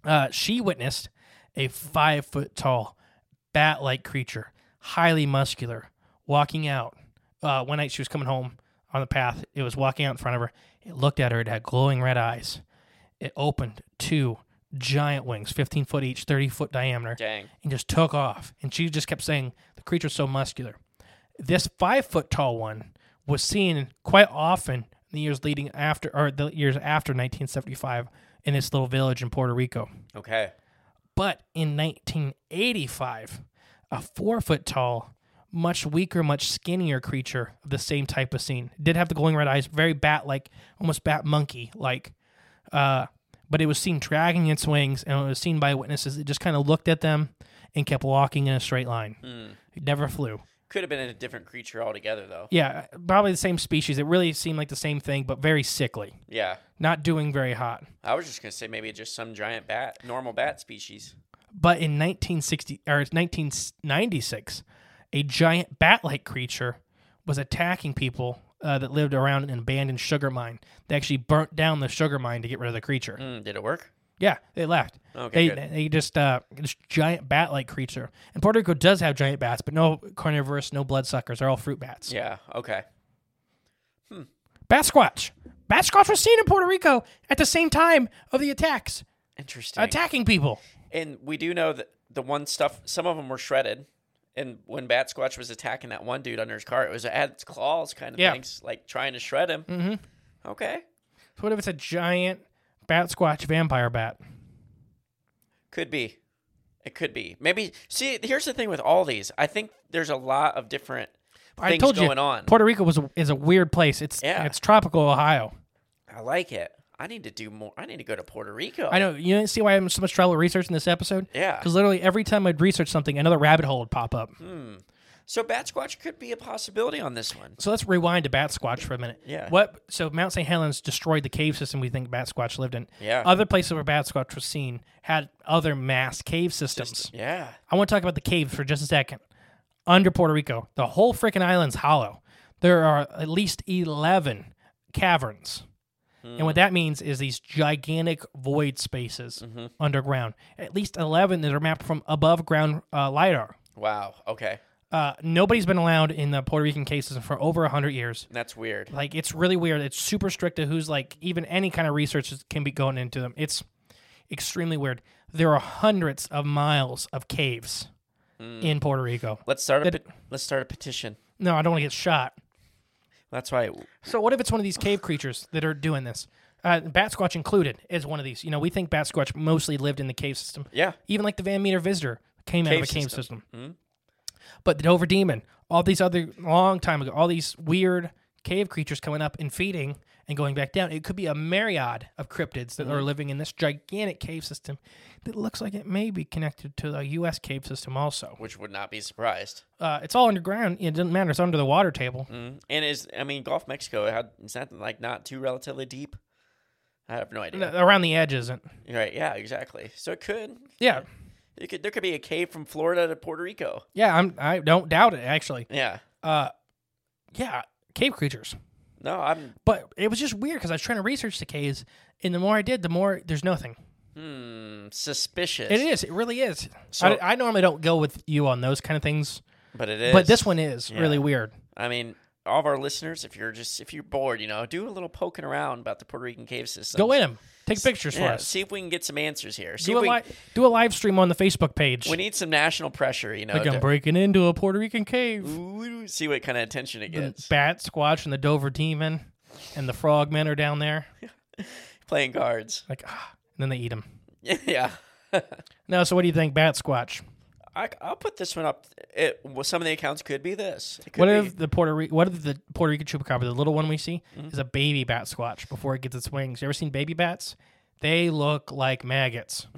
[SPEAKER 7] Uh, she witnessed a five foot tall, bat like creature, highly muscular, walking out. Uh, one night she was coming home on the path. It was walking out in front of her. It looked at her. It had glowing red eyes.
[SPEAKER 1] It opened two giant wings, 15 foot each, 30 foot diameter,
[SPEAKER 2] Dang.
[SPEAKER 1] and just took off. And she just kept saying, The creature's so muscular. This five foot tall one was seen quite often in the years leading after, or the years after 1975 in this little village in Puerto Rico.
[SPEAKER 2] Okay.
[SPEAKER 1] But in 1985, a four foot tall, much weaker, much skinnier creature of the same type of scene did have the glowing red eyes, very bat like, almost bat monkey like. Uh, but it was seen dragging its wings, and it was seen by witnesses. It just kind of looked at them and kept walking in a straight line. It never flew.
[SPEAKER 2] Could have been a different creature altogether, though.
[SPEAKER 1] Yeah, probably the same species. It really seemed like the same thing, but very sickly,
[SPEAKER 2] Yeah.
[SPEAKER 1] not doing very hot.
[SPEAKER 2] I was just gonna say maybe just some giant bat, normal bat species.
[SPEAKER 1] But in 1960 or 1996, a giant bat-like creature was attacking people uh, that lived around an abandoned sugar mine. They actually burnt down the sugar mine to get rid of the creature.
[SPEAKER 2] Mm, did it work?
[SPEAKER 1] Yeah, they left.
[SPEAKER 2] Okay,
[SPEAKER 1] they
[SPEAKER 2] good.
[SPEAKER 1] they just uh, this giant bat-like creature. And Puerto Rico does have giant bats, but no carnivorous, no bloodsuckers. They're all fruit bats.
[SPEAKER 2] Yeah. Okay.
[SPEAKER 1] Bat squatch. Bat squatch was seen in Puerto Rico at the same time of the attacks,
[SPEAKER 2] Interesting.
[SPEAKER 1] attacking people.
[SPEAKER 2] And we do know that the one stuff, some of them were shredded. And when Bat Squatch was attacking that one dude under his car, it was it had its claws kind of
[SPEAKER 1] Yeah.
[SPEAKER 2] things, like trying to shred him.
[SPEAKER 1] Mhm.
[SPEAKER 2] Okay,
[SPEAKER 1] So what if it's a giant bat squatch vampire bat?
[SPEAKER 2] could be, it could be. Maybe. See, here's the thing with all these. I think there's a lot of different
[SPEAKER 1] I
[SPEAKER 2] things
[SPEAKER 1] told
[SPEAKER 2] going
[SPEAKER 1] you,
[SPEAKER 2] on.
[SPEAKER 1] Puerto Rico was a, is a weird place. It's
[SPEAKER 2] Yeah.
[SPEAKER 1] it's tropical Ohio.
[SPEAKER 2] I like it. I need to do more. I need to go to Puerto Rico.
[SPEAKER 1] I know you didn't see why I'm so much trouble researching this episode.
[SPEAKER 2] Yeah.
[SPEAKER 1] because literally every time I'd research something, another rabbit hole would pop up.
[SPEAKER 2] So Bat Squatch could be a possibility on this one.
[SPEAKER 1] So let's rewind to Bat Squatch for a minute.
[SPEAKER 2] Yeah.
[SPEAKER 1] What? So Mount St. Helens destroyed the cave system we think Bat Squatch lived in.
[SPEAKER 2] Yeah.
[SPEAKER 1] Other places where Bat Squatch was seen had other mass cave systems.
[SPEAKER 2] Yeah.
[SPEAKER 1] I want to talk about the caves for just a second. Under Puerto Rico, the whole freaking island's hollow. There are at least 11 caverns. And what that means is these gigantic void spaces
[SPEAKER 2] Mm-hmm.
[SPEAKER 1] underground. At least 11 that are mapped from above ground uh, LIDAR.
[SPEAKER 2] Wow. Okay.
[SPEAKER 1] Uh, nobody's been allowed in the Puerto Rican cases for over 100 years.
[SPEAKER 2] That's weird.
[SPEAKER 1] Like, it's really weird. It's super strict to who's like, even any kind of research is- can be going into them. It's extremely weird. There are hundreds of miles of caves in Puerto Rico.
[SPEAKER 2] Let's start a
[SPEAKER 1] That-
[SPEAKER 2] pe- let's start a petition.
[SPEAKER 1] No, I don't want to get shot.
[SPEAKER 2] That's why.
[SPEAKER 1] So what if it's one of these cave creatures that are doing this? Uh, bat squatch included is one of these. You know, we think bat squatch mostly lived in the cave system.
[SPEAKER 2] Yeah.
[SPEAKER 1] Even like the Van Meter visitor came out of
[SPEAKER 2] Cave
[SPEAKER 1] a cave
[SPEAKER 2] system.
[SPEAKER 1] system. But the Dover demon, all these other long time ago, all these weird cave creatures coming up and feeding and going back down. It could be a myriad of cryptids that are living in this gigantic cave system that looks like it may be connected to the U.S. cave system also.
[SPEAKER 2] Which would not be surprised.
[SPEAKER 1] Uh, it's all underground. It doesn't matter. It's under the water table.
[SPEAKER 2] And is I mean Gulf of Mexico? How, is that like not too relatively deep? I have no idea.
[SPEAKER 1] Around the edge isn't.
[SPEAKER 2] You're Right? Yeah. Exactly. So it could.
[SPEAKER 1] Yeah.
[SPEAKER 2] It could. There could be a cave from Florida to Puerto Rico.
[SPEAKER 1] Yeah, I'm. I don't doubt it. Actually,
[SPEAKER 2] Yeah.
[SPEAKER 1] yeah, cave creatures.
[SPEAKER 2] No, I'm.
[SPEAKER 1] But it was just weird because I was trying to research the caves, and the more I did, the more there's nothing.
[SPEAKER 2] Hmm, suspicious.
[SPEAKER 1] It is. It really is.
[SPEAKER 2] So-
[SPEAKER 1] I, I normally don't go with you on those kind of things,
[SPEAKER 2] But it is.
[SPEAKER 1] but this one is
[SPEAKER 2] Yeah.
[SPEAKER 1] really weird.
[SPEAKER 2] I mean, all of our listeners, if you're just if you're bored, you know, do a little poking around about the Puerto Rican cave system.
[SPEAKER 1] Go in them. Take pictures for
[SPEAKER 2] Yeah,
[SPEAKER 1] us.
[SPEAKER 2] see if we can get some answers here. See
[SPEAKER 1] do a
[SPEAKER 2] if we,
[SPEAKER 1] li- do a live stream on the Facebook page.
[SPEAKER 2] we need some national pressure, you know.
[SPEAKER 1] like
[SPEAKER 2] to-
[SPEAKER 1] I'm breaking into a Puerto Rican cave.
[SPEAKER 2] Ooh, see what kind of attention it
[SPEAKER 1] The
[SPEAKER 2] gets.
[SPEAKER 1] bat squatch and the Dover demon and the frogmen are down there.
[SPEAKER 2] Playing cards.
[SPEAKER 1] Like, ah, and then they eat them.
[SPEAKER 2] yeah.
[SPEAKER 1] No, so what do you think, bat squatch?
[SPEAKER 2] I, I'll put this one up. It, well, some of the accounts could be this. It could
[SPEAKER 1] What
[SPEAKER 2] be. Mm-hmm.
[SPEAKER 1] if the Puerto Ri- what if the Puerto Rican chupacabra, the little one we see, is a baby bat squatch before it gets its wings? You ever seen baby bats? They look like maggots.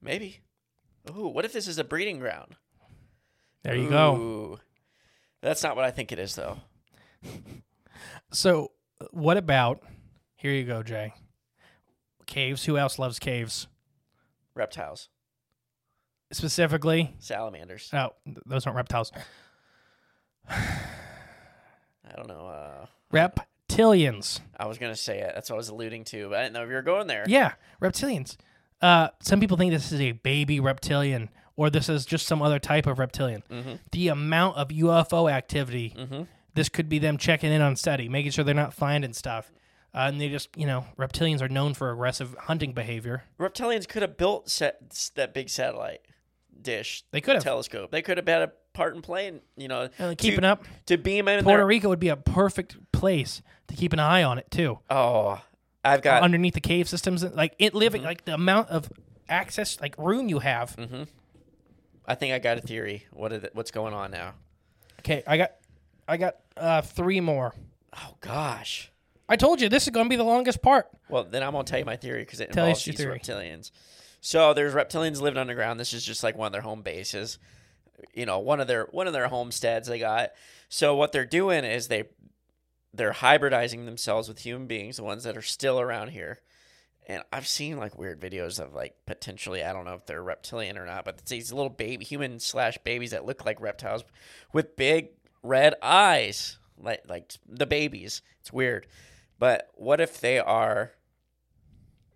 [SPEAKER 2] Maybe. Ooh, what if this is a breeding ground?
[SPEAKER 1] There you go.
[SPEAKER 2] Ooh. That's not what I think it is, though.
[SPEAKER 1] So, what about here? You go, Jay. Caves. Who else loves caves?
[SPEAKER 2] Reptiles,
[SPEAKER 1] Specifically,
[SPEAKER 2] salamanders.
[SPEAKER 1] oh, th- those aren't reptiles.
[SPEAKER 2] I don't know. Uh,
[SPEAKER 1] Reptilians.
[SPEAKER 2] I was gonna say it. That's what I was alluding to, but I didn't know if you were going there.
[SPEAKER 1] Yeah, reptilians. Uh, some people think this is a baby reptilian or this is just some other type of reptilian. The amount of UFO activity, this could be them checking in on SETI, making sure they're not finding stuff. Uh, and they just, you know, reptilians are known for aggressive hunting behavior.
[SPEAKER 2] Reptilians could have built set, s- that big satellite dish.
[SPEAKER 1] They could have.
[SPEAKER 2] telescope. They could have had a part in playing. You know,
[SPEAKER 1] And
[SPEAKER 2] to-
[SPEAKER 1] keeping up.
[SPEAKER 2] to beam in
[SPEAKER 1] Puerto
[SPEAKER 2] there.
[SPEAKER 1] Rico would be a perfect place to keep an eye on it too.
[SPEAKER 2] Oh, I've got
[SPEAKER 1] underneath the cave systems, like it living, like the amount of access, like room you have.
[SPEAKER 2] I think I got a theory. What are the, what's going on now?
[SPEAKER 1] Okay, I got, I got uh, three more.
[SPEAKER 2] Oh gosh.
[SPEAKER 1] I told you this is going to be the longest part.
[SPEAKER 2] Well, then I'm gonna tell you my theory because it
[SPEAKER 1] Tell us
[SPEAKER 2] involves
[SPEAKER 1] your
[SPEAKER 2] these
[SPEAKER 1] theory.
[SPEAKER 2] reptilians. So there's reptilians living underground. This is just like one of their home bases. You know, one of their one of their homesteads they got. So what they're doing is they they're hybridizing themselves with human beings, the ones that are still around here. And I've seen like weird videos of like potentially I don't know if they're reptilian or not, but it's these little baby human slash babies that look like reptiles with big red eyes, like like the babies. It's weird. But what if they are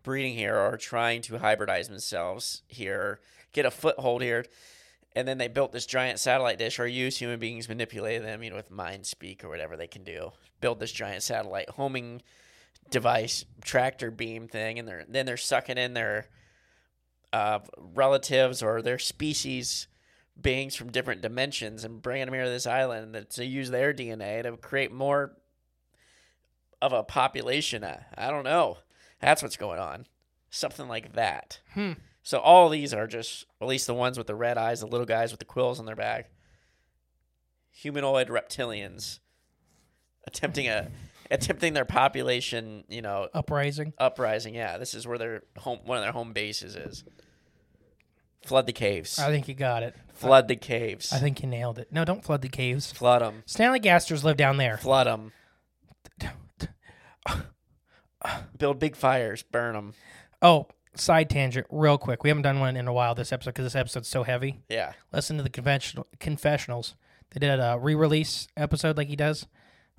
[SPEAKER 2] breeding here or trying to hybridize themselves here, get a foothold here. And then they built this giant satellite dish or use human beings, manipulate them, you know, with mind speak or whatever they can do. Build this giant satellite homing device, tractor beam thing, and they're then they're sucking in their uh, relatives or their species beings from different dimensions and bringing them here to this island that to use their DNA to create more of a population. I, I don't know. That's what's going on. Something like that.
[SPEAKER 1] Hmm.
[SPEAKER 2] So all these are just, at least the ones with the red eyes, the little guys with the quills on their back, humanoid reptilians attempting a attempting their population, you know,
[SPEAKER 1] Uprising.
[SPEAKER 2] uprising. Yeah, this is where their home, one of their home bases is. Flood the caves.
[SPEAKER 1] I think you got it.
[SPEAKER 2] Flood the caves.
[SPEAKER 1] I think you nailed it. No, don't flood the caves.
[SPEAKER 2] Flood them.
[SPEAKER 1] Stanley Gasters live down there.
[SPEAKER 2] Flood them. Build big fires. Burn them.
[SPEAKER 1] Oh, side tangent, real quick. We haven't done one in a while this episode because this episode's so heavy.
[SPEAKER 2] Yeah.
[SPEAKER 1] Listen to the conventional confessionals. They did a re-release episode like he does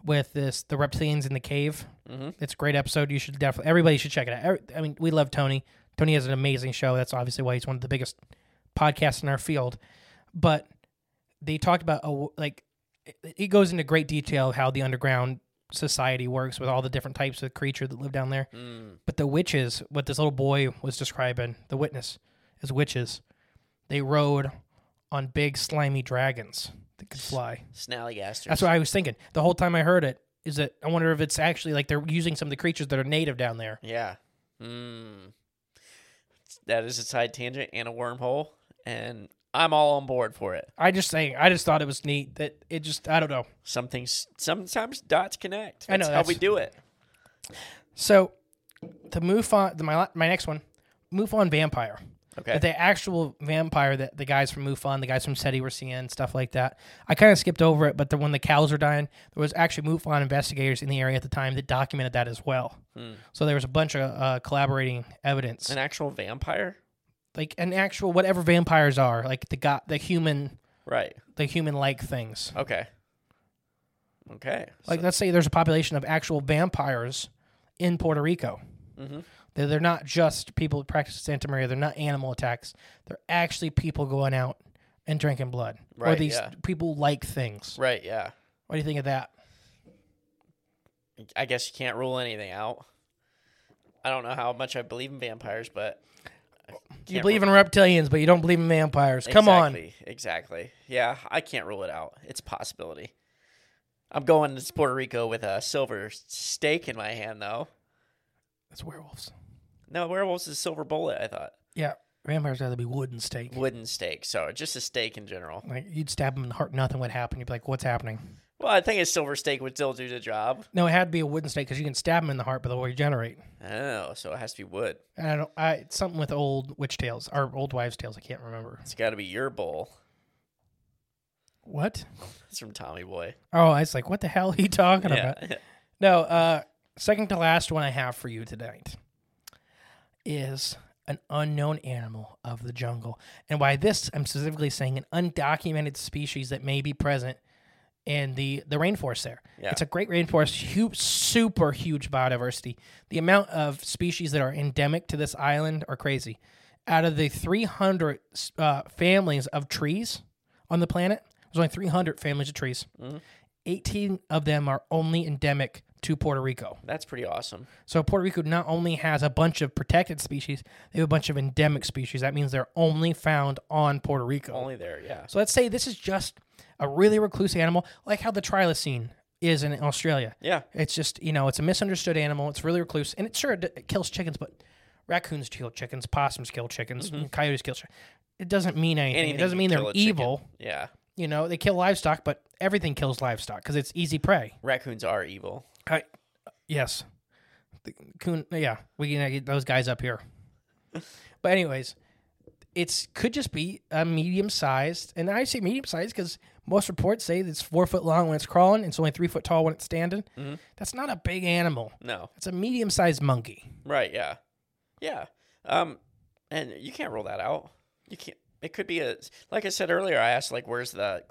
[SPEAKER 1] with this the reptilians in the cave.
[SPEAKER 2] Mhm.
[SPEAKER 1] It's a great episode. You should definitely everybody should check it out. Every- I mean, we love Tony. Tony has an amazing show. That's obviously why he's one of the biggest podcasts in our field. But they talked about a, like it- it goes into great detail how the underground society works with all the different types of creature that live down there. But the witches, what this little boy was describing, the witness, as witches, they rode on big slimy dragons that could fly.
[SPEAKER 2] Snallygasters.
[SPEAKER 1] That's what I was thinking the whole time I heard it. Is that I wonder if it's actually like they're using some of the creatures that are native down there.
[SPEAKER 2] Yeah. Mm. That is a side tangent and a wormhole, and I'm all on board for it.
[SPEAKER 1] I just saying, I just thought it was neat that it just I don't know.
[SPEAKER 2] Some things, sometimes dots connect. That's
[SPEAKER 1] I know,
[SPEAKER 2] how we
[SPEAKER 1] that's-
[SPEAKER 2] do it.
[SPEAKER 1] So the Mufon, the, my la- my next one, Mufon vampire.
[SPEAKER 2] Okay.
[SPEAKER 1] But the actual vampire that the guys from Mufon, the guys from SETI were seeing, stuff like that. I kind of skipped over it, but the, when the cows were dying, there was actually Mufon investigators in the area at the time that documented that as well. So there was a bunch of uh, collaborating evidence,
[SPEAKER 2] An actual vampire?
[SPEAKER 1] like an actual whatever vampires are, like the got the human,
[SPEAKER 2] Right.
[SPEAKER 1] the human like things.
[SPEAKER 2] Okay. Okay.
[SPEAKER 1] Like let's say there's a population of actual vampires in Puerto Rico.
[SPEAKER 2] Mhm.
[SPEAKER 1] They're, they're not just people who practice Santa Maria. They're not animal attacks. They're actually people going out and drinking blood. or
[SPEAKER 2] Right,
[SPEAKER 1] these
[SPEAKER 2] yeah.
[SPEAKER 1] people like things.
[SPEAKER 2] Right, yeah.
[SPEAKER 1] What do you think of that?
[SPEAKER 2] I guess you can't rule anything out. I don't know how much I believe in vampires, but
[SPEAKER 1] you believe in reptilians, but you don't believe in vampires. Come on.
[SPEAKER 2] exactly, Exactly. Yeah, I can't rule it out. It's a possibility. I'm going to Puerto Rico with a silver steak in my hand, though.
[SPEAKER 1] That's werewolves.
[SPEAKER 2] No, werewolves is silver bullet, I thought.
[SPEAKER 1] Yeah. Vampires gotta be wood and steak.
[SPEAKER 2] Wooden steak. So just a steak in general.
[SPEAKER 1] Like you'd stab them in the heart, nothing would happen. You'd be like, "What's happening?"
[SPEAKER 2] Well, I think a silver steak would still do the job.
[SPEAKER 1] No, it had to be a wooden steak because you can stab them in the heart, but they'll regenerate.
[SPEAKER 2] Oh, so it has to be wood.
[SPEAKER 1] And I don't. I it's something with old witch tales or old wives' tales. I can't remember.
[SPEAKER 2] It's got to be your bowl.
[SPEAKER 1] What?
[SPEAKER 2] It's from Tommy Boy.
[SPEAKER 1] Oh, I was like, what the hell are you talking
[SPEAKER 2] Yeah.
[SPEAKER 1] about? No, uh, second to last one I have for you tonight is an unknown animal of the jungle. And by this, I'm specifically saying an undocumented species that may be present in the, the rainforest there.
[SPEAKER 2] Yeah.
[SPEAKER 1] It's a great rainforest, huge, super huge biodiversity. The amount of species that are endemic to this island are crazy. Out of the 300 uh, families of trees on the planet, there's only 300 families of trees. 18 of them are only endemic to Puerto Rico.
[SPEAKER 2] That's pretty awesome.
[SPEAKER 1] So Puerto Rico not only has a bunch of protected species, they have a bunch of endemic species. That means they're only found on Puerto Rico.
[SPEAKER 2] Only there, yeah.
[SPEAKER 1] So let's say this is just a really recluse animal, like how the trilocene is in Australia.
[SPEAKER 2] Yeah.
[SPEAKER 1] It's just, you know, it's a misunderstood animal. It's really recluse. And it sure d- it kills chickens, but raccoons kill chickens, possums kill chickens, coyotes kill chickens. It doesn't mean anything.
[SPEAKER 2] Mm-hmm. Anything
[SPEAKER 1] it doesn't
[SPEAKER 2] can
[SPEAKER 1] mean
[SPEAKER 2] kill
[SPEAKER 1] they're
[SPEAKER 2] a chicken.
[SPEAKER 1] evil.
[SPEAKER 2] Yeah.
[SPEAKER 1] You know, they kill livestock, but everything kills livestock because it's easy prey.
[SPEAKER 2] Raccoons are evil.
[SPEAKER 1] I, yes. The coon, yeah, we can get those guys up here. but anyways, it's could just be a medium sized, and I say medium sized because most reports say that it's four foot long when it's crawling, and it's only three foot tall when it's standing. That's not a big animal.
[SPEAKER 2] No.
[SPEAKER 1] It's a medium sized monkey.
[SPEAKER 2] Right, yeah. Yeah. Um and you can't rule that out. You can't it could be a like I said earlier, I asked like where's the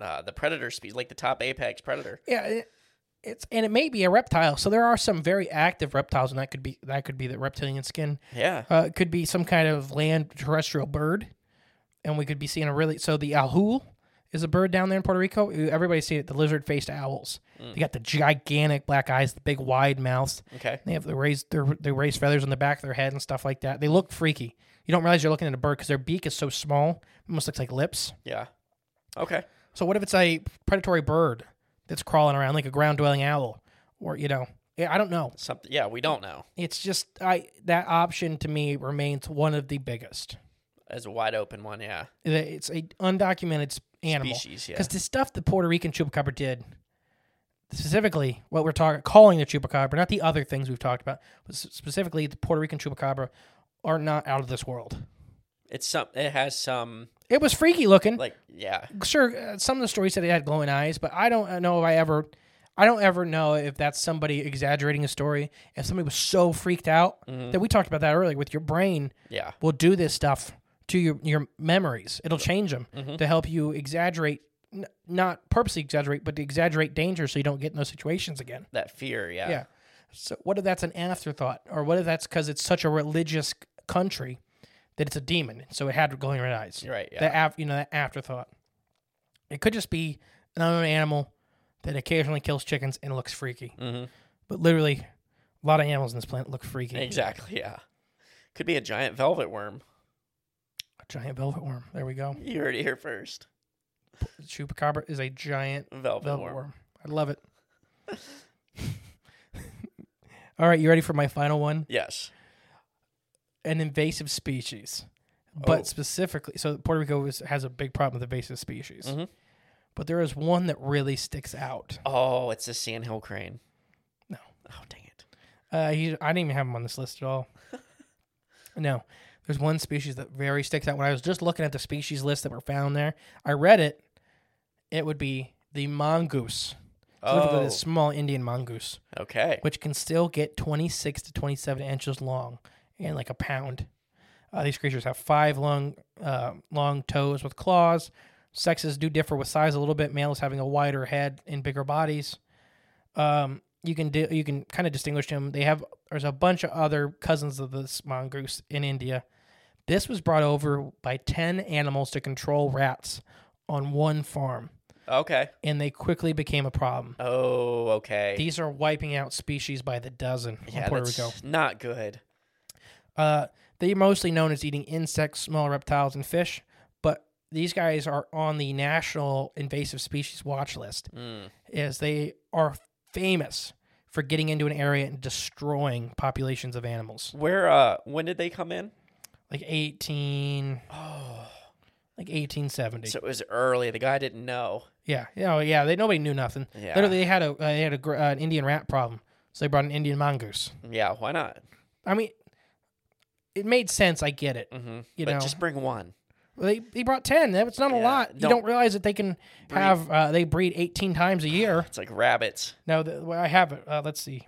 [SPEAKER 2] uh, the predator species, like the top apex predator.
[SPEAKER 1] Yeah, it, it's and it may be a reptile. So there are some very active reptiles, and that could be that could be the reptilian skin.
[SPEAKER 2] Yeah.
[SPEAKER 1] Uh, it could be some kind of land terrestrial bird, and we could be seeing a really so the alhul is a bird down there in Puerto Rico. Everybody's seen it. The lizard faced owls. They got the gigantic black eyes, the big wide mouths.
[SPEAKER 2] Okay.
[SPEAKER 1] They have the raised their they raised feathers on the back of their head and stuff like that. They look freaky. You don't realize you're looking at a bird because their beak is so small, it almost looks like lips.
[SPEAKER 2] Yeah. Okay.
[SPEAKER 1] So what if it's a predatory bird that's crawling around like a ground dwelling owl, or you know, yeah, I don't know.
[SPEAKER 2] Something yeah, we don't know.
[SPEAKER 1] It's just I that option to me remains one of the biggest.
[SPEAKER 2] As a wide open one, yeah.
[SPEAKER 1] that it's a undocumented sp- animal
[SPEAKER 2] Species, yeah.
[SPEAKER 1] because the stuff the Puerto Rican chupacabra did, specifically what we're talking calling the chupacabra, not the other things we've talked about, but s- specifically the Puerto Rican chupacabra, are not out of this world.
[SPEAKER 2] It's some it has some
[SPEAKER 1] It was freaky looking.
[SPEAKER 2] like yeah.
[SPEAKER 1] sure, uh, some of the stories said it had glowing eyes, but I don't uh, know if I ever. I don't ever know if that's somebody exaggerating a story. If somebody was so freaked out
[SPEAKER 2] Mm-hmm.
[SPEAKER 1] that we talked about that earlier with your brain,
[SPEAKER 2] Yeah.
[SPEAKER 1] will do this stuff to your your memories. It'll change them
[SPEAKER 2] Mm-hmm.
[SPEAKER 1] to help you exaggerate, n- not purposely exaggerate, but to exaggerate danger so you don't get in those situations again.
[SPEAKER 2] That fear, yeah.
[SPEAKER 1] Yeah. So what if that's an afterthought, or what if that's because it's such a religious c- country that it's a demon, so it had glowing red eyes.
[SPEAKER 2] Right, yeah.
[SPEAKER 1] That af- you know that afterthought. It could just be an unknown animal that occasionally kills chickens and looks freaky. Mm-hmm. But literally, a lot of animals on this planet look freaky.
[SPEAKER 2] Exactly, yeah. Could be a giant velvet worm.
[SPEAKER 1] A giant velvet worm. There we go.
[SPEAKER 2] You heard it here first.
[SPEAKER 1] Chupacabra is a giant
[SPEAKER 2] Velvet,
[SPEAKER 1] velvet
[SPEAKER 2] worm.
[SPEAKER 1] worm. I love it. All right, you ready for my final one?
[SPEAKER 2] Yes.
[SPEAKER 1] An invasive species, but
[SPEAKER 2] Oh.
[SPEAKER 1] specifically, so Puerto Rico is, has a big problem with invasive species.
[SPEAKER 2] Mm-hmm.
[SPEAKER 1] But there is one that really sticks out.
[SPEAKER 2] Oh, it's a sandhill crane.
[SPEAKER 1] No.
[SPEAKER 2] Oh, dang it.
[SPEAKER 1] Uh, he, I didn't even have him on this list at all. no, there's one species that very sticks out. When I was just looking at the species list that were found there, I read it. It would be the mongoose. Specifically,
[SPEAKER 2] Oh.
[SPEAKER 1] the small Indian mongoose.
[SPEAKER 2] Okay.
[SPEAKER 1] which can still get 26 to 27 inches long and like a pound. Uh, these creatures have five long, uh, long toes with claws. Sexes do differ with size a little bit. Males having a wider head and bigger bodies. Um, you can di- you can kind of distinguish them. They have there's a bunch of other cousins of this mongoose in India. This was brought over by ten animals to control rats on one farm,
[SPEAKER 2] Okay.
[SPEAKER 1] and they quickly became a problem.
[SPEAKER 2] Oh, okay.
[SPEAKER 1] These are wiping out species by the dozen in
[SPEAKER 2] yeah,
[SPEAKER 1] Puerto
[SPEAKER 2] that's
[SPEAKER 1] Rico.
[SPEAKER 2] not good.
[SPEAKER 1] Uh, they're mostly known as eating insects, small reptiles, and fish, but these guys are on the National Invasive Species Watch List,
[SPEAKER 2] Mm.
[SPEAKER 1] as they are famous for getting into an area and destroying populations of animals.
[SPEAKER 2] Where uh when did they come in?
[SPEAKER 1] Like eighteen, like eighteen seventy.
[SPEAKER 2] Oh. So it was early. The guy didn't know.
[SPEAKER 1] yeah, yeah, oh, yeah. They nobody knew nothing.
[SPEAKER 2] Yeah.
[SPEAKER 1] Literally, they had a they had a, gr- uh, an Indian rat problem, so they brought an Indian mongoose.
[SPEAKER 2] Yeah, why not?
[SPEAKER 1] I mean, it made sense. I get it.
[SPEAKER 2] Mm.
[SPEAKER 1] You
[SPEAKER 2] but
[SPEAKER 1] know,
[SPEAKER 2] just bring one.
[SPEAKER 1] Well, They they brought ten. That's not a
[SPEAKER 2] Yeah,
[SPEAKER 1] lot. you
[SPEAKER 2] don't-
[SPEAKER 1] don't realize that they can have uh, they breed eighteen times a year.
[SPEAKER 2] It's like rabbits
[SPEAKER 1] No, the, well, I have it. Uh, let's see.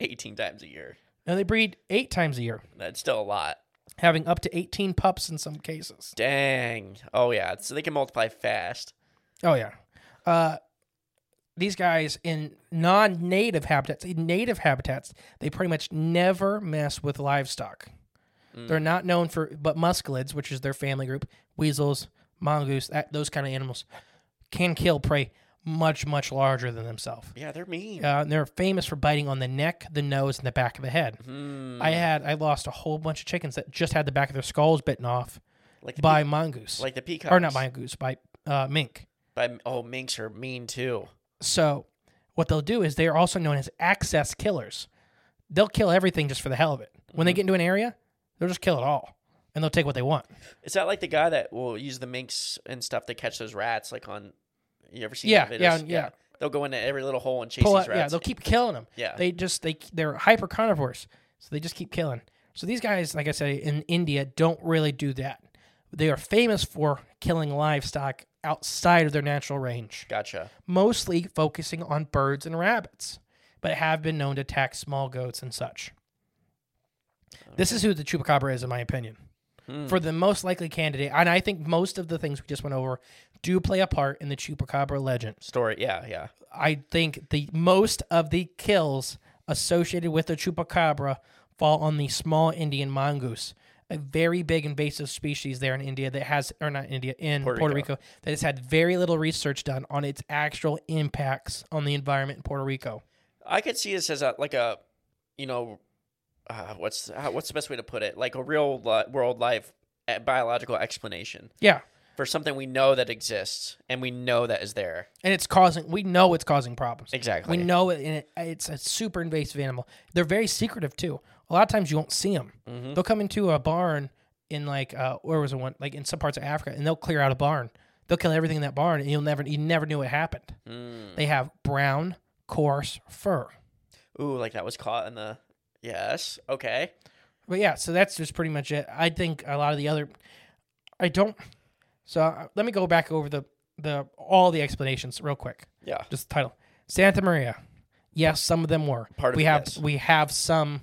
[SPEAKER 2] 18 times a year.
[SPEAKER 1] No, they breed eight times a year,
[SPEAKER 2] That's still a lot.
[SPEAKER 1] having up to eighteen pups in some cases.
[SPEAKER 2] Dang. Oh yeah. So they can multiply fast.
[SPEAKER 1] Oh yeah, uh, these guys in non-native habitats, in native habitats, they pretty much never mess with livestock. They're not known for, but muscelids, which is their family group, weasels, mongoose, that, those kind of animals, can kill prey.
[SPEAKER 7] much, much larger than themselves.
[SPEAKER 2] Yeah, they're mean.
[SPEAKER 7] Uh, and they're famous for biting on the neck, the nose, and the back of the head. I had I lost a whole bunch of chickens that just had the back of their skulls bitten off
[SPEAKER 2] Like the
[SPEAKER 7] by
[SPEAKER 2] pe-
[SPEAKER 7] mongoose,
[SPEAKER 2] like the
[SPEAKER 7] or not
[SPEAKER 2] peacocks.
[SPEAKER 7] by mongoose, by uh, mink.
[SPEAKER 2] But oh, minks are mean too.
[SPEAKER 7] So what they'll do is they are also known as access killers. They'll kill everything just for the hell of it. When
[SPEAKER 2] Mm-hmm.
[SPEAKER 7] they get into an area, they'll just kill it all, and they'll take what they want.
[SPEAKER 2] Is that like the guy that will use the minks and stuff to catch those rats? Like on, you ever seen?
[SPEAKER 7] Yeah,
[SPEAKER 2] that videos?
[SPEAKER 7] yeah, yeah.
[SPEAKER 2] They'll go into every little hole and chase
[SPEAKER 7] pull
[SPEAKER 2] these
[SPEAKER 7] out-
[SPEAKER 2] rats.
[SPEAKER 7] Yeah, they'll keep killing them.
[SPEAKER 2] Yeah.
[SPEAKER 7] they just they they're hyper carnivores, so they just keep killing. So these guys, like I say, in India, don't really do that. They are famous for killing livestock outside of their natural range,
[SPEAKER 2] Gotcha.
[SPEAKER 7] mostly focusing on birds and rabbits, but have been known to attack small goats and such. This is who the chupacabra is, in my opinion. For the most likely candidate, and I think most of the things we just went over do play a part in the chupacabra legend.
[SPEAKER 2] Story. Yeah, yeah.
[SPEAKER 7] I think the most of the kills associated with the chupacabra fall on the small Indian mongoose, a very big invasive species there in India that has, or not India, in Puerto,
[SPEAKER 2] Puerto
[SPEAKER 7] Rico.
[SPEAKER 2] Rico.
[SPEAKER 7] that has had very little research done on its actual impacts on the environment in Puerto Rico.
[SPEAKER 2] I could see this as a like a, you know, uh, what's how, what's the best way to put it? Like a real li- world life uh, biological explanation
[SPEAKER 7] Yeah.
[SPEAKER 2] for something we know that exists and we know that is there.
[SPEAKER 7] And it's causing, we know it's causing problems.
[SPEAKER 2] Exactly.
[SPEAKER 7] We know it, and it, it's a super invasive animal. They're very secretive too. A lot of times you won't see them. They'll come into a barn in like uh, where was it one like in some parts of Africa, and they'll clear out a barn. They'll kill everything in that barn, and you'll never you never knew it happened. They have brown coarse fur.
[SPEAKER 2] Ooh, like that was caught in the. Yes. Okay.
[SPEAKER 7] But yeah, so that's just pretty much it. I think a lot of the other, I don't. So uh, let me go back over the the all the explanations real quick.
[SPEAKER 2] Yeah.
[SPEAKER 7] Just the title Santa Maria. Yes, some of them were.
[SPEAKER 2] Part of
[SPEAKER 7] we
[SPEAKER 2] it,
[SPEAKER 7] have
[SPEAKER 2] yes.
[SPEAKER 7] we have some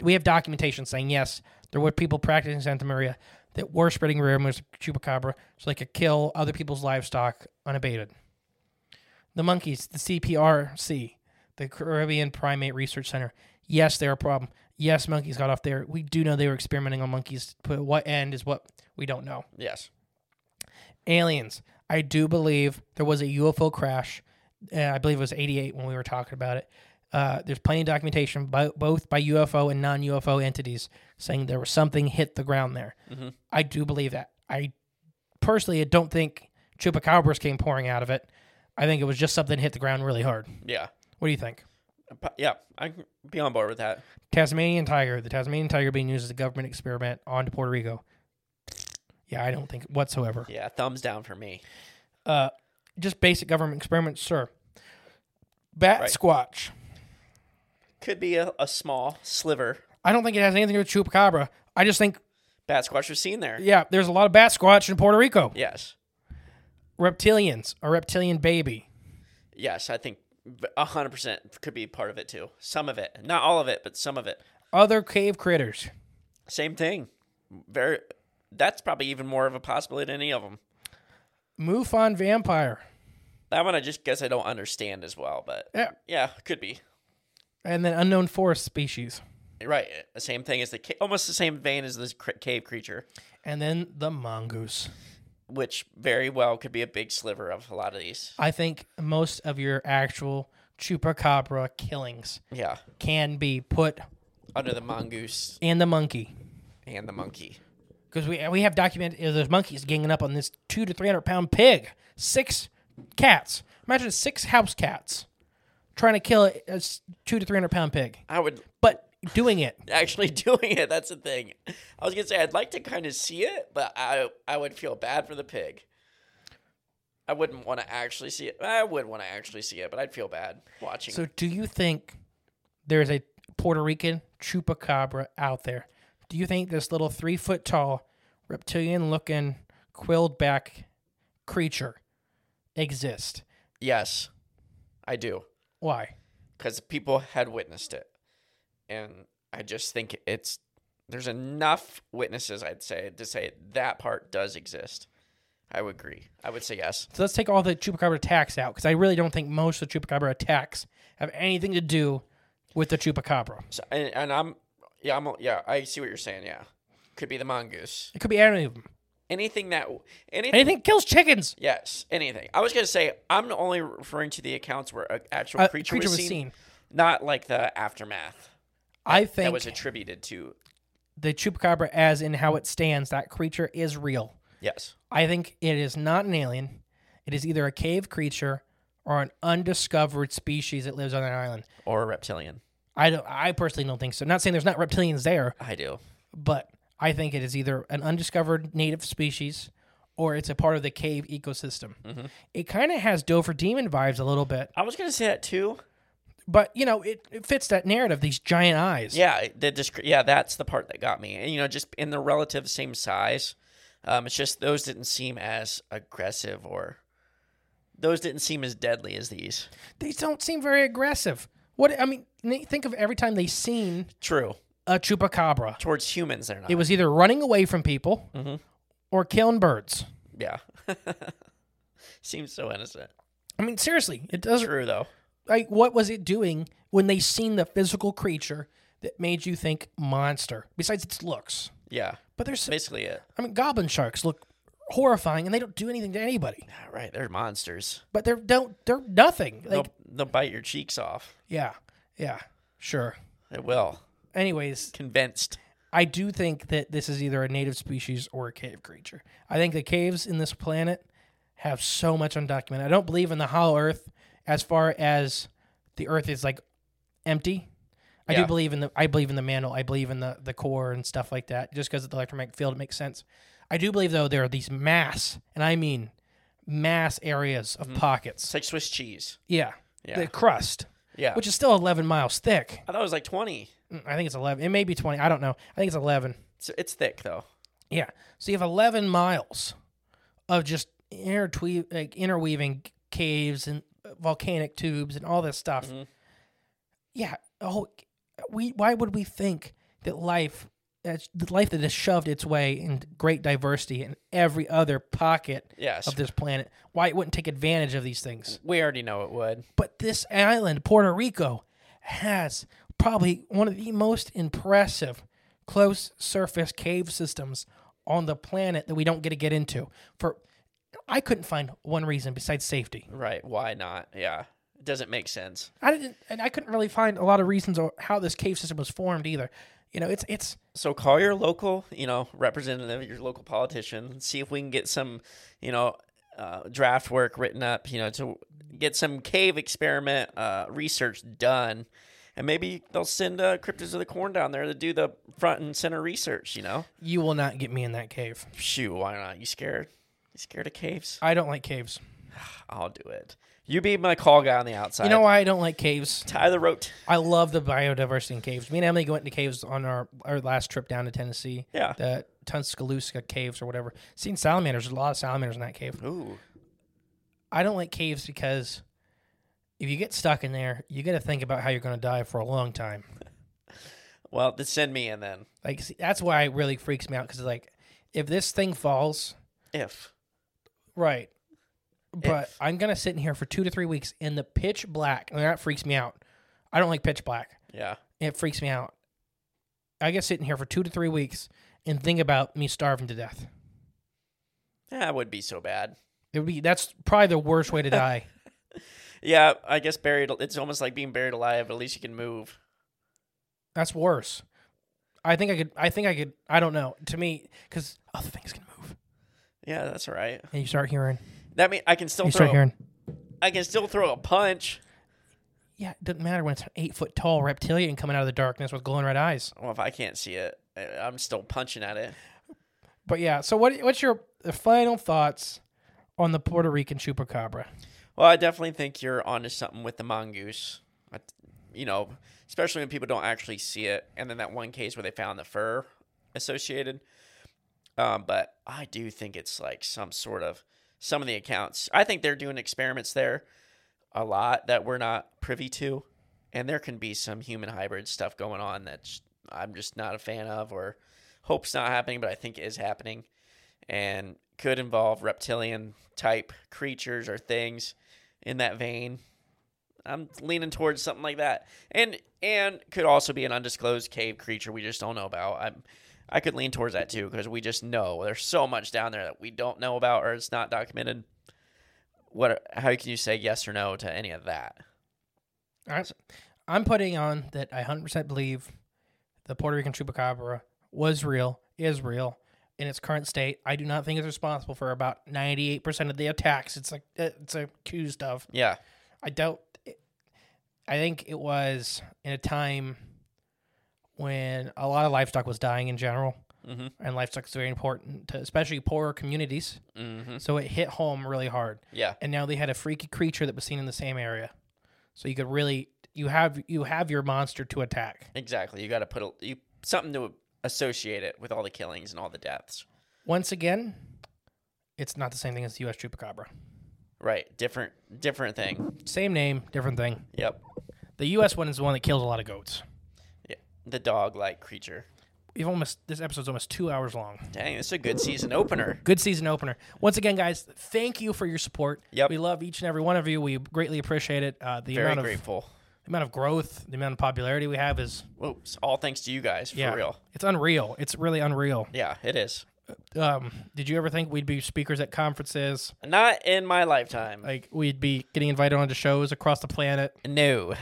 [SPEAKER 7] we have documentation saying yes, there were people practicing Santa Maria that were spreading rumors of chupacabra so they could kill other people's livestock unabated. The monkeys, the CPRC, the Caribbean Primate Research Center. Yes, they're a problem. Yes, monkeys got off there. We do know they were experimenting on monkeys, but what end is what we don't know
[SPEAKER 2] Yes.
[SPEAKER 7] aliens. I do believe there was a UFO crash. Uh, I believe it was 88 when we were talking about it. Uh, there's plenty of documentation, by, both by UFO and non UFO entities, saying there was something hit the ground there. I do believe that. I personally don't think chupacabras came pouring out of it. I think it was just something hit the ground really hard.
[SPEAKER 2] Yeah.
[SPEAKER 7] What do you think?
[SPEAKER 2] Pa- Yeah. I can be on board with that.
[SPEAKER 7] Tasmanian tiger. The Tasmanian tiger being used as a government experiment onto Puerto Rico. Yeah, I don't think whatsoever.
[SPEAKER 2] Yeah. Thumbs down for me.
[SPEAKER 7] uh, just basic government experiments, sir. Bat
[SPEAKER 2] Right.
[SPEAKER 7] squatch.
[SPEAKER 2] Could be a, a small sliver.
[SPEAKER 7] I don't think it has anything to do with chupacabra. I just think,
[SPEAKER 2] Bat squash was seen there.
[SPEAKER 7] yeah, there's a lot of bat squatch in Puerto Rico.
[SPEAKER 2] Yes.
[SPEAKER 7] Reptilians, a reptilian baby.
[SPEAKER 2] Yes. I think a hundred percent could be part of it too. Some of it, not all of it, but some of it.
[SPEAKER 7] Other cave critters.
[SPEAKER 2] Same thing. Very. That's probably even more of a possibility than any of them.
[SPEAKER 7] Mufon vampire.
[SPEAKER 2] That one I just guess I don't understand as well, but
[SPEAKER 7] Yeah.
[SPEAKER 2] yeah, could be
[SPEAKER 7] And then unknown forest species.
[SPEAKER 2] right. The same thing as the ca- almost the same vein as this cr- cave creature,
[SPEAKER 7] And then the mongoose.
[SPEAKER 2] which very well could be a big sliver of a lot of these.
[SPEAKER 7] I think most of your actual chupacabra killings
[SPEAKER 2] Yeah,
[SPEAKER 7] can be put
[SPEAKER 2] under the mongoose
[SPEAKER 7] in the monkey.
[SPEAKER 2] and the monkey.
[SPEAKER 7] because we we have documented you know, those monkeys ganging up on this two to three hundred pound pig, six cats. Imagine six house cats trying to kill a a s- two to three hundred pound pig,
[SPEAKER 2] I would
[SPEAKER 7] but doing it.
[SPEAKER 2] actually doing it. That's the thing. I was gonna say I'd like to kind of see it, but I I would feel bad for the pig. I wouldn't want to actually see it. I would want to actually see it, but I'd feel bad watching.
[SPEAKER 7] So, do you think there's a Puerto Rican chupacabra out there? Do you think this little three foot tall reptilian looking quilled back creature exists?
[SPEAKER 2] yes, I do.
[SPEAKER 7] Why?
[SPEAKER 2] because people had witnessed it, and I just think it's there's enough witnesses I'd say to say that part does exist. I would agree. I would say yes.
[SPEAKER 7] So let's take all the chupacabra attacks out because I really don't think most of the chupacabra attacks have anything to do with the chupacabra.
[SPEAKER 2] So, and, and I'm yeah I'm yeah I see what you're saying. Yeah, could be the mongoose.
[SPEAKER 7] It could be any of them.
[SPEAKER 2] Anything that anything,
[SPEAKER 7] Anything kills chickens.
[SPEAKER 2] Yes, anything. I was gonna say I'm only referring to the accounts where an actual
[SPEAKER 7] A
[SPEAKER 2] creature,
[SPEAKER 7] Uh, creature
[SPEAKER 2] was,
[SPEAKER 7] was
[SPEAKER 2] seen,
[SPEAKER 7] seen.
[SPEAKER 2] not like the aftermath
[SPEAKER 7] I
[SPEAKER 2] that
[SPEAKER 7] think
[SPEAKER 2] was attributed to.
[SPEAKER 7] the chupacabra, as in how it stands, that creature is real.
[SPEAKER 2] Yes,
[SPEAKER 7] I think it is not an alien. It is either a cave creature or an undiscovered species that lives on an island.
[SPEAKER 2] or a reptilian.
[SPEAKER 7] I don't. I personally don't think so. not saying there's not reptilians there,
[SPEAKER 2] I do.
[SPEAKER 7] but I think it is either an undiscovered native species or it's a part of the cave ecosystem. It kind of has Dover demon vibes a little bit,
[SPEAKER 2] I was gonna say that too.
[SPEAKER 7] but you know, it, it fits that narrative. These giant eyes.
[SPEAKER 2] Yeah, the discre- yeah, that's the part that got me. And you know, just in the relative same size, um, it's just those didn't seem as aggressive or those didn't seem as deadly as these.
[SPEAKER 7] These don't seem very aggressive. What I mean, think of every time they seen
[SPEAKER 2] True.
[SPEAKER 7] a chupacabra.
[SPEAKER 2] Towards humans, they're not.
[SPEAKER 7] It was either running away from people or killing birds.
[SPEAKER 2] yeah. Seems so innocent.
[SPEAKER 7] I mean, seriously, it doesn't.
[SPEAKER 2] True though.
[SPEAKER 7] Like, what was it doing when they seen the physical creature that made you think monster? Besides its looks,
[SPEAKER 2] Yeah.
[SPEAKER 7] but there's.
[SPEAKER 2] That's basically it.
[SPEAKER 7] I mean, goblin sharks look horrifying, and they don't do anything to anybody.
[SPEAKER 2] Yeah, Right, they're monsters.
[SPEAKER 7] But they're don't they're nothing. Like,
[SPEAKER 2] they'll, they'll bite your cheeks off.
[SPEAKER 7] yeah, yeah, sure.
[SPEAKER 2] They will.
[SPEAKER 7] Anyways,
[SPEAKER 2] Convinced.
[SPEAKER 7] I do think that this is either a native species or a cave creature. I think the caves in this planet have so much undocumented. I don't believe in the hollow earth as far as the earth is like empty. I
[SPEAKER 2] Yeah.
[SPEAKER 7] do believe in the I believe in the mantle. I believe in the the core and stuff like that. Just because of the electromagnetic field, it makes sense. I do believe though there are these mass, and I mean mass areas of
[SPEAKER 2] It's
[SPEAKER 7] pockets.
[SPEAKER 2] like Swiss cheese.
[SPEAKER 7] Yeah.
[SPEAKER 2] Mm-hmm. Yeah.
[SPEAKER 7] The crust,
[SPEAKER 2] Yeah.
[SPEAKER 7] which is still 11 miles thick.
[SPEAKER 2] I thought it was like 20.
[SPEAKER 7] Mm, I think it's 11. It may be 20. I don't know. I think it's 11.
[SPEAKER 2] It's, it's thick though.
[SPEAKER 7] Yeah. So you have 11 miles of just intertwe- like interweaving caves and volcanic tubes and all this stuff. Yeah. Oh, we. Why would we think that life, that's the life that has shoved its way in great diversity in every other pocket
[SPEAKER 2] Yes.
[SPEAKER 7] of this planet, why it wouldn't take advantage of these things?
[SPEAKER 2] We already know it would.
[SPEAKER 7] But this island, Puerto Rico, has probably one of the most impressive close surface cave systems on the planet that we don't get to get into. For I couldn't find one reason besides safety.
[SPEAKER 2] Right. Why not? Yeah. It doesn't make sense.
[SPEAKER 7] I didn't, and I couldn't really find a lot of reasons or how this cave system was formed either. You know, it's it's
[SPEAKER 2] So call your local, you know, representative, your local politician, and see if we can get some, you know, uh, draft work written up, you know, to get some cave experiment uh, research done. And maybe they'll send uh, Cryptids of the Corn down there to do the front and center research, you know?
[SPEAKER 7] you will not get me in that cave.
[SPEAKER 2] Shoot, why not? You scared? You scared of caves?
[SPEAKER 7] I don't like caves.
[SPEAKER 2] I'll do it. You be my call guy on the outside.
[SPEAKER 7] You know why I don't like caves?
[SPEAKER 2] Tie the rope. t-
[SPEAKER 7] I love the biodiversity in caves. Me and Emily went into caves on our, our last trip down to Tennessee.
[SPEAKER 2] Yeah.
[SPEAKER 7] The Tuscaloosa caves or whatever. Seen salamanders. There's a lot of salamanders in that cave.
[SPEAKER 2] Ooh.
[SPEAKER 7] I don't like caves because if you get stuck in there, you got to think about how you're going to die for a long time.
[SPEAKER 2] Well, then send me in then.
[SPEAKER 7] Like, see, that's why it really freaks me out because, like, if this thing falls,
[SPEAKER 2] If.
[SPEAKER 7] right. But I'm going to sit in here for two to three weeks in the pitch black. And that freaks me out. I don't like pitch black.
[SPEAKER 2] Yeah.
[SPEAKER 7] It freaks me out. I get sitting here for two to three weeks and think about me starving to death.
[SPEAKER 2] That would be so bad.
[SPEAKER 7] It would be that's probably the worst way to die.
[SPEAKER 2] Yeah, I guess buried. It's almost like being buried alive. At least you can move.
[SPEAKER 7] That's worse. I think I could. I think I could. I don't know. To me, because other things can move,
[SPEAKER 2] Yeah, that's all right.
[SPEAKER 7] and you start hearing.
[SPEAKER 2] That mean I can still
[SPEAKER 7] You
[SPEAKER 2] throw.
[SPEAKER 7] start hearing.
[SPEAKER 2] I can still throw a punch.
[SPEAKER 7] Yeah, it doesn't matter when it's an eight foot tall reptilian coming out of the darkness with glowing red eyes.
[SPEAKER 2] Well, if I can't see it, I- I'm still punching at it.
[SPEAKER 7] But yeah, so what? What's your final thoughts on the Puerto Rican chupacabra?
[SPEAKER 2] Well, I definitely think you're onto something with the mongoose. I, you know, especially when people don't actually see it, and then that one case where they found the fur associated. Um, but I do think it's like some sort of some of the accounts. I think they're doing experiments there a lot that we're not privy to, and there can be some human hybrid stuff going on that sh- I'm just not a fan of, or hope's not happening, but I think is happening, and could involve reptilian type creatures or things in that vein. I'm leaning towards something like that, and and could also be an undisclosed cave creature we just don't know about. I'm I could lean towards that too because we just know there's so much down there that we don't know about or it's not documented. What? How can you say yes or no to any of that?
[SPEAKER 1] All right. I'm putting on that I 100% believe the Puerto Rican chupacabra was real, is real in its current state. I do not think it's responsible for about 98% of the attacks it's like it's accused of.
[SPEAKER 2] Yeah.
[SPEAKER 1] I doubt I think it was in a time when a lot of livestock was dying in general.
[SPEAKER 2] Mhm.
[SPEAKER 1] And livestock is very important to especially poorer communities.
[SPEAKER 2] Mhm.
[SPEAKER 1] So it hit home really hard.
[SPEAKER 2] Yeah.
[SPEAKER 1] And now they had a freaky creature that was seen in the same area. So you could really you have you have your monster to attack.
[SPEAKER 2] Exactly. You got to put a, you, something to associate it with all the killings and all the deaths.
[SPEAKER 1] Once again, it's not the same thing as the US Chupacabra.
[SPEAKER 2] Right. Different. Different thing.
[SPEAKER 1] Same name, different thing.
[SPEAKER 2] Yep.
[SPEAKER 1] The US one is the one that kills a lot of goats.
[SPEAKER 2] Yeah. The dog-like creature.
[SPEAKER 1] We've almost this episode's almost two hours long.
[SPEAKER 2] Dang, this is a good season opener.
[SPEAKER 1] Good season opener. Once again, guys, thank you for your support.
[SPEAKER 2] Yep.
[SPEAKER 1] We love each and every one of you. We greatly appreciate it. Uh, the
[SPEAKER 2] Very
[SPEAKER 1] amount of
[SPEAKER 2] grateful.
[SPEAKER 1] the amount of growth, the amount of popularity we have is
[SPEAKER 2] Whoops. All thanks to you guys. For
[SPEAKER 1] yeah,
[SPEAKER 2] real.
[SPEAKER 1] It's unreal. It's really unreal.
[SPEAKER 2] Yeah, it is.
[SPEAKER 1] Um, did you ever think we'd be speakers at conferences?
[SPEAKER 2] Not in my lifetime.
[SPEAKER 1] Like we'd be getting invited onto shows across the planet?
[SPEAKER 2] no.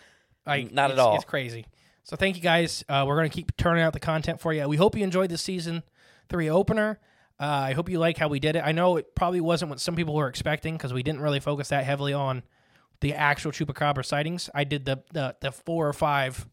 [SPEAKER 1] Like
[SPEAKER 2] Not at
[SPEAKER 1] it's-
[SPEAKER 2] all.
[SPEAKER 1] It's crazy. So thank you guys. Uh, we're gonna keep turning out the content for you. We hope you enjoyed the season three opener. Uh, I hope you like how we did it. I know it probably wasn't what some people were expecting because we didn't really focus that heavily on the actual chupacabra sightings. I did the the, the four or five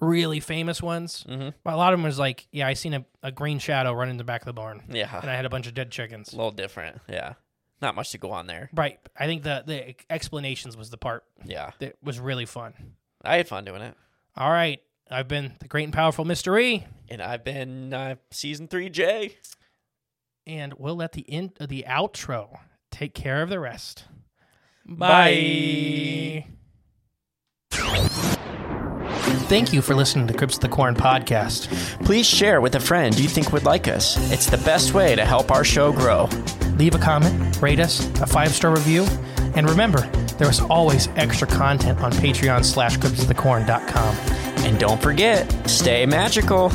[SPEAKER 1] really famous ones, but a lot of them was like, yeah, I seen a, a green shadow run in the back of the barn,
[SPEAKER 2] Yeah.
[SPEAKER 1] and I had a bunch of dead chickens.
[SPEAKER 2] A little different. Yeah. Not much to go on there.
[SPEAKER 1] Right. I think the the explanations was the part
[SPEAKER 2] Yeah.
[SPEAKER 1] that was really fun.
[SPEAKER 2] I had fun doing it.
[SPEAKER 1] All right. I've been the great and powerful E, mystery.
[SPEAKER 2] And I've been uh, season three J.
[SPEAKER 1] and we'll let the in uh, the outro take care of the rest.
[SPEAKER 2] Bye.
[SPEAKER 1] Thank you for listening to Crips of the Corn podcast.
[SPEAKER 2] Please share with a friend you think would like us. It's the best way to help our show grow.
[SPEAKER 1] Leave a comment, rate us, a five star review, and remember, there is always extra content on Patreon slash CripsOfTheCorn.com.
[SPEAKER 2] And don't forget, stay magical.